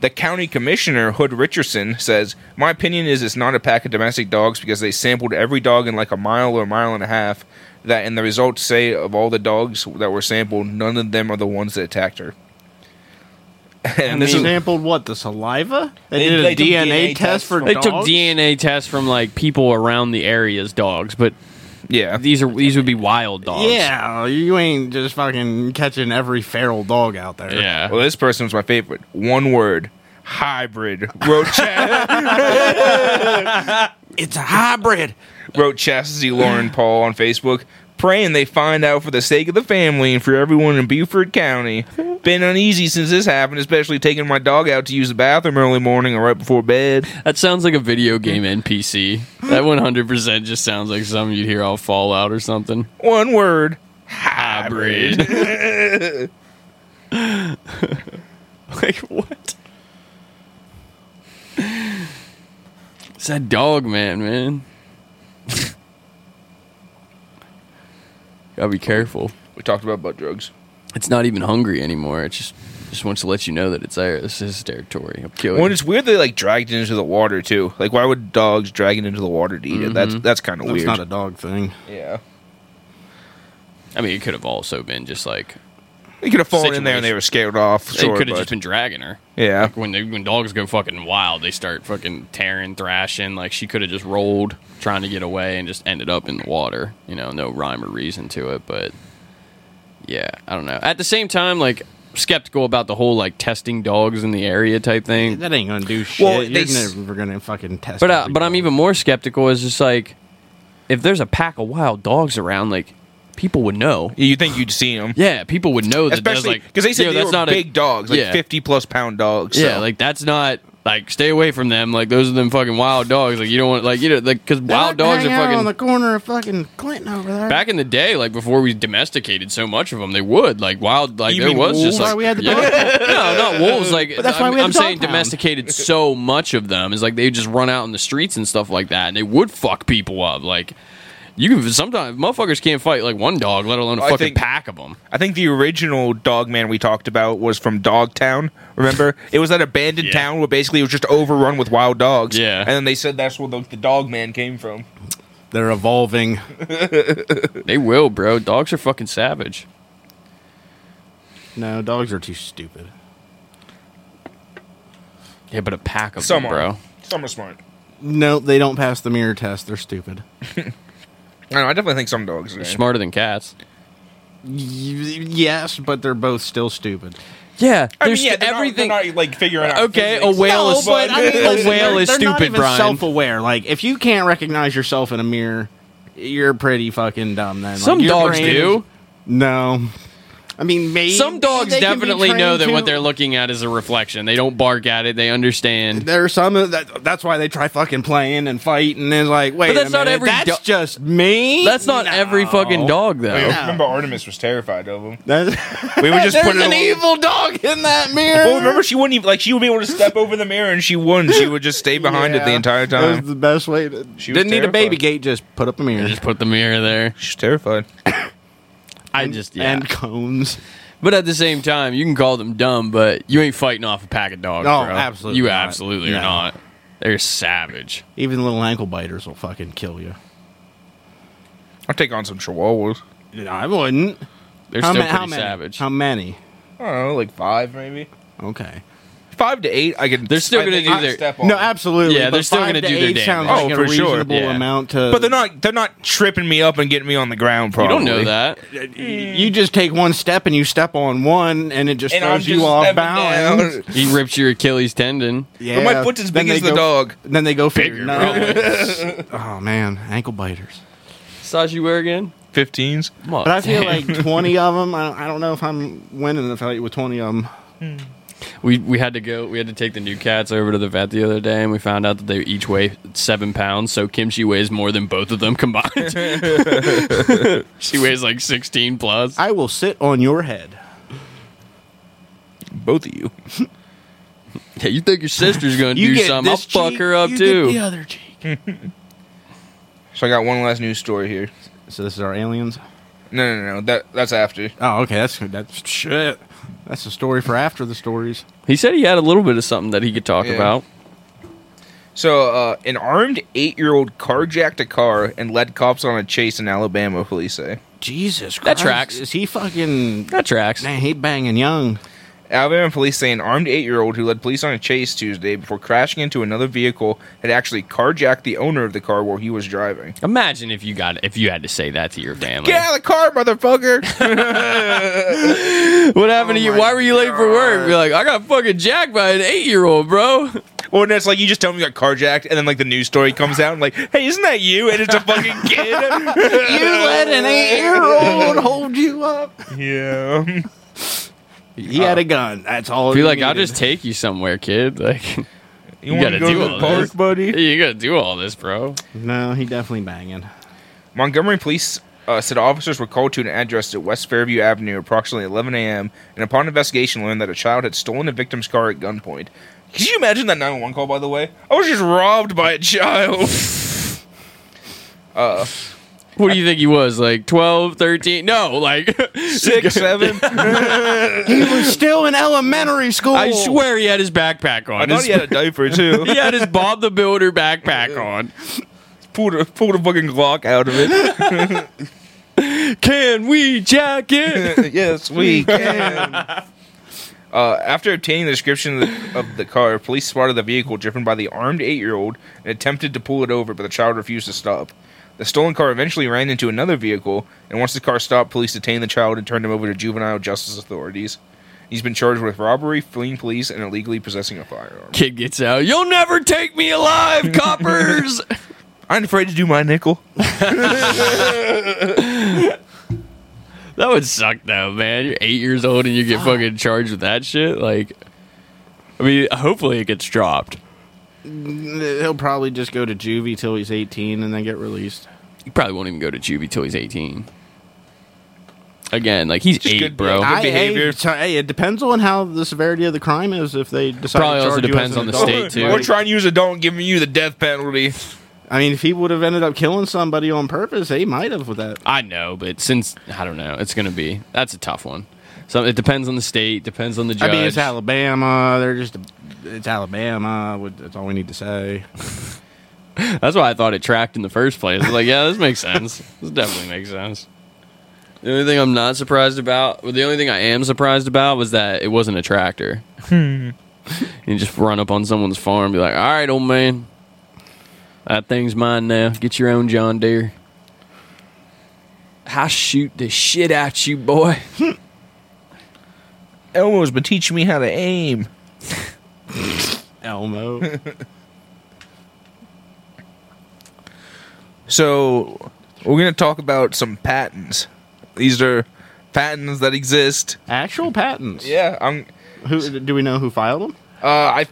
Speaker 3: The county commissioner, Hood Richardson, says, My opinion is it's not a pack of domestic dogs because they sampled every dog in like a mile or a mile and a half. That and the results say of all the dogs that were sampled, none of them are the ones that attacked her. And,
Speaker 2: and
Speaker 3: this
Speaker 2: they
Speaker 3: is
Speaker 2: sampled what the saliva? They,
Speaker 3: They-
Speaker 2: did a
Speaker 3: they took
Speaker 2: DNA,
Speaker 3: DNA
Speaker 2: test,
Speaker 3: test
Speaker 2: for
Speaker 1: They
Speaker 2: dogs?
Speaker 1: took DNA tests from like people around the area's dogs, but
Speaker 3: yeah,
Speaker 1: these are these would be wild dogs.
Speaker 2: Yeah, you ain't just fucking catching every feral dog out there.
Speaker 1: yeah.
Speaker 3: Well, this person was my favorite. One word. Hybrid. Wrote
Speaker 2: It's a hybrid.
Speaker 3: wrote Chastity Lauren Paul on Facebook, praying they find out for the sake of the family and for everyone in Beaufort County. Been uneasy since this happened, especially taking my dog out to use the bathroom early morning or right before bed.
Speaker 1: That sounds like a video game NPC. That 100% just sounds like something you'd hear off Fallout or something.
Speaker 3: One word. Ah,
Speaker 1: Hybrid. like, what? It's that dog man, man. Gotta be careful.
Speaker 3: We talked about butt drugs.
Speaker 1: It's not even hungry anymore. It just just wants to let you know that it's there. This is territory. I'm killing.
Speaker 3: When it's weird they like dragged it into the water too. Like why would dogs drag it into the water to eat it? That's
Speaker 1: Mhm.
Speaker 3: that's kind of
Speaker 2: It's
Speaker 3: weird.
Speaker 2: Mm-hmm. not a dog thing.
Speaker 3: yeah.
Speaker 1: I mean, it could have also been just like
Speaker 3: They could have fallen in there and they
Speaker 1: Situation.
Speaker 3: were scared off.
Speaker 1: they
Speaker 3: sure,
Speaker 1: could have
Speaker 3: but-
Speaker 1: just been dragging her.
Speaker 3: yeah.
Speaker 1: Like when they, when dogs go fucking wild, they start fucking tearing, thrashing. Like she could have just rolled, trying to get away, and just ended up in the water. You know, no rhyme or reason to it. But yeah, I don't know. At the same time, like skeptical about the whole like testing dogs in the area type thing.
Speaker 2: That ain't gonna do shit.
Speaker 3: Well,
Speaker 2: You're
Speaker 3: they s-
Speaker 2: never gonna fucking test.
Speaker 1: But uh,
Speaker 2: every
Speaker 1: but I'm
Speaker 2: dog.
Speaker 1: even more skeptical. Is just like if there's a pack of wild dogs around, like people would know.
Speaker 3: You think you'd see them?
Speaker 1: Yeah, people would know that. there's,
Speaker 3: Especially
Speaker 1: like-
Speaker 3: because they said
Speaker 1: yo,
Speaker 3: they
Speaker 1: that's
Speaker 3: were
Speaker 1: not a-
Speaker 3: big dogs, like
Speaker 1: Yeah.
Speaker 3: fifty plus pound dogs.
Speaker 1: Yeah,
Speaker 3: so-
Speaker 1: like that's not like stay away from them. Like those are them fucking wild dogs. Like you don't want like you know like because
Speaker 2: They're
Speaker 1: wild
Speaker 2: not
Speaker 1: dogs are
Speaker 2: hanging out on
Speaker 1: fucking.
Speaker 2: the corner of fucking Clinton over there.
Speaker 1: Back in the day, like before we domesticated so much of them, they would like wild. Like
Speaker 3: You
Speaker 1: there
Speaker 3: mean
Speaker 1: was
Speaker 3: wolves?
Speaker 1: just
Speaker 2: That's
Speaker 1: like
Speaker 2: why we had the
Speaker 1: yeah.
Speaker 2: dog pound.
Speaker 1: no, not wolves. Like
Speaker 2: But that's why
Speaker 1: I'm,
Speaker 2: we had
Speaker 1: I'm
Speaker 2: the dog
Speaker 1: saying,
Speaker 2: pound.
Speaker 1: domesticated so much of them is like they just run out in the streets and stuff like that, and they would fuck people up. Like you can sometimes motherfuckers can't fight like one dog, let alone a
Speaker 3: I
Speaker 1: fucking
Speaker 3: think-
Speaker 1: pack of them.
Speaker 3: I think the original dog man we talked about was from Dogtown. Remember, it was that abandoned
Speaker 1: Yeah.
Speaker 3: town where basically it was just overrun with wild dogs.
Speaker 1: Yeah.
Speaker 3: and then they said that's where the, the dog man came from.
Speaker 2: They're evolving.
Speaker 1: They will, bro. Dogs are fucking savage.
Speaker 2: No, dogs are too stupid.
Speaker 1: Yeah, but a pack of
Speaker 3: Some
Speaker 1: them,
Speaker 3: are,
Speaker 1: bro.
Speaker 3: some are smart.
Speaker 2: No, they don't pass the mirror test. They're stupid.
Speaker 3: I, don't know, I definitely think some dogs. Are
Speaker 1: They're smarter than cats.
Speaker 2: Y- yes, but they're both still stupid.
Speaker 1: Yeah,
Speaker 3: I mean,
Speaker 1: there's
Speaker 3: yeah, they're not-
Speaker 1: everything.
Speaker 3: they're not, like figuring out.
Speaker 1: Okay,
Speaker 3: physics.
Speaker 1: a whale
Speaker 2: No,
Speaker 1: is
Speaker 2: but I mean,
Speaker 1: a whale
Speaker 2: they're-
Speaker 1: is
Speaker 2: they're not
Speaker 1: stupid,
Speaker 2: even
Speaker 1: Brian.
Speaker 2: Self-aware. Like if you can't recognize yourself in a mirror, you're pretty fucking dumb. Then Like,
Speaker 1: Some
Speaker 2: your
Speaker 1: dogs
Speaker 2: brain is-
Speaker 1: do.
Speaker 2: No, I mean maybe
Speaker 1: Some dogs
Speaker 2: they can be
Speaker 1: definitely know
Speaker 2: trained
Speaker 1: that what
Speaker 2: to-
Speaker 1: they're looking at is a reflection. They don't bark at it. They understand.
Speaker 2: There are some of that. That's why they try fucking playing and fighting. And it's like, wait,
Speaker 1: that's
Speaker 2: a
Speaker 1: not
Speaker 2: minute,
Speaker 1: every
Speaker 2: That's
Speaker 1: do-
Speaker 2: just me.
Speaker 1: That's not
Speaker 2: No.
Speaker 1: every fucking dog, though.
Speaker 3: I remember Artemis was terrified of them.
Speaker 2: That's,
Speaker 3: We would just
Speaker 2: There's
Speaker 3: put it.
Speaker 2: an
Speaker 3: a-
Speaker 2: evil dog in that mirror.
Speaker 3: Well, remember she wouldn't even like she would be able to step over the mirror and she wouldn't. She would just stay behind it the
Speaker 2: Yeah.
Speaker 3: entire
Speaker 2: That was
Speaker 3: time.
Speaker 2: the best way. To,
Speaker 3: She was
Speaker 2: didn't need a baby
Speaker 3: terrified.
Speaker 2: gate. Just put up a mirror
Speaker 1: Just put the mirror there.
Speaker 3: She's terrified.
Speaker 1: I just yeah.
Speaker 2: and cones.
Speaker 1: but at the same time, you can call them dumb, but you ain't fighting off a pack of dogs.
Speaker 2: No,
Speaker 1: bro.
Speaker 2: absolutely
Speaker 1: You
Speaker 2: not.
Speaker 1: absolutely
Speaker 2: No.
Speaker 1: are not. They're savage.
Speaker 2: Even little ankle biters will fucking kill you.
Speaker 3: I'll take on some chihuahuas.
Speaker 2: No, I wouldn't.
Speaker 1: They're
Speaker 2: How
Speaker 1: still
Speaker 2: ma-
Speaker 1: pretty
Speaker 2: how many?
Speaker 1: savage.
Speaker 2: How many?
Speaker 3: I don't know, like five maybe.
Speaker 2: Okay.
Speaker 3: Five to eight, I could.
Speaker 1: They're still
Speaker 3: I
Speaker 1: gonna
Speaker 3: think
Speaker 1: do
Speaker 3: I
Speaker 1: their-
Speaker 3: could step on.
Speaker 2: No, absolutely.
Speaker 1: Yeah, they're
Speaker 2: but
Speaker 1: still
Speaker 2: five
Speaker 1: gonna
Speaker 2: to
Speaker 1: do their
Speaker 2: eight
Speaker 1: damage.
Speaker 2: sounds
Speaker 1: Oh,
Speaker 2: like
Speaker 1: for
Speaker 2: a
Speaker 1: sure.
Speaker 2: reasonable
Speaker 1: Yeah.
Speaker 2: amount to.
Speaker 3: but they're not. They're not tripping me up and getting me on the ground.
Speaker 1: You
Speaker 3: Probably.
Speaker 1: don't know that.
Speaker 2: You just take one step and you step on one, and it just
Speaker 3: And I'm
Speaker 2: throws you
Speaker 3: just
Speaker 2: off
Speaker 3: stepping
Speaker 2: balance.
Speaker 3: down.
Speaker 1: He ripped your Achilles tendon.
Speaker 2: Yeah,
Speaker 3: But my foot's as
Speaker 2: then
Speaker 3: big as
Speaker 2: they go-
Speaker 3: the dog.
Speaker 2: Then they go for your
Speaker 1: Bigger,
Speaker 2: nuts. oh man, ankle biters.
Speaker 1: Size you wear again?
Speaker 3: Fifteens.
Speaker 2: But I feel like twenty of them. I, I don't know if I'm winning the fight with twenty of them.
Speaker 1: we we had to go. We had to take the new cats over to the vet the other day, and we found out that they each weigh seven pounds. So Kimchi weighs more than both of them combined. she weighs like sixteen plus.
Speaker 2: I will sit on your head.
Speaker 3: Both of you.
Speaker 1: Yeah, you think your sister's gonna
Speaker 2: You
Speaker 1: do
Speaker 2: get
Speaker 1: something? I'll
Speaker 2: this
Speaker 1: fuck
Speaker 2: cheek,
Speaker 1: her up
Speaker 2: you get
Speaker 1: too.
Speaker 2: the other cheek.
Speaker 3: So I got one last news story here.
Speaker 2: So this is our aliens.
Speaker 3: No, no, no. That that's after.
Speaker 2: Oh, okay. That's that's shit. That's the story for after the stories.
Speaker 1: He said he had a little bit of something that he could talk
Speaker 3: Yeah.
Speaker 1: about.
Speaker 3: So, uh, an armed eight-year-old carjacked a car and led cops on a chase in Alabama. Police say
Speaker 2: Jesus Christ.
Speaker 1: That tracks.
Speaker 2: Is he fucking?
Speaker 1: That tracks.
Speaker 2: Man, he banging young.
Speaker 3: Alabama police say an armed eight-year-old who led police on a chase Tuesday before crashing into another vehicle had actually carjacked the owner of the car while he was driving.
Speaker 1: Imagine if you got if you had to say that to your family.
Speaker 3: Get out of the car, motherfucker!
Speaker 1: What happened to
Speaker 3: Oh
Speaker 1: you?
Speaker 3: my
Speaker 1: Why were you late for work? Be like, I got fucking jacked by an eight year old, bro.
Speaker 3: or no, it's like you just tell them you got carjacked, and then like the news story comes out, and like, hey, isn't that you? And it's a fucking kid.
Speaker 2: You let an eight-year-old hold you up.
Speaker 3: yeah.
Speaker 2: He had a gun. That's all.
Speaker 1: Be
Speaker 2: he
Speaker 1: like, I'll
Speaker 2: needed.
Speaker 1: just take you somewhere, kid. Like, you, gotta
Speaker 3: wanna go
Speaker 1: do
Speaker 3: to the
Speaker 1: all
Speaker 3: park,
Speaker 1: this,
Speaker 3: buddy?
Speaker 1: You gotta do all this, bro.
Speaker 2: No, he definitely banging.
Speaker 3: Montgomery police uh, said officers were called to an address at West Fairview Avenue approximately 11 a.m. and upon investigation learned that a child had stolen a victim's car at gunpoint. Could you imagine that 911 call, by the way? I was just robbed by a child. uh,
Speaker 1: What do you think he was? Like 12, 13? No, like
Speaker 3: six, seven.
Speaker 2: He was still in elementary school.
Speaker 1: I swear he had his backpack
Speaker 3: I
Speaker 1: on.
Speaker 3: thought
Speaker 1: His,
Speaker 3: he had a diaper, too.
Speaker 1: he had his Bob the Builder backpack on.
Speaker 3: pulled, a, pulled a fucking Glock out of it.
Speaker 1: Can we jack it?
Speaker 3: yes, we can. Uh, after obtaining the description of the, of the car, police spotted the vehicle driven by the armed eight-year-old and attempted to pull it over, but the child refused to stop. The stolen car eventually ran into another vehicle, and once the car stopped, police detained the child and turned him over to juvenile justice authorities. He's been charged with robbery, fleeing police, and illegally possessing a firearm.
Speaker 1: Kid gets out. You'll never take me alive, coppers.
Speaker 3: I'm afraid to do my nickel.
Speaker 1: that would suck though, man. You're eight years old and you get fucking charged with that shit. Like, I mean, hopefully it gets dropped.
Speaker 2: He'll probably just go to juvie till he's 18 and then get released.
Speaker 1: He probably won't even go to juvie till he's 18. Again, like he's
Speaker 3: Just
Speaker 1: eight,
Speaker 3: good-
Speaker 1: bro.
Speaker 3: Good
Speaker 2: I,
Speaker 3: behavior.
Speaker 2: hey, so- hey, it depends on how the severity of the crime is. If they decide,
Speaker 1: Probably
Speaker 2: to
Speaker 1: also
Speaker 2: charge you
Speaker 1: depends
Speaker 2: as an
Speaker 1: on the
Speaker 2: adult.
Speaker 1: state, too.
Speaker 3: We're trying to use adult, giving you the death penalty.
Speaker 2: I mean, if he would have ended up killing somebody on purpose, he might have with that.
Speaker 1: I know, but since I don't know, it's gonna be that's a tough one. So it depends on the state, depends on the judge.
Speaker 2: I mean, it's Alabama. They're just it's Alabama. would- That's all we need to say.
Speaker 1: That's why I thought it tracked in the first place. I was like, yeah, this makes sense. This definitely makes sense. The only thing I'm not surprised about, well, the only thing I am surprised about was that it wasn't a tractor. Hmm. you just run up on someone's farm and be like, all right, old man, that thing's mine now. Get your own John Deere. I shoot the shit out you, boy.
Speaker 3: Elmo's been teaching me how to aim.
Speaker 2: Elmo.
Speaker 3: So we're gonna talk about some patents. These are patents that exist.
Speaker 2: Actual patents.
Speaker 3: Yeah, I'm.
Speaker 2: Who do we know who filed them?
Speaker 3: Uh, I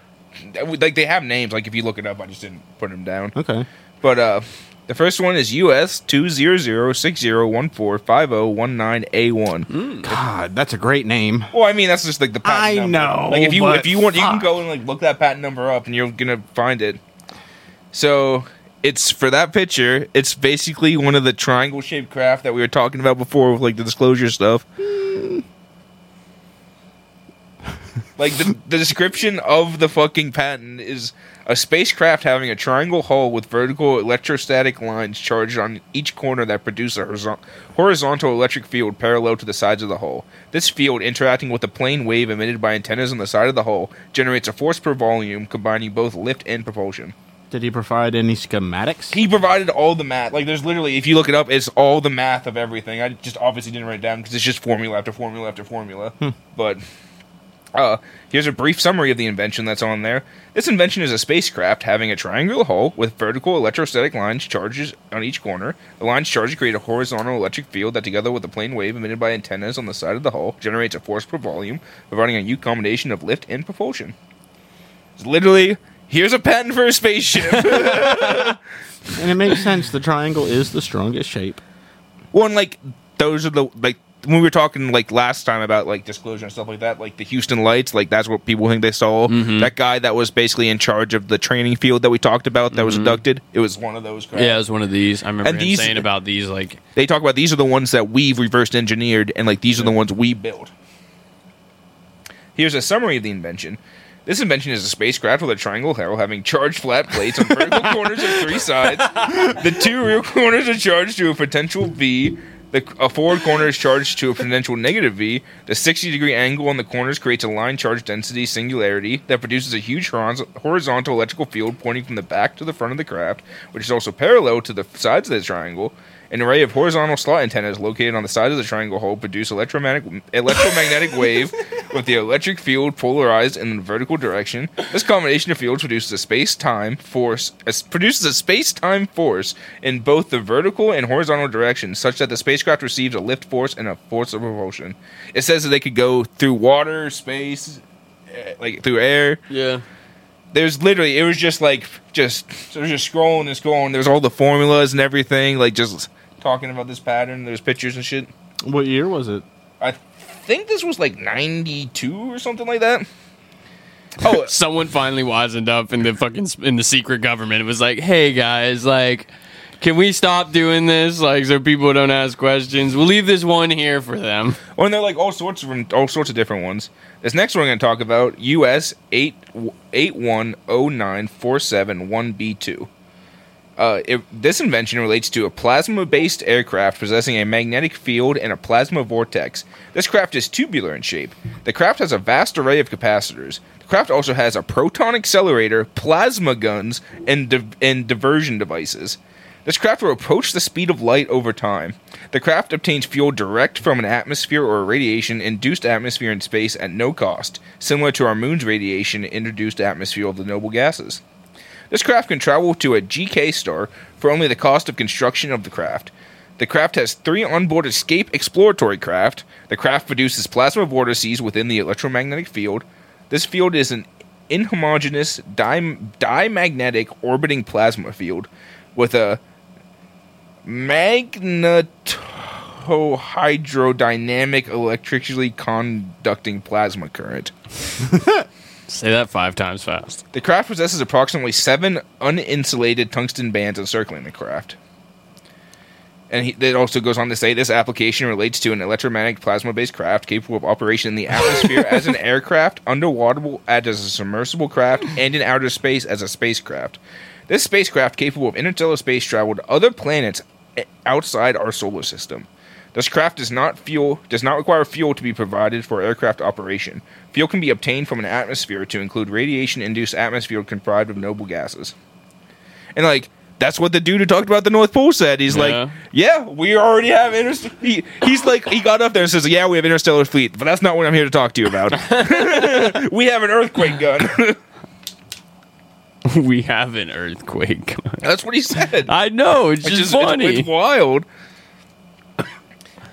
Speaker 3: like they have names. Like if you look it up, I just didn't put them down.
Speaker 2: Okay.
Speaker 3: But uh, the first one is US two zero zero six zero one four five zero one nine A one.
Speaker 2: God, that's a great name.
Speaker 3: Well, I mean that's just like the patent
Speaker 2: Hmm? I
Speaker 3: number.
Speaker 2: know,
Speaker 3: Like if you
Speaker 2: but
Speaker 3: if you want, you can
Speaker 2: fuck.
Speaker 3: go and like look that patent number up, and you're gonna find it. So. It's for that picture. It's basically one of the triangle shaped craft that we were talking about before with like the disclosure stuff. Like the, the description of the fucking patent is a spacecraft having a triangle hull with vertical electrostatic lines charged on each corner that produce a horizon- horizontal electric field parallel to the sides of the hull. This field interacting with a plane wave emitted by antennas on the side of the hull generates a force per volume combining both lift and propulsion.
Speaker 2: Did he provide any schematics?
Speaker 3: He provided all the math. Like, there's literally, if you look it up, it's all the math of everything. I just obviously didn't write it down because it's just formula after formula after formula. but uh, here's a brief summary of the invention that's on there. This invention is a spacecraft having a triangular hull with vertical electrostatic lines charges on each corner. The lines charged create a horizontal electric field that, together with a plane wave emitted by antennas on the side of the hull, generates a force per volume, providing a unique combination of lift and propulsion. It's literally, here's a patent for a spaceship.
Speaker 2: And it makes sense. The triangle is the strongest shape.
Speaker 3: Well, and like those are the like when we were talking like last time about like disclosure and stuff like that, like the Houston lights, like that's what people think they saw. That guy that was basically in charge of the training field that we talked about that was abducted. It was one of those. Crowds.
Speaker 1: Yeah, it was one of these. I remember
Speaker 3: And
Speaker 1: him
Speaker 3: these-
Speaker 1: saying about these like
Speaker 3: They talk about these are the ones that we've reversed engineered, and like these are the ones we built. Here's a summary of the invention. This invention is a spacecraft with a triangle hull having charged flat plates on vertical corners of three sides. The two rear corners are charged to a potential V. The a forward corner is charged to a potential negative V. The 60 degree angle on the corners creates a line charge density singularity that produces a huge horon- horizontal electrical field pointing from the back to the front of the craft, which is also parallel to the sides of the triangle. An array of horizontal slot antennas located on the side of the triangle hole produce electromagnetic electromagnetic wave with the electric field polarized in the vertical direction. This combination of fields produces a space-time force as- produces a space-time force in both the vertical and horizontal directions, such that the spacecraft receives a lift force and a force of propulsion. It says that they could go through water, space, eh, like through air.
Speaker 1: Yeah.
Speaker 3: There's literally it was just like just it was just scrolling and scrolling. There's all the formulas and everything, like just talking about this pattern. There's pictures and shit.
Speaker 2: What year was it?
Speaker 3: I think this was like '92 or something like that. Oh,
Speaker 1: someone finally wisened up in the fucking in the secret government. It was like, hey guys, like, can we stop doing this? Like, so people don't ask questions. We'll leave this one here for them.
Speaker 3: Well, Oh, and they're like all sorts of all sorts of different ones. This next one we're going to talk about US eight eight one zero nine four seven one B two. Uh, it, this invention relates to a plasma-based aircraft possessing a magnetic field and a plasma vortex. This craft is tubular in shape. The craft has a vast array of capacitors. The craft also has a proton accelerator, plasma guns, and di- and diversion devices. This craft will approach the speed of light over time. The craft obtains fuel direct from an atmosphere or radiation induced atmosphere in space at no cost, similar to our moon's radiation induced atmosphere of the noble gases. This craft can travel to a GK star for only the cost of construction of the craft. The craft has three onboard escape exploratory craft. The craft produces plasma vortices within the electromagnetic field. This field is an inhomogeneous dim- dimagnetic orbiting plasma field with a magnetohydrodynamic electrically conducting plasma current.
Speaker 1: Say that five times fast.
Speaker 3: The craft possesses approximately seven uninsulated tungsten bands encircling the craft. And he, it also goes on to say this application relates to an electromagnetic plasma based craft capable of operation in the atmosphere as an aircraft, underwater as a submersible craft, and in outer space as a spacecraft. This spacecraft capable of interstellar space travel to other planets eh, outside our solar system. This craft does not fuel does not require fuel to be provided for aircraft operation. Fuel can be obtained from an atmosphere to include radiation-induced atmosphere comprised of noble gases. And like that's what the dude who talked about the North Pole said. He's
Speaker 1: Yeah.
Speaker 3: like, "Yeah, we already have interstellar." He, he's like, he got up there and says, "Yeah, we have interstellar fleet," but that's not what I'm here to talk to you about. we have an earthquake gun.
Speaker 1: we have an earthquake.
Speaker 3: That's what he said.
Speaker 1: I know. It's
Speaker 3: Which
Speaker 1: just
Speaker 3: is-
Speaker 1: funny.
Speaker 3: It's, it's wild.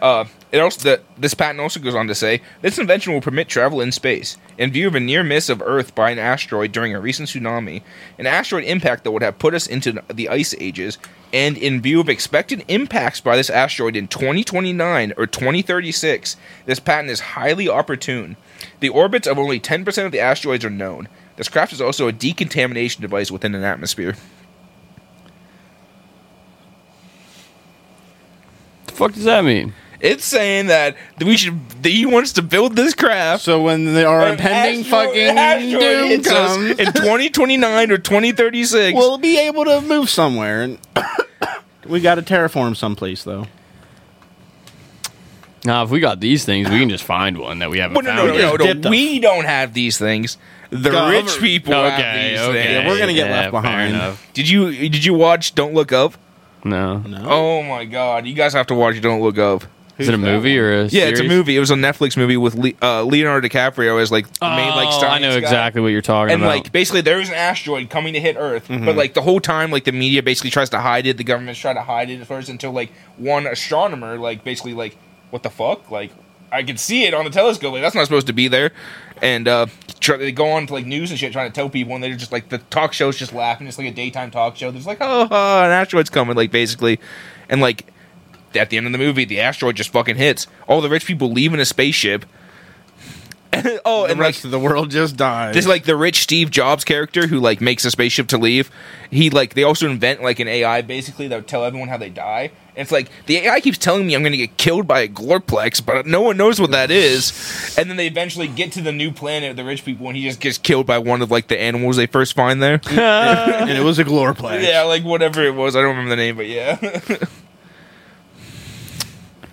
Speaker 3: Uh, it also the, this patent also goes on to say this invention will permit travel in space in view of a near miss of Earth by an asteroid during a recent tsunami, an asteroid impact that would have put us into the ice ages, and in view of expected impacts by this asteroid in 2029 or 2036, this patent is highly opportune. The orbits of only 10% of the asteroids are known. This craft is also a decontamination device within an atmosphere.
Speaker 1: the fuck does that mean?
Speaker 3: It's saying that we should. That he wants to build this craft.
Speaker 2: So when the, our impending fucking doom comes-
Speaker 3: in 2029 or 2036,
Speaker 2: We'll be able to move somewhere. And we got to terraform someplace, though.
Speaker 1: Now, if we got these things, we can just find one that we haven't
Speaker 3: Well, no,
Speaker 1: found.
Speaker 3: no, no,
Speaker 1: yet.
Speaker 3: no, no, We don't have these things. The
Speaker 1: Government-
Speaker 3: rich people
Speaker 1: Okay,
Speaker 3: have these
Speaker 1: okay,
Speaker 3: things.
Speaker 1: Yeah, we're gonna get yeah, left fair behind. enough.
Speaker 3: Did you Did you watch Don't Look Up?
Speaker 1: No.
Speaker 3: Oh my god, you guys have to watch Don't Look Up.
Speaker 1: Is it a movie or a
Speaker 3: Yeah, it's a
Speaker 1: series?
Speaker 3: movie. It was a Netflix movie with Le- uh, Leonardo DiCaprio as like the main like
Speaker 1: Oh, I know
Speaker 3: science guy.
Speaker 1: exactly what you're talking
Speaker 3: and
Speaker 1: about.
Speaker 3: like basically there is an asteroid coming to hit Earth,
Speaker 1: Mhm.
Speaker 3: but like the whole time like the media basically tries to hide it, the government's trying to hide it at first until like one astronomer like basically like what the fuck like I can see it on the telescope like that's not supposed to be there, and uh try, they go on to like news and shit trying to tell people and they're just like the talk show's just laughing it's like a daytime talk show there's like oh, oh an asteroid's coming like basically, and like at the end of the movie the asteroid just fucking hits all the rich people leave in a spaceship. oh,
Speaker 2: and the rest of the world just dies.
Speaker 3: This like the rich Steve Jobs character who like makes a spaceship to leave. He like they also invent like an AI basically that would tell everyone how they die. And it's like the AI keeps telling me I'm going to get killed by a glorplex, but no one knows what that is. And then they eventually get to the new planet of the rich people, and he just gets killed by one of like the animals they first find there.
Speaker 2: and it was a glorplex.
Speaker 3: Yeah, like whatever it was, I don't remember the name, but yeah.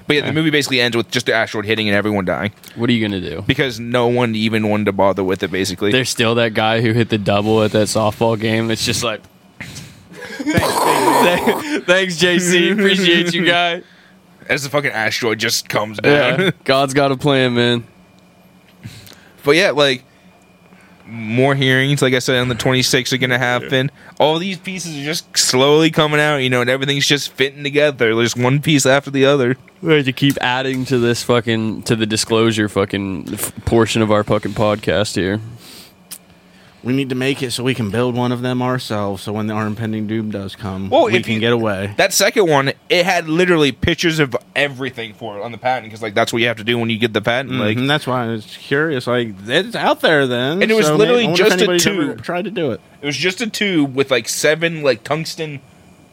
Speaker 3: but yeah, the movie basically ends with just the asteroid hitting and everyone dying.
Speaker 1: What are you gonna do?
Speaker 3: Because no one even wanted to bother with it. Basically,
Speaker 1: There's still that guy who hit the double at that softball game. It's just like, thanks, JC. Appreciate you, guy.
Speaker 3: As the fucking asteroid just comes down.
Speaker 1: yeah, God's got a plan, man.
Speaker 3: But yeah, like more hearings, like I said, on the 26th are going to happen. All these pieces are just slowly coming out, you know, and everything's just fitting together. There's one piece after the other.
Speaker 1: We have to keep adding to this fucking to the disclosure fucking f- portion of our fucking podcast here.
Speaker 2: We need to make it so we can build one of them ourselves. So when the our impending doom does come,
Speaker 3: Well,
Speaker 2: we
Speaker 3: if
Speaker 2: can
Speaker 3: you-
Speaker 2: get away.
Speaker 3: That second one, it had literally pictures of everything for it on the patent because, like, that's what you have to do when you get the patent. Like,
Speaker 2: Mhm, that's why I was curious. Like it's out there then,
Speaker 3: And it was
Speaker 2: so
Speaker 3: literally
Speaker 2: I wonder if
Speaker 3: just a
Speaker 2: anybody's ever
Speaker 3: tube.
Speaker 2: Tried to do it.
Speaker 3: It was just a tube with like seven like tungsten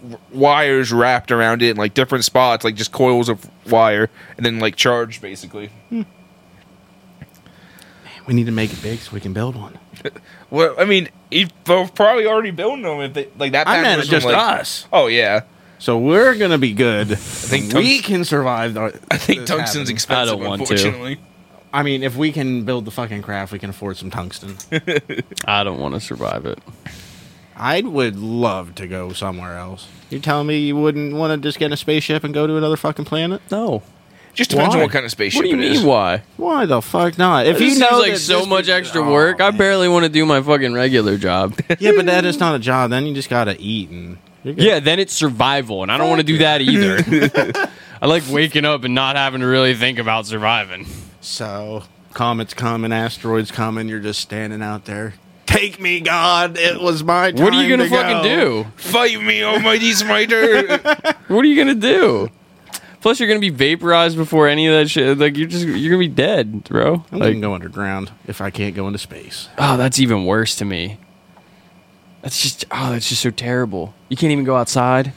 Speaker 3: w- wires wrapped around it in like different spots, like just coils of wire, and then like charged basically.
Speaker 2: We need to make it big so we can build one.
Speaker 3: Well, I mean, it- they're probably already building them if they like that.
Speaker 2: I
Speaker 3: patent
Speaker 2: meant
Speaker 3: was
Speaker 2: just
Speaker 3: from, like-
Speaker 2: us.
Speaker 3: Oh yeah,
Speaker 2: So we're gonna be good. I
Speaker 3: think
Speaker 2: we
Speaker 3: tungst-
Speaker 2: can survive. The,
Speaker 3: I think
Speaker 2: this
Speaker 3: tungsten's
Speaker 2: happening.
Speaker 3: expensive. unfortunately.
Speaker 2: I mean, if we can build the fucking craft, we can afford some tungsten.
Speaker 1: I don't want to survive it.
Speaker 2: I would love to go somewhere else. You're telling me you wouldn't want to just get in a spaceship and go to another fucking planet?
Speaker 1: No.
Speaker 3: Just depends
Speaker 2: Why?
Speaker 3: on what kind of spaceship.
Speaker 1: What do you
Speaker 3: it
Speaker 1: mean?
Speaker 3: is.
Speaker 1: Why?
Speaker 2: Why the fuck not? If
Speaker 1: This Oh.
Speaker 2: you
Speaker 1: seems
Speaker 2: know
Speaker 1: like
Speaker 2: that
Speaker 1: so
Speaker 2: this- Oh.
Speaker 1: much extra work, I barely want to do my fucking regular job.
Speaker 2: yeah, but that is not a job. Then you just gotta eat and
Speaker 1: yeah, then it's survival, and I don't want to do that either. I like waking up and not having to really think about surviving.
Speaker 2: so comets come and asteroids come and you're just standing out there. Take me, God! It was my time.
Speaker 1: What are you gonna
Speaker 2: to go.
Speaker 1: fucking do?
Speaker 3: Fight me, almighty smiter!
Speaker 1: What are you gonna do? Plus, you're gonna be vaporized before any of that shit. Like you're just you're gonna be dead, bro.
Speaker 2: I'm
Speaker 1: Like,
Speaker 2: gonna go underground if I can't go into space.
Speaker 1: oh, that's even worse to me. That's just oh, that's just so terrible. You can't even go outside.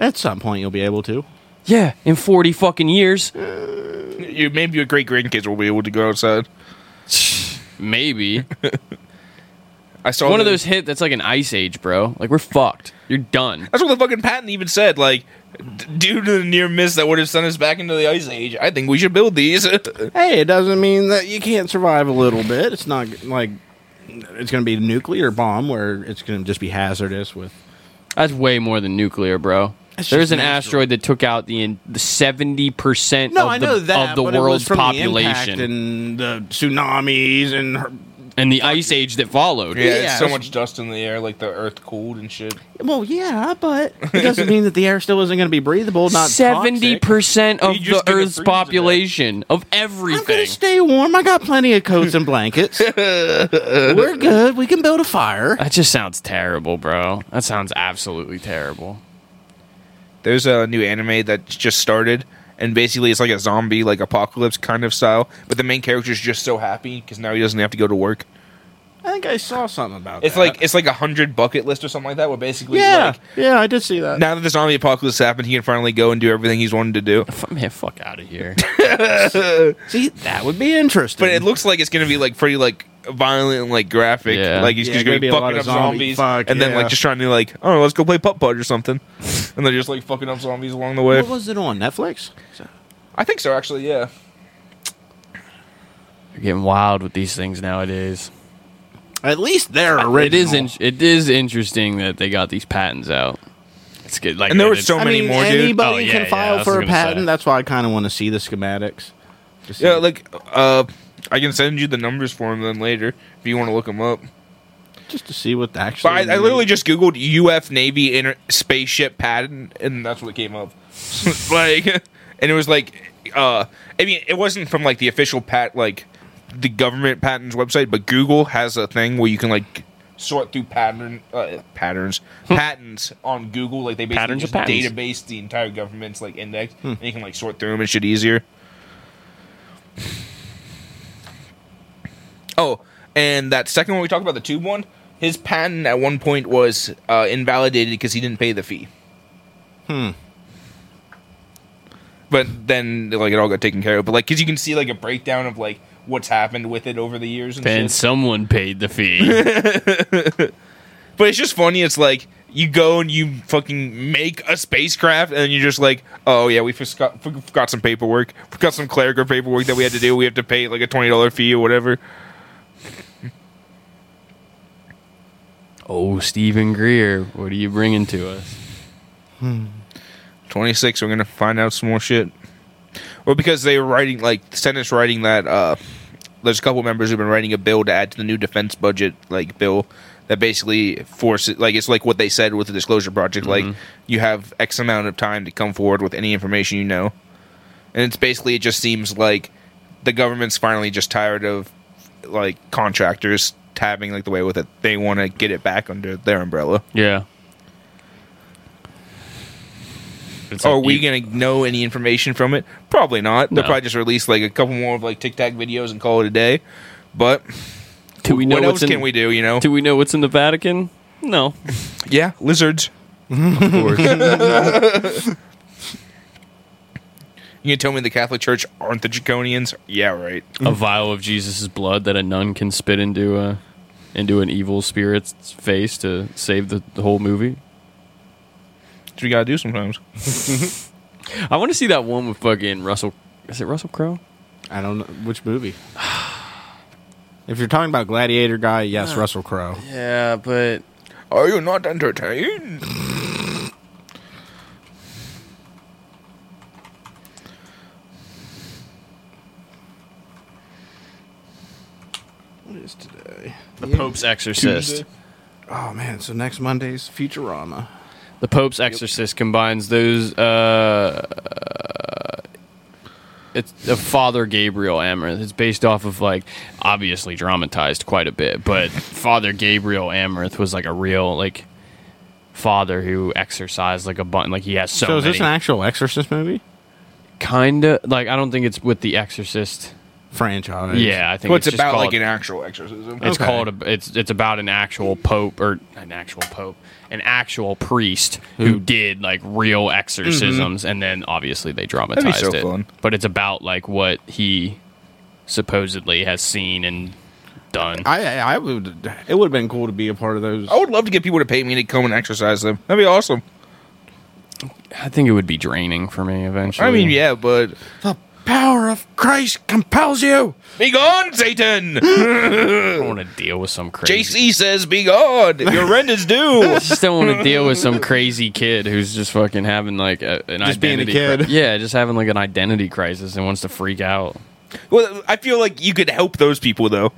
Speaker 2: At some point, you'll be able to.
Speaker 1: Yeah, in forty fucking years,
Speaker 3: you maybe your great grandkids will be able to go outside.
Speaker 1: maybe.
Speaker 3: I saw
Speaker 1: One of
Speaker 3: the-
Speaker 1: those hit that's like an ice age, bro. Like we're fucked. You're done.
Speaker 3: That's what the fucking patent even said. Like, d- due to the near miss that would have sent us back into the ice age, I think we should build these.
Speaker 2: Hey, it doesn't mean that you can't survive a little bit. It's not g- like it's going to be a nuclear bomb where it's going to just be hazardous with.
Speaker 1: That's way more than nuclear, bro.
Speaker 2: That's
Speaker 1: There's
Speaker 2: just
Speaker 1: an
Speaker 2: an
Speaker 1: asteroid that took out the in- the seventy percent of, the, of the world's population
Speaker 2: and the tsunamis and her,
Speaker 1: and the ice age that followed.
Speaker 3: Yeah, it's so
Speaker 2: Yes.
Speaker 3: much dust in the air, like the earth cooled and shit.
Speaker 2: well, yeah, but it doesn't mean that the air still isn't going to be breathable. Not
Speaker 1: seventy percent of
Speaker 3: You
Speaker 1: the
Speaker 3: just gonna freeze
Speaker 1: Earth's
Speaker 3: to death.
Speaker 1: population of
Speaker 2: I'm going
Speaker 1: everything.
Speaker 2: to stay warm. I got plenty of coats and blankets. We're good. We can build a fire.
Speaker 1: That just sounds terrible, bro. That sounds absolutely terrible.
Speaker 3: There's a new anime that just started, and basically it's like a zombie, like apocalypse kind of style. But the main character's just so happy because now he doesn't have to go to work.
Speaker 2: I think I saw something about
Speaker 3: It's
Speaker 2: that.
Speaker 3: like it's like a hundred bucket list or something like that. Where basically,
Speaker 2: yeah,
Speaker 3: like,
Speaker 2: yeah, I did see that.
Speaker 3: now that the zombie apocalypse happened, he can finally go and do everything he's wanted to do.
Speaker 1: Man, fuck out of here.
Speaker 2: See, that would be interesting.
Speaker 3: But it looks like it's gonna be like pretty like violent and like graphic.
Speaker 1: Yeah.
Speaker 3: Like he's
Speaker 2: Yeah,
Speaker 3: just
Speaker 2: gonna
Speaker 3: gonna
Speaker 2: be
Speaker 3: be
Speaker 2: a lot
Speaker 3: fucking
Speaker 2: of
Speaker 3: up
Speaker 2: zombie
Speaker 3: zombies
Speaker 2: fuck,
Speaker 3: and then
Speaker 2: yeah.
Speaker 3: like just trying to like, oh let's go play putt putt or something. and they're just like fucking up zombies along the way.
Speaker 2: what was it on Netflix?
Speaker 3: I think so actually, yeah.
Speaker 1: You're getting wild with these things nowadays.
Speaker 2: At least they're original.
Speaker 1: It is in- it is interesting that they got these patents out. It's good. Like
Speaker 3: And there
Speaker 1: that
Speaker 3: were
Speaker 1: it's-
Speaker 3: so
Speaker 2: I
Speaker 3: many
Speaker 2: mean,
Speaker 3: more, dude.
Speaker 2: anybody
Speaker 1: Oh, yeah,
Speaker 2: can
Speaker 1: yeah,
Speaker 2: file
Speaker 1: that's what
Speaker 2: for
Speaker 1: I
Speaker 2: a
Speaker 1: was gonna
Speaker 2: patent.
Speaker 1: say.
Speaker 2: That's why I kind of want to see the schematics. Just
Speaker 3: Yeah, like uh I can send you the numbers for him then later if you want to look them up.
Speaker 2: just to see what actually.
Speaker 3: But I, I literally just googled UF Navy inter- spaceship patent, and that's what came up. like, and it was like, uh, I mean, it wasn't from like the official pat, like the government patents website, but Google has a thing where you can like sort through pattern uh, patterns patents on Google. Like they basically
Speaker 1: Hmm. Patterns
Speaker 3: just
Speaker 1: of patents. Hmm.
Speaker 3: database the entire government's like index, and you can like sort through them and shit easier. Oh, and that second one we talked about, the tube one, his patent at one point was uh, invalidated because he didn't pay the fee.
Speaker 2: Hmm.
Speaker 3: But then, like, it all got taken care of. But like, because you can see like a breakdown of like what's happened with it over the years and
Speaker 1: Then
Speaker 3: shit.
Speaker 1: someone paid the fee.
Speaker 3: But it's just funny. It's like you go and you fucking make a spacecraft, and you're just like, oh yeah, we forgot, forgot some paperwork, forgot some clerical paperwork that we had to do. We have to pay like a twenty dollar fee or whatever.
Speaker 1: oh, Stephen Greer, what are you bringing to us?
Speaker 3: Twenty six. We're gonna find out some more shit. Well, because they were writing like the Senate's writing that. uh There's a couple members who've been writing a bill to add to the new defense budget, like bill that basically forces like it's like what they said with the disclosure project. Like you have X amount of time to come forward with any information you know. and it's basically it just seems like the government's finally just tired of like contractors having like the way with it they want to get it back under their umbrella
Speaker 1: Yeah. It's
Speaker 3: are
Speaker 1: like
Speaker 3: we
Speaker 1: you-
Speaker 3: gonna know any information from it probably not they'll
Speaker 1: No.
Speaker 3: probably just release like a couple more of like tic-tac videos and call it a day but
Speaker 1: do we know
Speaker 3: what
Speaker 1: what's
Speaker 3: else
Speaker 1: in,
Speaker 3: can we do you know
Speaker 1: Do we know what's in the Vatican? No.
Speaker 3: yeah lizards
Speaker 1: Of course.
Speaker 3: you gonna tell me the catholic church aren't the draconians yeah right
Speaker 1: a vial of Jesus' blood that a nun can spit into a into an evil spirit's face to save the, the whole movie.
Speaker 3: that's what you gotta do sometimes
Speaker 1: I want to see that one with fucking Russell. Is it Russell Crowe?
Speaker 2: I don't know which movie. If you're talking about Gladiator guy, yes, Russell Crowe.
Speaker 1: Yeah, but
Speaker 3: are you not entertained
Speaker 2: What is today?
Speaker 1: the Pope's Exorcist.
Speaker 2: Oh man, so next Monday's Futurama.
Speaker 1: The Pope's Exorcist combines those. Uh, it's a Father Gabriel Amaranth. It's based off of like obviously dramatized quite a bit, but Father Gabriel Amaranth was like a real like father who exercised like a button. Like he has so,
Speaker 2: So, is this an
Speaker 1: many-
Speaker 2: actual Exorcist movie
Speaker 1: kinda like I don't think it's with the Exorcist.
Speaker 2: franchise?
Speaker 1: Yeah, I think
Speaker 3: well,
Speaker 1: it's,
Speaker 3: it's,
Speaker 1: just
Speaker 3: about
Speaker 1: called,
Speaker 3: like an actual exorcism
Speaker 1: It's
Speaker 2: Okay.
Speaker 1: called a, it's it's about an actual pope or an actual pope, an actual priest who, did like real exorcisms, and then obviously they
Speaker 3: be
Speaker 1: dramatized
Speaker 3: so
Speaker 1: it.
Speaker 3: fun.
Speaker 1: But it's about like what he supposedly has seen and done.
Speaker 2: I I I would. It would have been cool to be a part of those.
Speaker 3: I would love to get people to pay me to come and exercise them. That'd be awesome.
Speaker 1: I think it would be draining for me eventually.
Speaker 3: I mean, yeah, but
Speaker 2: The power of Christ compels you.
Speaker 3: be gone, Satan.
Speaker 1: I don't want to deal with some crazy.
Speaker 3: JC says, "Be gone. Your rent is due."
Speaker 1: I just don't want to deal with some crazy kid who's just fucking having like a, an
Speaker 2: Just being a
Speaker 1: identity.
Speaker 2: kid.
Speaker 1: cri- yeah, just having like an identity crisis and wants to freak out.
Speaker 3: well, I feel like you could help those people though.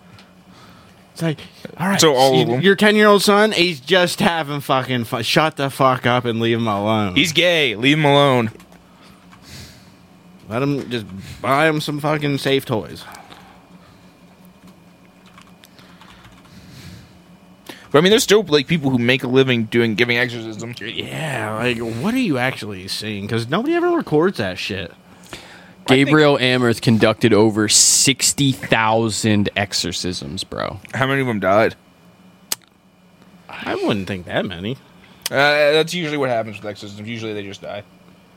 Speaker 2: It's like, all right.
Speaker 3: So all
Speaker 2: you-
Speaker 3: of 'em.
Speaker 2: Your ten year old son, he's just having fucking fun. Shut the fuck up and leave him alone.
Speaker 3: He's gay. Leave him alone.
Speaker 2: Let him just buy him some fucking safe toys.
Speaker 3: But I mean, there's still like people who make a living doing giving exorcism.
Speaker 2: Yeah, like what are you actually seeing? Because nobody ever records that shit.
Speaker 1: Gabriel Amherst conducted over 60,000 exorcisms, bro.
Speaker 3: How many of them died?
Speaker 2: I wouldn't think that many.
Speaker 3: Uh, that's usually what happens with exorcisms. Usually they just die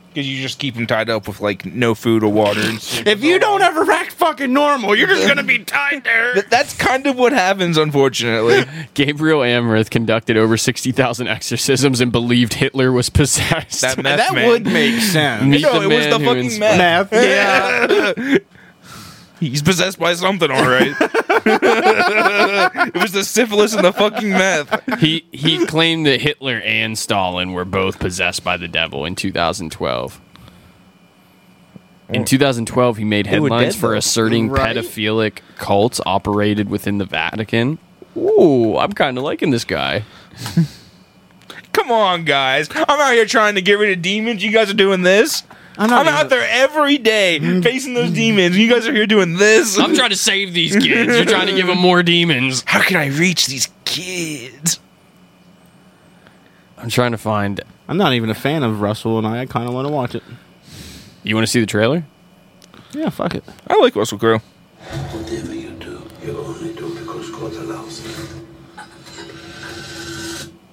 Speaker 3: because you just keep them tied up with like no food or water. And shit.
Speaker 2: If you don't ever act fucking normal, you're just gonna be tied there.
Speaker 3: Th- that's kind of what happens, unfortunately.
Speaker 1: Gabriel Amherst conducted over 60,000 exorcisms and believed Hitler was possessed.
Speaker 3: That meth
Speaker 2: That
Speaker 3: man.
Speaker 2: would make sense.
Speaker 1: Meet
Speaker 3: No,
Speaker 1: the
Speaker 3: it was
Speaker 1: man
Speaker 3: the
Speaker 1: who
Speaker 3: fucking
Speaker 1: ins-
Speaker 2: Math,
Speaker 3: meth.
Speaker 2: yeah.
Speaker 3: He's possessed by something, all right. it was the syphilis and the fucking meth.
Speaker 1: he he claimed that Hitler and Stalin were both possessed by the devil in 2012. In 2012, he made
Speaker 3: were
Speaker 1: headlines
Speaker 3: dead,
Speaker 1: for
Speaker 3: though.
Speaker 1: asserting
Speaker 2: Right?
Speaker 1: pedophilic cults operated within the Vatican. Ooh, I'm kind of liking this guy.
Speaker 3: Come on, guys. I'm out here trying to get rid of demons. You guys are doing this.
Speaker 2: I'm
Speaker 3: I'm, Mm.
Speaker 2: not even-
Speaker 3: out there every day facing those demons. You guys are here doing this.
Speaker 1: I'm trying to save these kids. You're trying to give them more demons.
Speaker 3: How can I reach these kids?
Speaker 1: I'm trying to find.
Speaker 2: I'm not even a fan of Russell, and I, I kind of want to watch it.
Speaker 1: You want to see the trailer?
Speaker 2: Yeah, fuck it.
Speaker 3: I like Russell Crowe.
Speaker 5: Whatever you do, you only do because God allows it.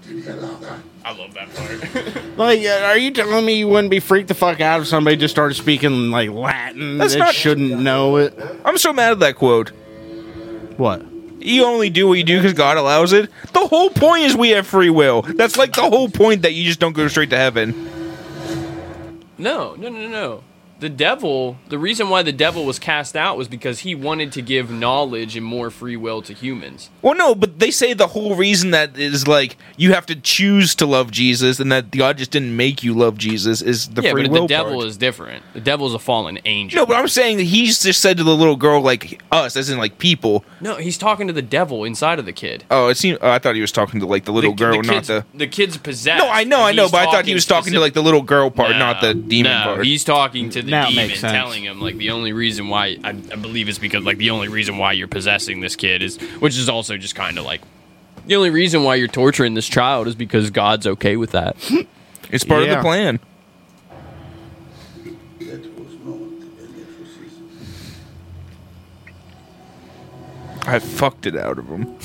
Speaker 12: I love that part.
Speaker 2: Like, uh, are you telling me you wouldn't be freaked the fuck out if somebody just started speaking like Latin
Speaker 3: That's
Speaker 2: that
Speaker 3: not-
Speaker 2: shouldn't know it? Uh,
Speaker 3: I'm so mad at that quote.
Speaker 2: What?
Speaker 3: You only do what you do because God allows it. The whole point is we have free will. That's like the whole point that you just don't go straight to heaven.
Speaker 1: No, no, no, no. The devil, the reason why the devil was cast out was because he wanted to give knowledge and more free will to humans.
Speaker 3: Well, no, but they say the whole reason that is like you have to choose to love Jesus and that God just didn't make you love Jesus is the
Speaker 1: yeah,
Speaker 3: free
Speaker 1: but
Speaker 3: will
Speaker 1: the devil
Speaker 3: part.
Speaker 1: is different. The devil's a fallen angel.
Speaker 3: No, but I'm saying that he's just said to the little girl, like us, as in like people.
Speaker 1: No, he's talking to the devil inside of the kid.
Speaker 3: Oh, it seemed. Oh, I thought he was talking to like the little
Speaker 1: the,
Speaker 3: girl,
Speaker 1: the
Speaker 3: not
Speaker 1: kid's,
Speaker 3: the.
Speaker 1: the kid's possessed.
Speaker 3: No, I know, I
Speaker 1: and
Speaker 3: know,
Speaker 1: he's
Speaker 3: but I thought he was talking to like the little girl part,
Speaker 1: specific-
Speaker 3: not the
Speaker 1: No,
Speaker 3: demon
Speaker 1: no,
Speaker 3: part.
Speaker 1: He's talking to the
Speaker 2: Now it
Speaker 1: demon,
Speaker 2: makes sense.
Speaker 1: telling him like the only reason why I, I believe it's because like the only reason why you're possessing this kid is, which is also just kind of like the only reason why you're torturing this child is because God's okay with that.
Speaker 3: It's part of
Speaker 2: Yeah.
Speaker 3: the plan.
Speaker 5: That was not an exorcism.
Speaker 3: I fucked it out of him.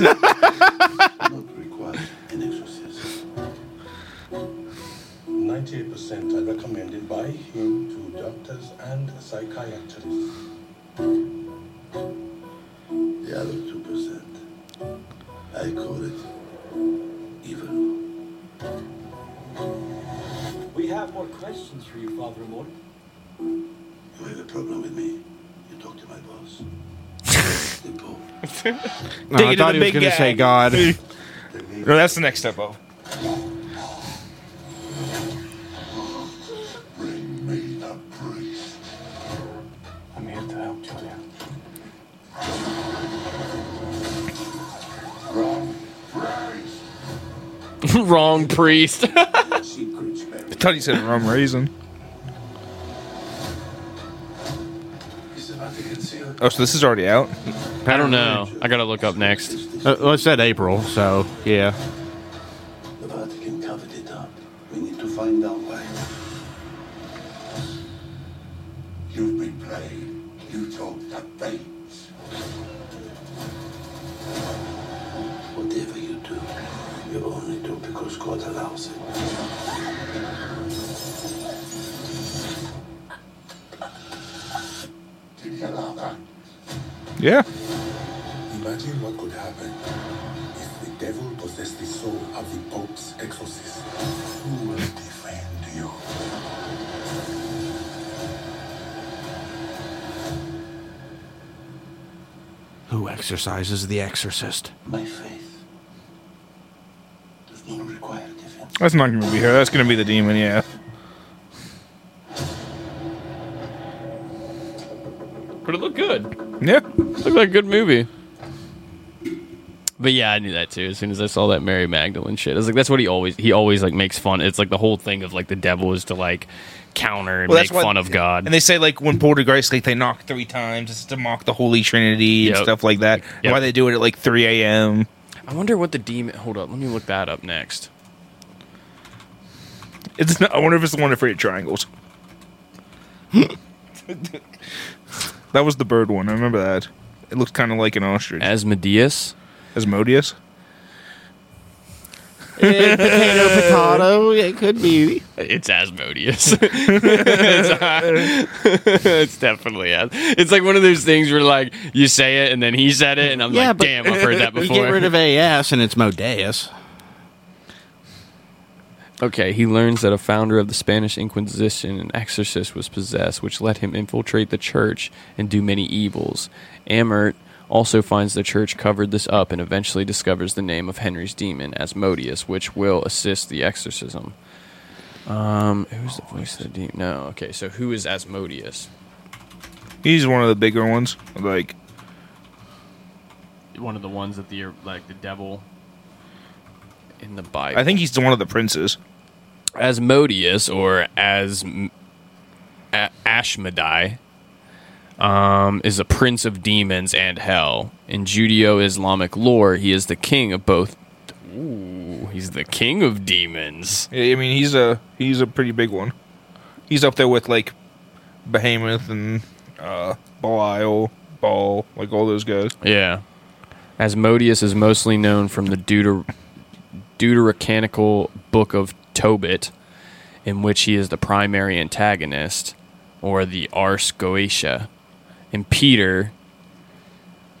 Speaker 5: Not require an exorcism. 98% are recommended by him to doctors and psychiatrists. The other 2%, I call it evil.
Speaker 9: We have more questions for you, Father Immortal.
Speaker 5: You have a problem with me? You talk to my boss. the Pope.
Speaker 2: No, I
Speaker 3: Dig into
Speaker 2: thought he
Speaker 3: the
Speaker 2: was
Speaker 3: big
Speaker 2: gonna
Speaker 3: guy.
Speaker 2: say God.
Speaker 3: No, that's the next step up.
Speaker 5: Bring me a priest. I'm here to help Julia. Wrong. Priest.
Speaker 1: Wrong priest.
Speaker 5: Secrets, Mary.
Speaker 3: I thought he said rum raisin.
Speaker 5: Is it Vatican seal?
Speaker 3: Oh, so this is already out.
Speaker 1: I don't know. I gotta look up next.
Speaker 2: Uh, well, it said April, so yeah.
Speaker 5: The Vatican covered it up. We need to find out why. You've been played. You told the fates. Whatever you do, you only do because God allows it. Did he allow that?
Speaker 3: Yeah.
Speaker 5: Imagine what could happen if the devil possessed the soul of the Pope's exorcist. Who will defend you?
Speaker 2: Who exercises the exorcist?
Speaker 5: My faith does not require defense.
Speaker 3: That's not gonna be her. That's gonna be the demon. Yeah.
Speaker 1: But it looked good.
Speaker 3: Yeah.
Speaker 1: Looked like a good movie. But yeah, I knew that too. As soon as I saw that Mary Magdalene shit, I was like, "That's what he always he always like makes fun." It's like the whole thing of like the devil is to like counter and
Speaker 3: Well,
Speaker 1: make
Speaker 3: that's why-
Speaker 1: fun of God.
Speaker 3: And they say like when poltergeist, like they knock three times, it's to mock the Holy Trinity
Speaker 1: Yep.
Speaker 3: and stuff like that.
Speaker 1: Yep.
Speaker 3: Why they do it at like 3 a.m.
Speaker 1: I wonder what the demon. Hold up, let me look that up next.
Speaker 3: It's not, I wonder if it's the one afraid of triangles. that was the bird one. I remember that. It looked kind of like an ostrich.
Speaker 1: Asmodeus.
Speaker 3: Asmodeus.
Speaker 2: potato, potato. It could be.
Speaker 1: It's Asmodeus. it's, it's definitely As. It's like one of those things where like you say it and then he said it, and I'm like, damn, I've heard that
Speaker 2: you
Speaker 1: before.
Speaker 2: get rid of AS and it's Modeus.
Speaker 1: Okay, he learns that a founder of the Spanish Inquisition, an exorcist, was possessed, which let him infiltrate the church and do many evils. Amert also finds the church covered this up and eventually discovers the name of Henry's demon, Asmodeus, which will assist the exorcism. Um, who's the voice of the demon? No, okay, so who is Asmodeus?
Speaker 3: He's one of the bigger ones. Like
Speaker 1: One of the ones that the like the devil in the Bible.
Speaker 3: I think he's one of the princes.
Speaker 1: Asmodeus or as a- Ashmedai um, is a prince of demons and hell. In Judeo-Islamic lore, he is the king of both. Ooh, he's the king of demons.
Speaker 3: I mean, he's a he's a pretty big one. He's up there with like Behemoth and uh, Belial, Baal, like all those guys.
Speaker 1: Yeah. Asmodeus is mostly known from the Deuter- Deuterocanical Book of Tobit, in which he is the primary antagonist, or the Ars Goetia. In Peter,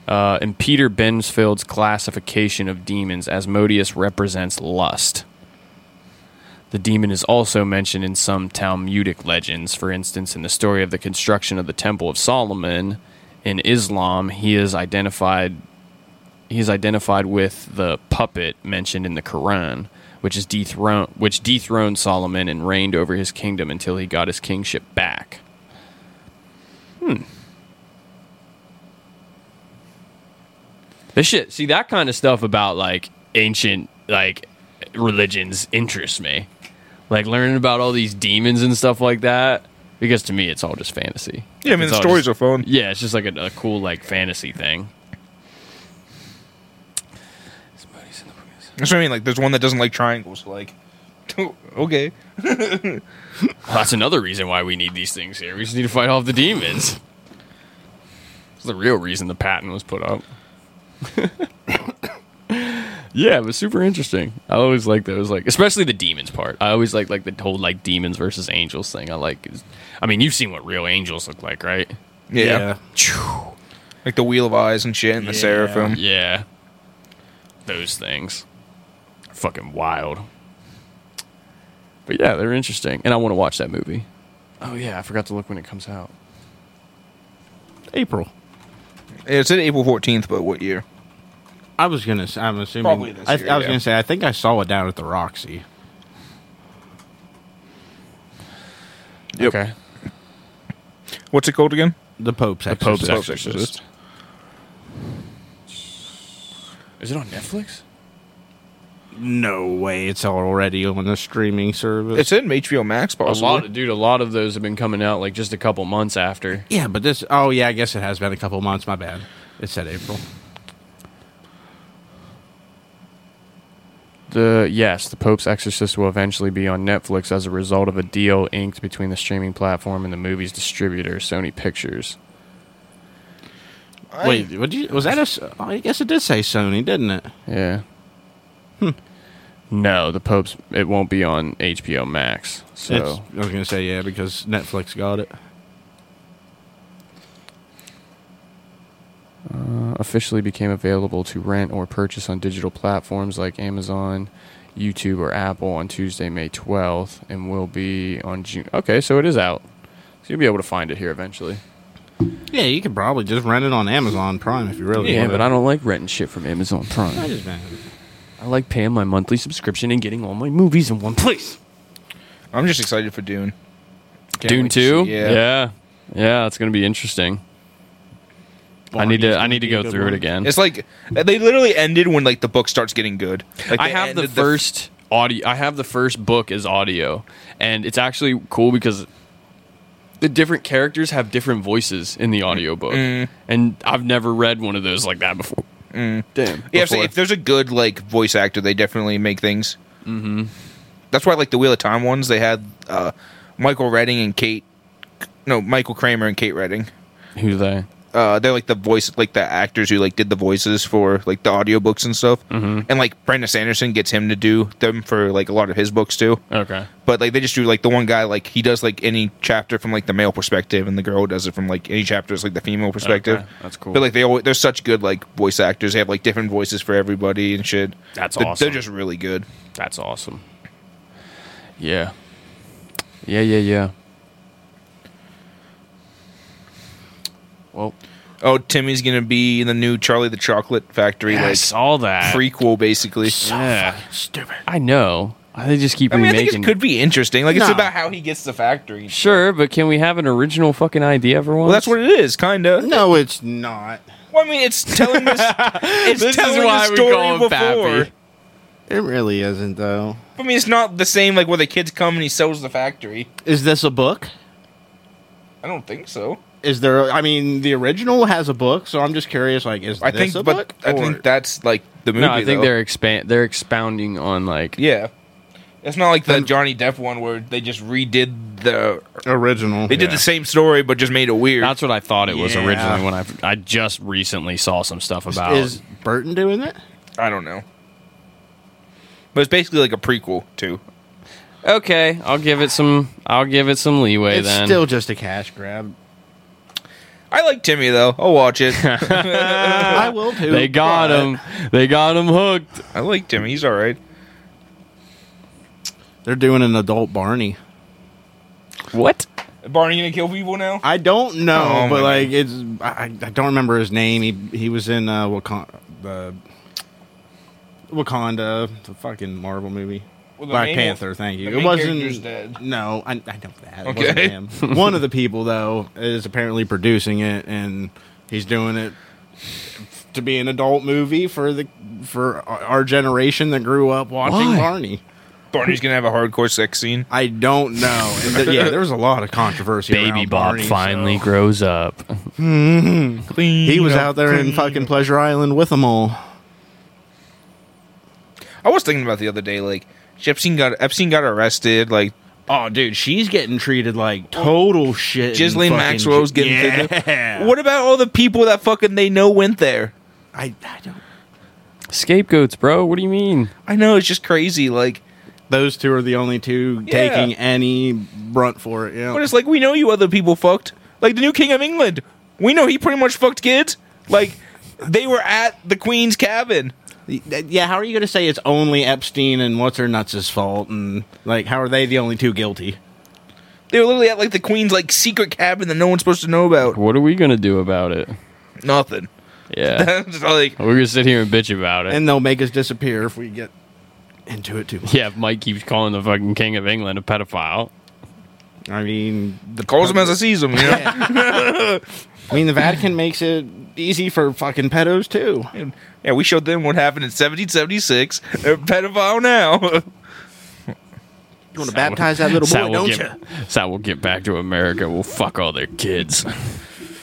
Speaker 1: uh, in Peter Bensfield's classification of demons, Asmodeus represents lust. The demon is also mentioned in some Talmudic legends. For instance, in the story of the construction of the Temple of Solomon in Islam, he is identified he is identified with the puppet mentioned in the Quran, which is dethroned which dethroned Solomon and reigned over his kingdom until he got his kingship back. Hmm. This shit, see that kind of stuff about like ancient like religions interests me. Like learning about all these demons and stuff like that because to me it's all just fantasy.
Speaker 3: Yeah, I mean,
Speaker 1: It's
Speaker 3: the
Speaker 1: all
Speaker 3: stories
Speaker 1: just-
Speaker 3: are fun.
Speaker 1: Yeah, it's just like a, a cool like fantasy thing.
Speaker 3: That's what I mean. Like, there's one that doesn't like triangles. Like, okay.
Speaker 1: Well, that's another reason why we need these things here. We just need to fight off the demons. That's the real reason the patent was put up. yeah, it was super interesting. I always like those, like especially the demons part. I always like like the whole like demons versus angels thing. I like. is- I mean, you've seen what real angels look like, right?
Speaker 3: Yeah. Like the Wheel of Eyes and shit, and the Seraphim.
Speaker 1: Yeah. Those things. Fucking wild. But yeah, they're interesting. And I want to watch that movie. Oh, yeah. I forgot to look when it comes out. April.
Speaker 3: It's in April 14th, but what year?
Speaker 2: I was gonna. s- I'm assuming.
Speaker 3: Probably this
Speaker 2: I,
Speaker 3: year,
Speaker 2: I was
Speaker 3: yeah.
Speaker 2: gonna say. I think I saw it down at the Roxy.
Speaker 1: Okay.
Speaker 3: What's it called again?
Speaker 2: The Pope's
Speaker 3: The
Speaker 2: Exorcist.
Speaker 3: Pope's Exorcist.
Speaker 1: Is it on Netflix?
Speaker 2: No way. It's already on the streaming service.
Speaker 3: It's in HBO Max,
Speaker 1: A
Speaker 3: possibly.
Speaker 1: lot, dude. A lot of those have been coming out like just a couple months after.
Speaker 2: yeah, but this. Oh yeah, I guess it has been a couple months. My bad. It said April.
Speaker 1: The yes, the Pope's Exorcist will eventually be on Netflix as a result of a deal inked between the streaming platform and the movie's distributor, Sony Pictures.
Speaker 2: Wait, what you, was that a? s- oh, I guess it did say Sony, didn't it?
Speaker 1: Yeah.
Speaker 3: Hmm.
Speaker 1: No, the Pope's it won't be on HBO Max. So
Speaker 2: It's- I was gonna say yeah because Netflix got it.
Speaker 1: uh, officially became available to rent or purchase on digital platforms like Amazon, YouTube, or Apple on Tuesday, May 12th, and will be on June. Okay, so it is out. So you'll be able to find it here eventually.
Speaker 2: Yeah, you could probably just rent it on Amazon Prime if you really
Speaker 1: yeah,
Speaker 2: want.
Speaker 1: but I don't like renting shit from Amazon
Speaker 2: I
Speaker 1: Prime.
Speaker 2: just man.
Speaker 1: I like paying my monthly subscription and getting all my movies in one place.
Speaker 3: I'm just excited for Dune. Can't
Speaker 1: Dune
Speaker 3: wait to
Speaker 1: two,
Speaker 3: see-
Speaker 1: yeah. yeah, it's gonna be interesting. I need to I need to go through it again.
Speaker 3: It's like they literally ended when like the book starts getting good. Like,
Speaker 1: I
Speaker 3: they
Speaker 1: have the
Speaker 3: ended
Speaker 1: first audio. I have the first book as audio, and it's actually cool because the different characters have different voices in the audio book,
Speaker 3: Mm.
Speaker 1: and I've never read one of those like that before.
Speaker 3: Mm.
Speaker 1: Damn.
Speaker 3: Yeah, if,
Speaker 1: before.
Speaker 3: if there's a good like voice actor, they definitely make things. Mm-hmm. That's why like the Wheel of Time ones, they had uh, Michael Redding and Kate. no Michael Kramer and Kate Redding.
Speaker 1: Who's they?
Speaker 3: Uh, they're like the voice, like the actors who like did the voices for like the audiobooks and stuff. Mm-hmm. And like Brenda Sanderson gets him to do them for like a lot of his books too.
Speaker 1: Okay.
Speaker 3: But like they just do like the one guy like he does like any chapter from like the male perspective, and the girl does it from like any chapters like the female perspective.
Speaker 1: Okay, that's cool.
Speaker 3: But like they always, they're such good like voice actors. They have like different voices for everybody and shit.
Speaker 1: That's
Speaker 3: They're-
Speaker 1: awesome.
Speaker 3: They're just really good.
Speaker 1: That's awesome. Yeah. Yeah, yeah, yeah. Well,
Speaker 3: oh, Timmy's gonna be in the new Charlie the Chocolate Factory.
Speaker 1: Yeah, I
Speaker 3: like
Speaker 1: saw that.
Speaker 3: prequel, basically.
Speaker 1: yeah. Stupid. I know. I- They just keep
Speaker 3: I mean, I
Speaker 1: remaking.
Speaker 3: think it could be interesting. Like it's
Speaker 1: No.
Speaker 3: about how he gets the factory.
Speaker 1: Sure, but can we have an original fucking idea for once?
Speaker 3: Well, that's what it is, kind of.
Speaker 2: No, it's not.
Speaker 3: Well, I mean, it's telling this. It's
Speaker 1: This is
Speaker 3: telling
Speaker 1: why
Speaker 3: the
Speaker 1: we
Speaker 3: story
Speaker 1: call him
Speaker 3: before.
Speaker 1: Pappy.
Speaker 2: It really isn't though.
Speaker 3: I mean, it's not the same. Like where the kids come and he sells the factory.
Speaker 2: Is this a book?
Speaker 3: I don't think so.
Speaker 2: Is there? I mean, the original has a book, so I'm just curious. Like, is
Speaker 3: I
Speaker 2: this
Speaker 3: think,
Speaker 2: a
Speaker 3: but
Speaker 2: book?
Speaker 3: I think that's like the movie.
Speaker 1: no, I think
Speaker 3: though.
Speaker 1: they're expand. They're expounding on like.
Speaker 3: Yeah, it's not like the Johnny Depp one where they just redid the.
Speaker 2: original.
Speaker 3: They did the same story but just made it weird.
Speaker 1: That's what I thought it was
Speaker 2: Yeah.
Speaker 1: originally when I I just recently saw some stuff about.
Speaker 2: Is Burton doing it?
Speaker 3: I don't know. But it's basically like a prequel too.
Speaker 1: okay, I'll give it some. I'll give it some leeway
Speaker 2: it's
Speaker 1: then.
Speaker 2: still just a cash grab.
Speaker 3: I like Timmy though. I'll watch it.
Speaker 2: I will too.
Speaker 1: they got
Speaker 2: but
Speaker 1: him. They got him hooked.
Speaker 3: I like Timmy. He's all right.
Speaker 2: They're doing an adult Barney.
Speaker 1: What?
Speaker 3: Barney gonna kill people now?
Speaker 2: I don't know,
Speaker 3: Oh,
Speaker 2: but
Speaker 3: my
Speaker 2: like it's I, I don't remember his name. He he was in uh, Wakanda, the Wakanda, the fucking Marvel movie.
Speaker 3: Well, the
Speaker 2: Black
Speaker 3: main-
Speaker 2: Panther, thank you.
Speaker 3: the
Speaker 2: it
Speaker 3: main character's
Speaker 2: wasn't.
Speaker 3: dead.
Speaker 2: No, I, I know that. It
Speaker 3: Okay.
Speaker 2: wasn't him. One of the people though is apparently producing it, and he's doing it to be an adult movie for the for our generation that grew up watching
Speaker 1: Why?
Speaker 2: Barney.
Speaker 3: Barney's gonna have a hardcore sex scene.
Speaker 2: I don't know. And th- yeah, there was a lot of controversy.
Speaker 1: Baby
Speaker 2: around
Speaker 1: Bob
Speaker 2: Barney, so-
Speaker 1: finally grows up.
Speaker 3: Clean
Speaker 2: He was
Speaker 3: up,
Speaker 2: out there in
Speaker 3: clean
Speaker 2: fucking Pleasure Island with them all.
Speaker 3: I was thinking about the other day, like Epstein got Epstein got arrested, like
Speaker 2: Oh, dude, she's getting treated like total shit. in
Speaker 3: Ghislaine
Speaker 2: fucking
Speaker 3: Maxwell's
Speaker 2: J-
Speaker 3: getting
Speaker 2: yeah.
Speaker 3: What about all the people that fucking they know went there?
Speaker 2: I, I don't.
Speaker 1: Scapegoats, bro. What do you mean?
Speaker 3: I know it's just crazy, like
Speaker 2: Those two are the only two
Speaker 3: Yeah.
Speaker 2: taking any brunt for it. Yeah.
Speaker 3: but it's like we know you other people fucked. Like the new king of England. We know he pretty much fucked kids. Like they were at the Queen's cabin.
Speaker 2: yeah, how are you going to say it's only Epstein and what's her nuts' fault? And like, how are they the only two guilty?
Speaker 3: They were literally at like the Queen's like secret cabin that no one's supposed to know about.
Speaker 1: What are we gonna do about it?
Speaker 3: Nothing.
Speaker 1: Yeah,
Speaker 3: That's like
Speaker 1: we're gonna sit here and bitch about it.
Speaker 2: And they'll make us disappear if we get into it too much.
Speaker 1: yeah, if Mike keeps calling the fucking king of England a pedophile.
Speaker 2: I mean, the
Speaker 3: calls him as I sees him, you know?
Speaker 2: I mean, the Vatican makes it easy for fucking pedos too.
Speaker 3: And, yeah, we showed them what happened in 1776. They're a pedophile now.
Speaker 2: You want to baptize that little
Speaker 1: Sal
Speaker 2: boy,
Speaker 1: will
Speaker 2: don't
Speaker 1: get,
Speaker 2: you?
Speaker 1: Sal will get back to America. We'll fuck all their kids.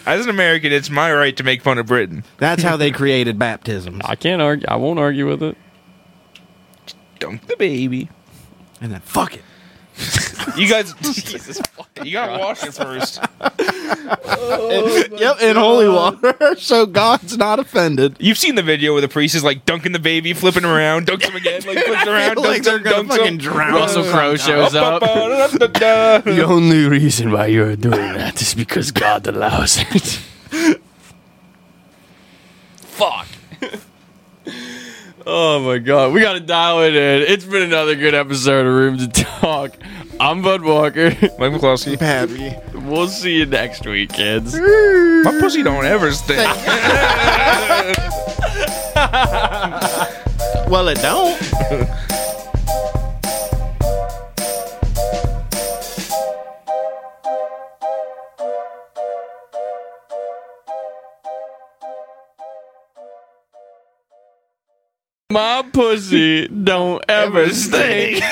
Speaker 3: As an American, it's my right to make fun of Britain.
Speaker 2: That's how they created baptisms.
Speaker 1: I can't argue. I won't argue with it.
Speaker 3: Dunk the baby.
Speaker 2: And then fuck it.
Speaker 3: You guys, Jesus fucking you gotta wash it first.
Speaker 2: yep, in holy water, so God's not offended.
Speaker 3: You've seen the video where the priest is like dunking the baby, flipping him around, dunks him again, like flips around,
Speaker 2: Feel like
Speaker 3: dunks
Speaker 2: they're
Speaker 3: him,
Speaker 2: gonna
Speaker 3: dunks
Speaker 2: fucking
Speaker 3: him.
Speaker 2: drown.
Speaker 1: Russell Crowe shows up.
Speaker 3: Ba-ba-da-da-da.
Speaker 1: The only reason why you're doing that is because God allows it. Fuck. oh my god, we gotta dial it in. It's been another good episode of Room to Talk. I'm Bud Walker.
Speaker 3: Mike McCloskey.
Speaker 2: Happy.
Speaker 1: We'll see you next week, kids.
Speaker 3: My pussy don't ever stink.
Speaker 2: Well, it don't.
Speaker 1: My pussy don't ever stink.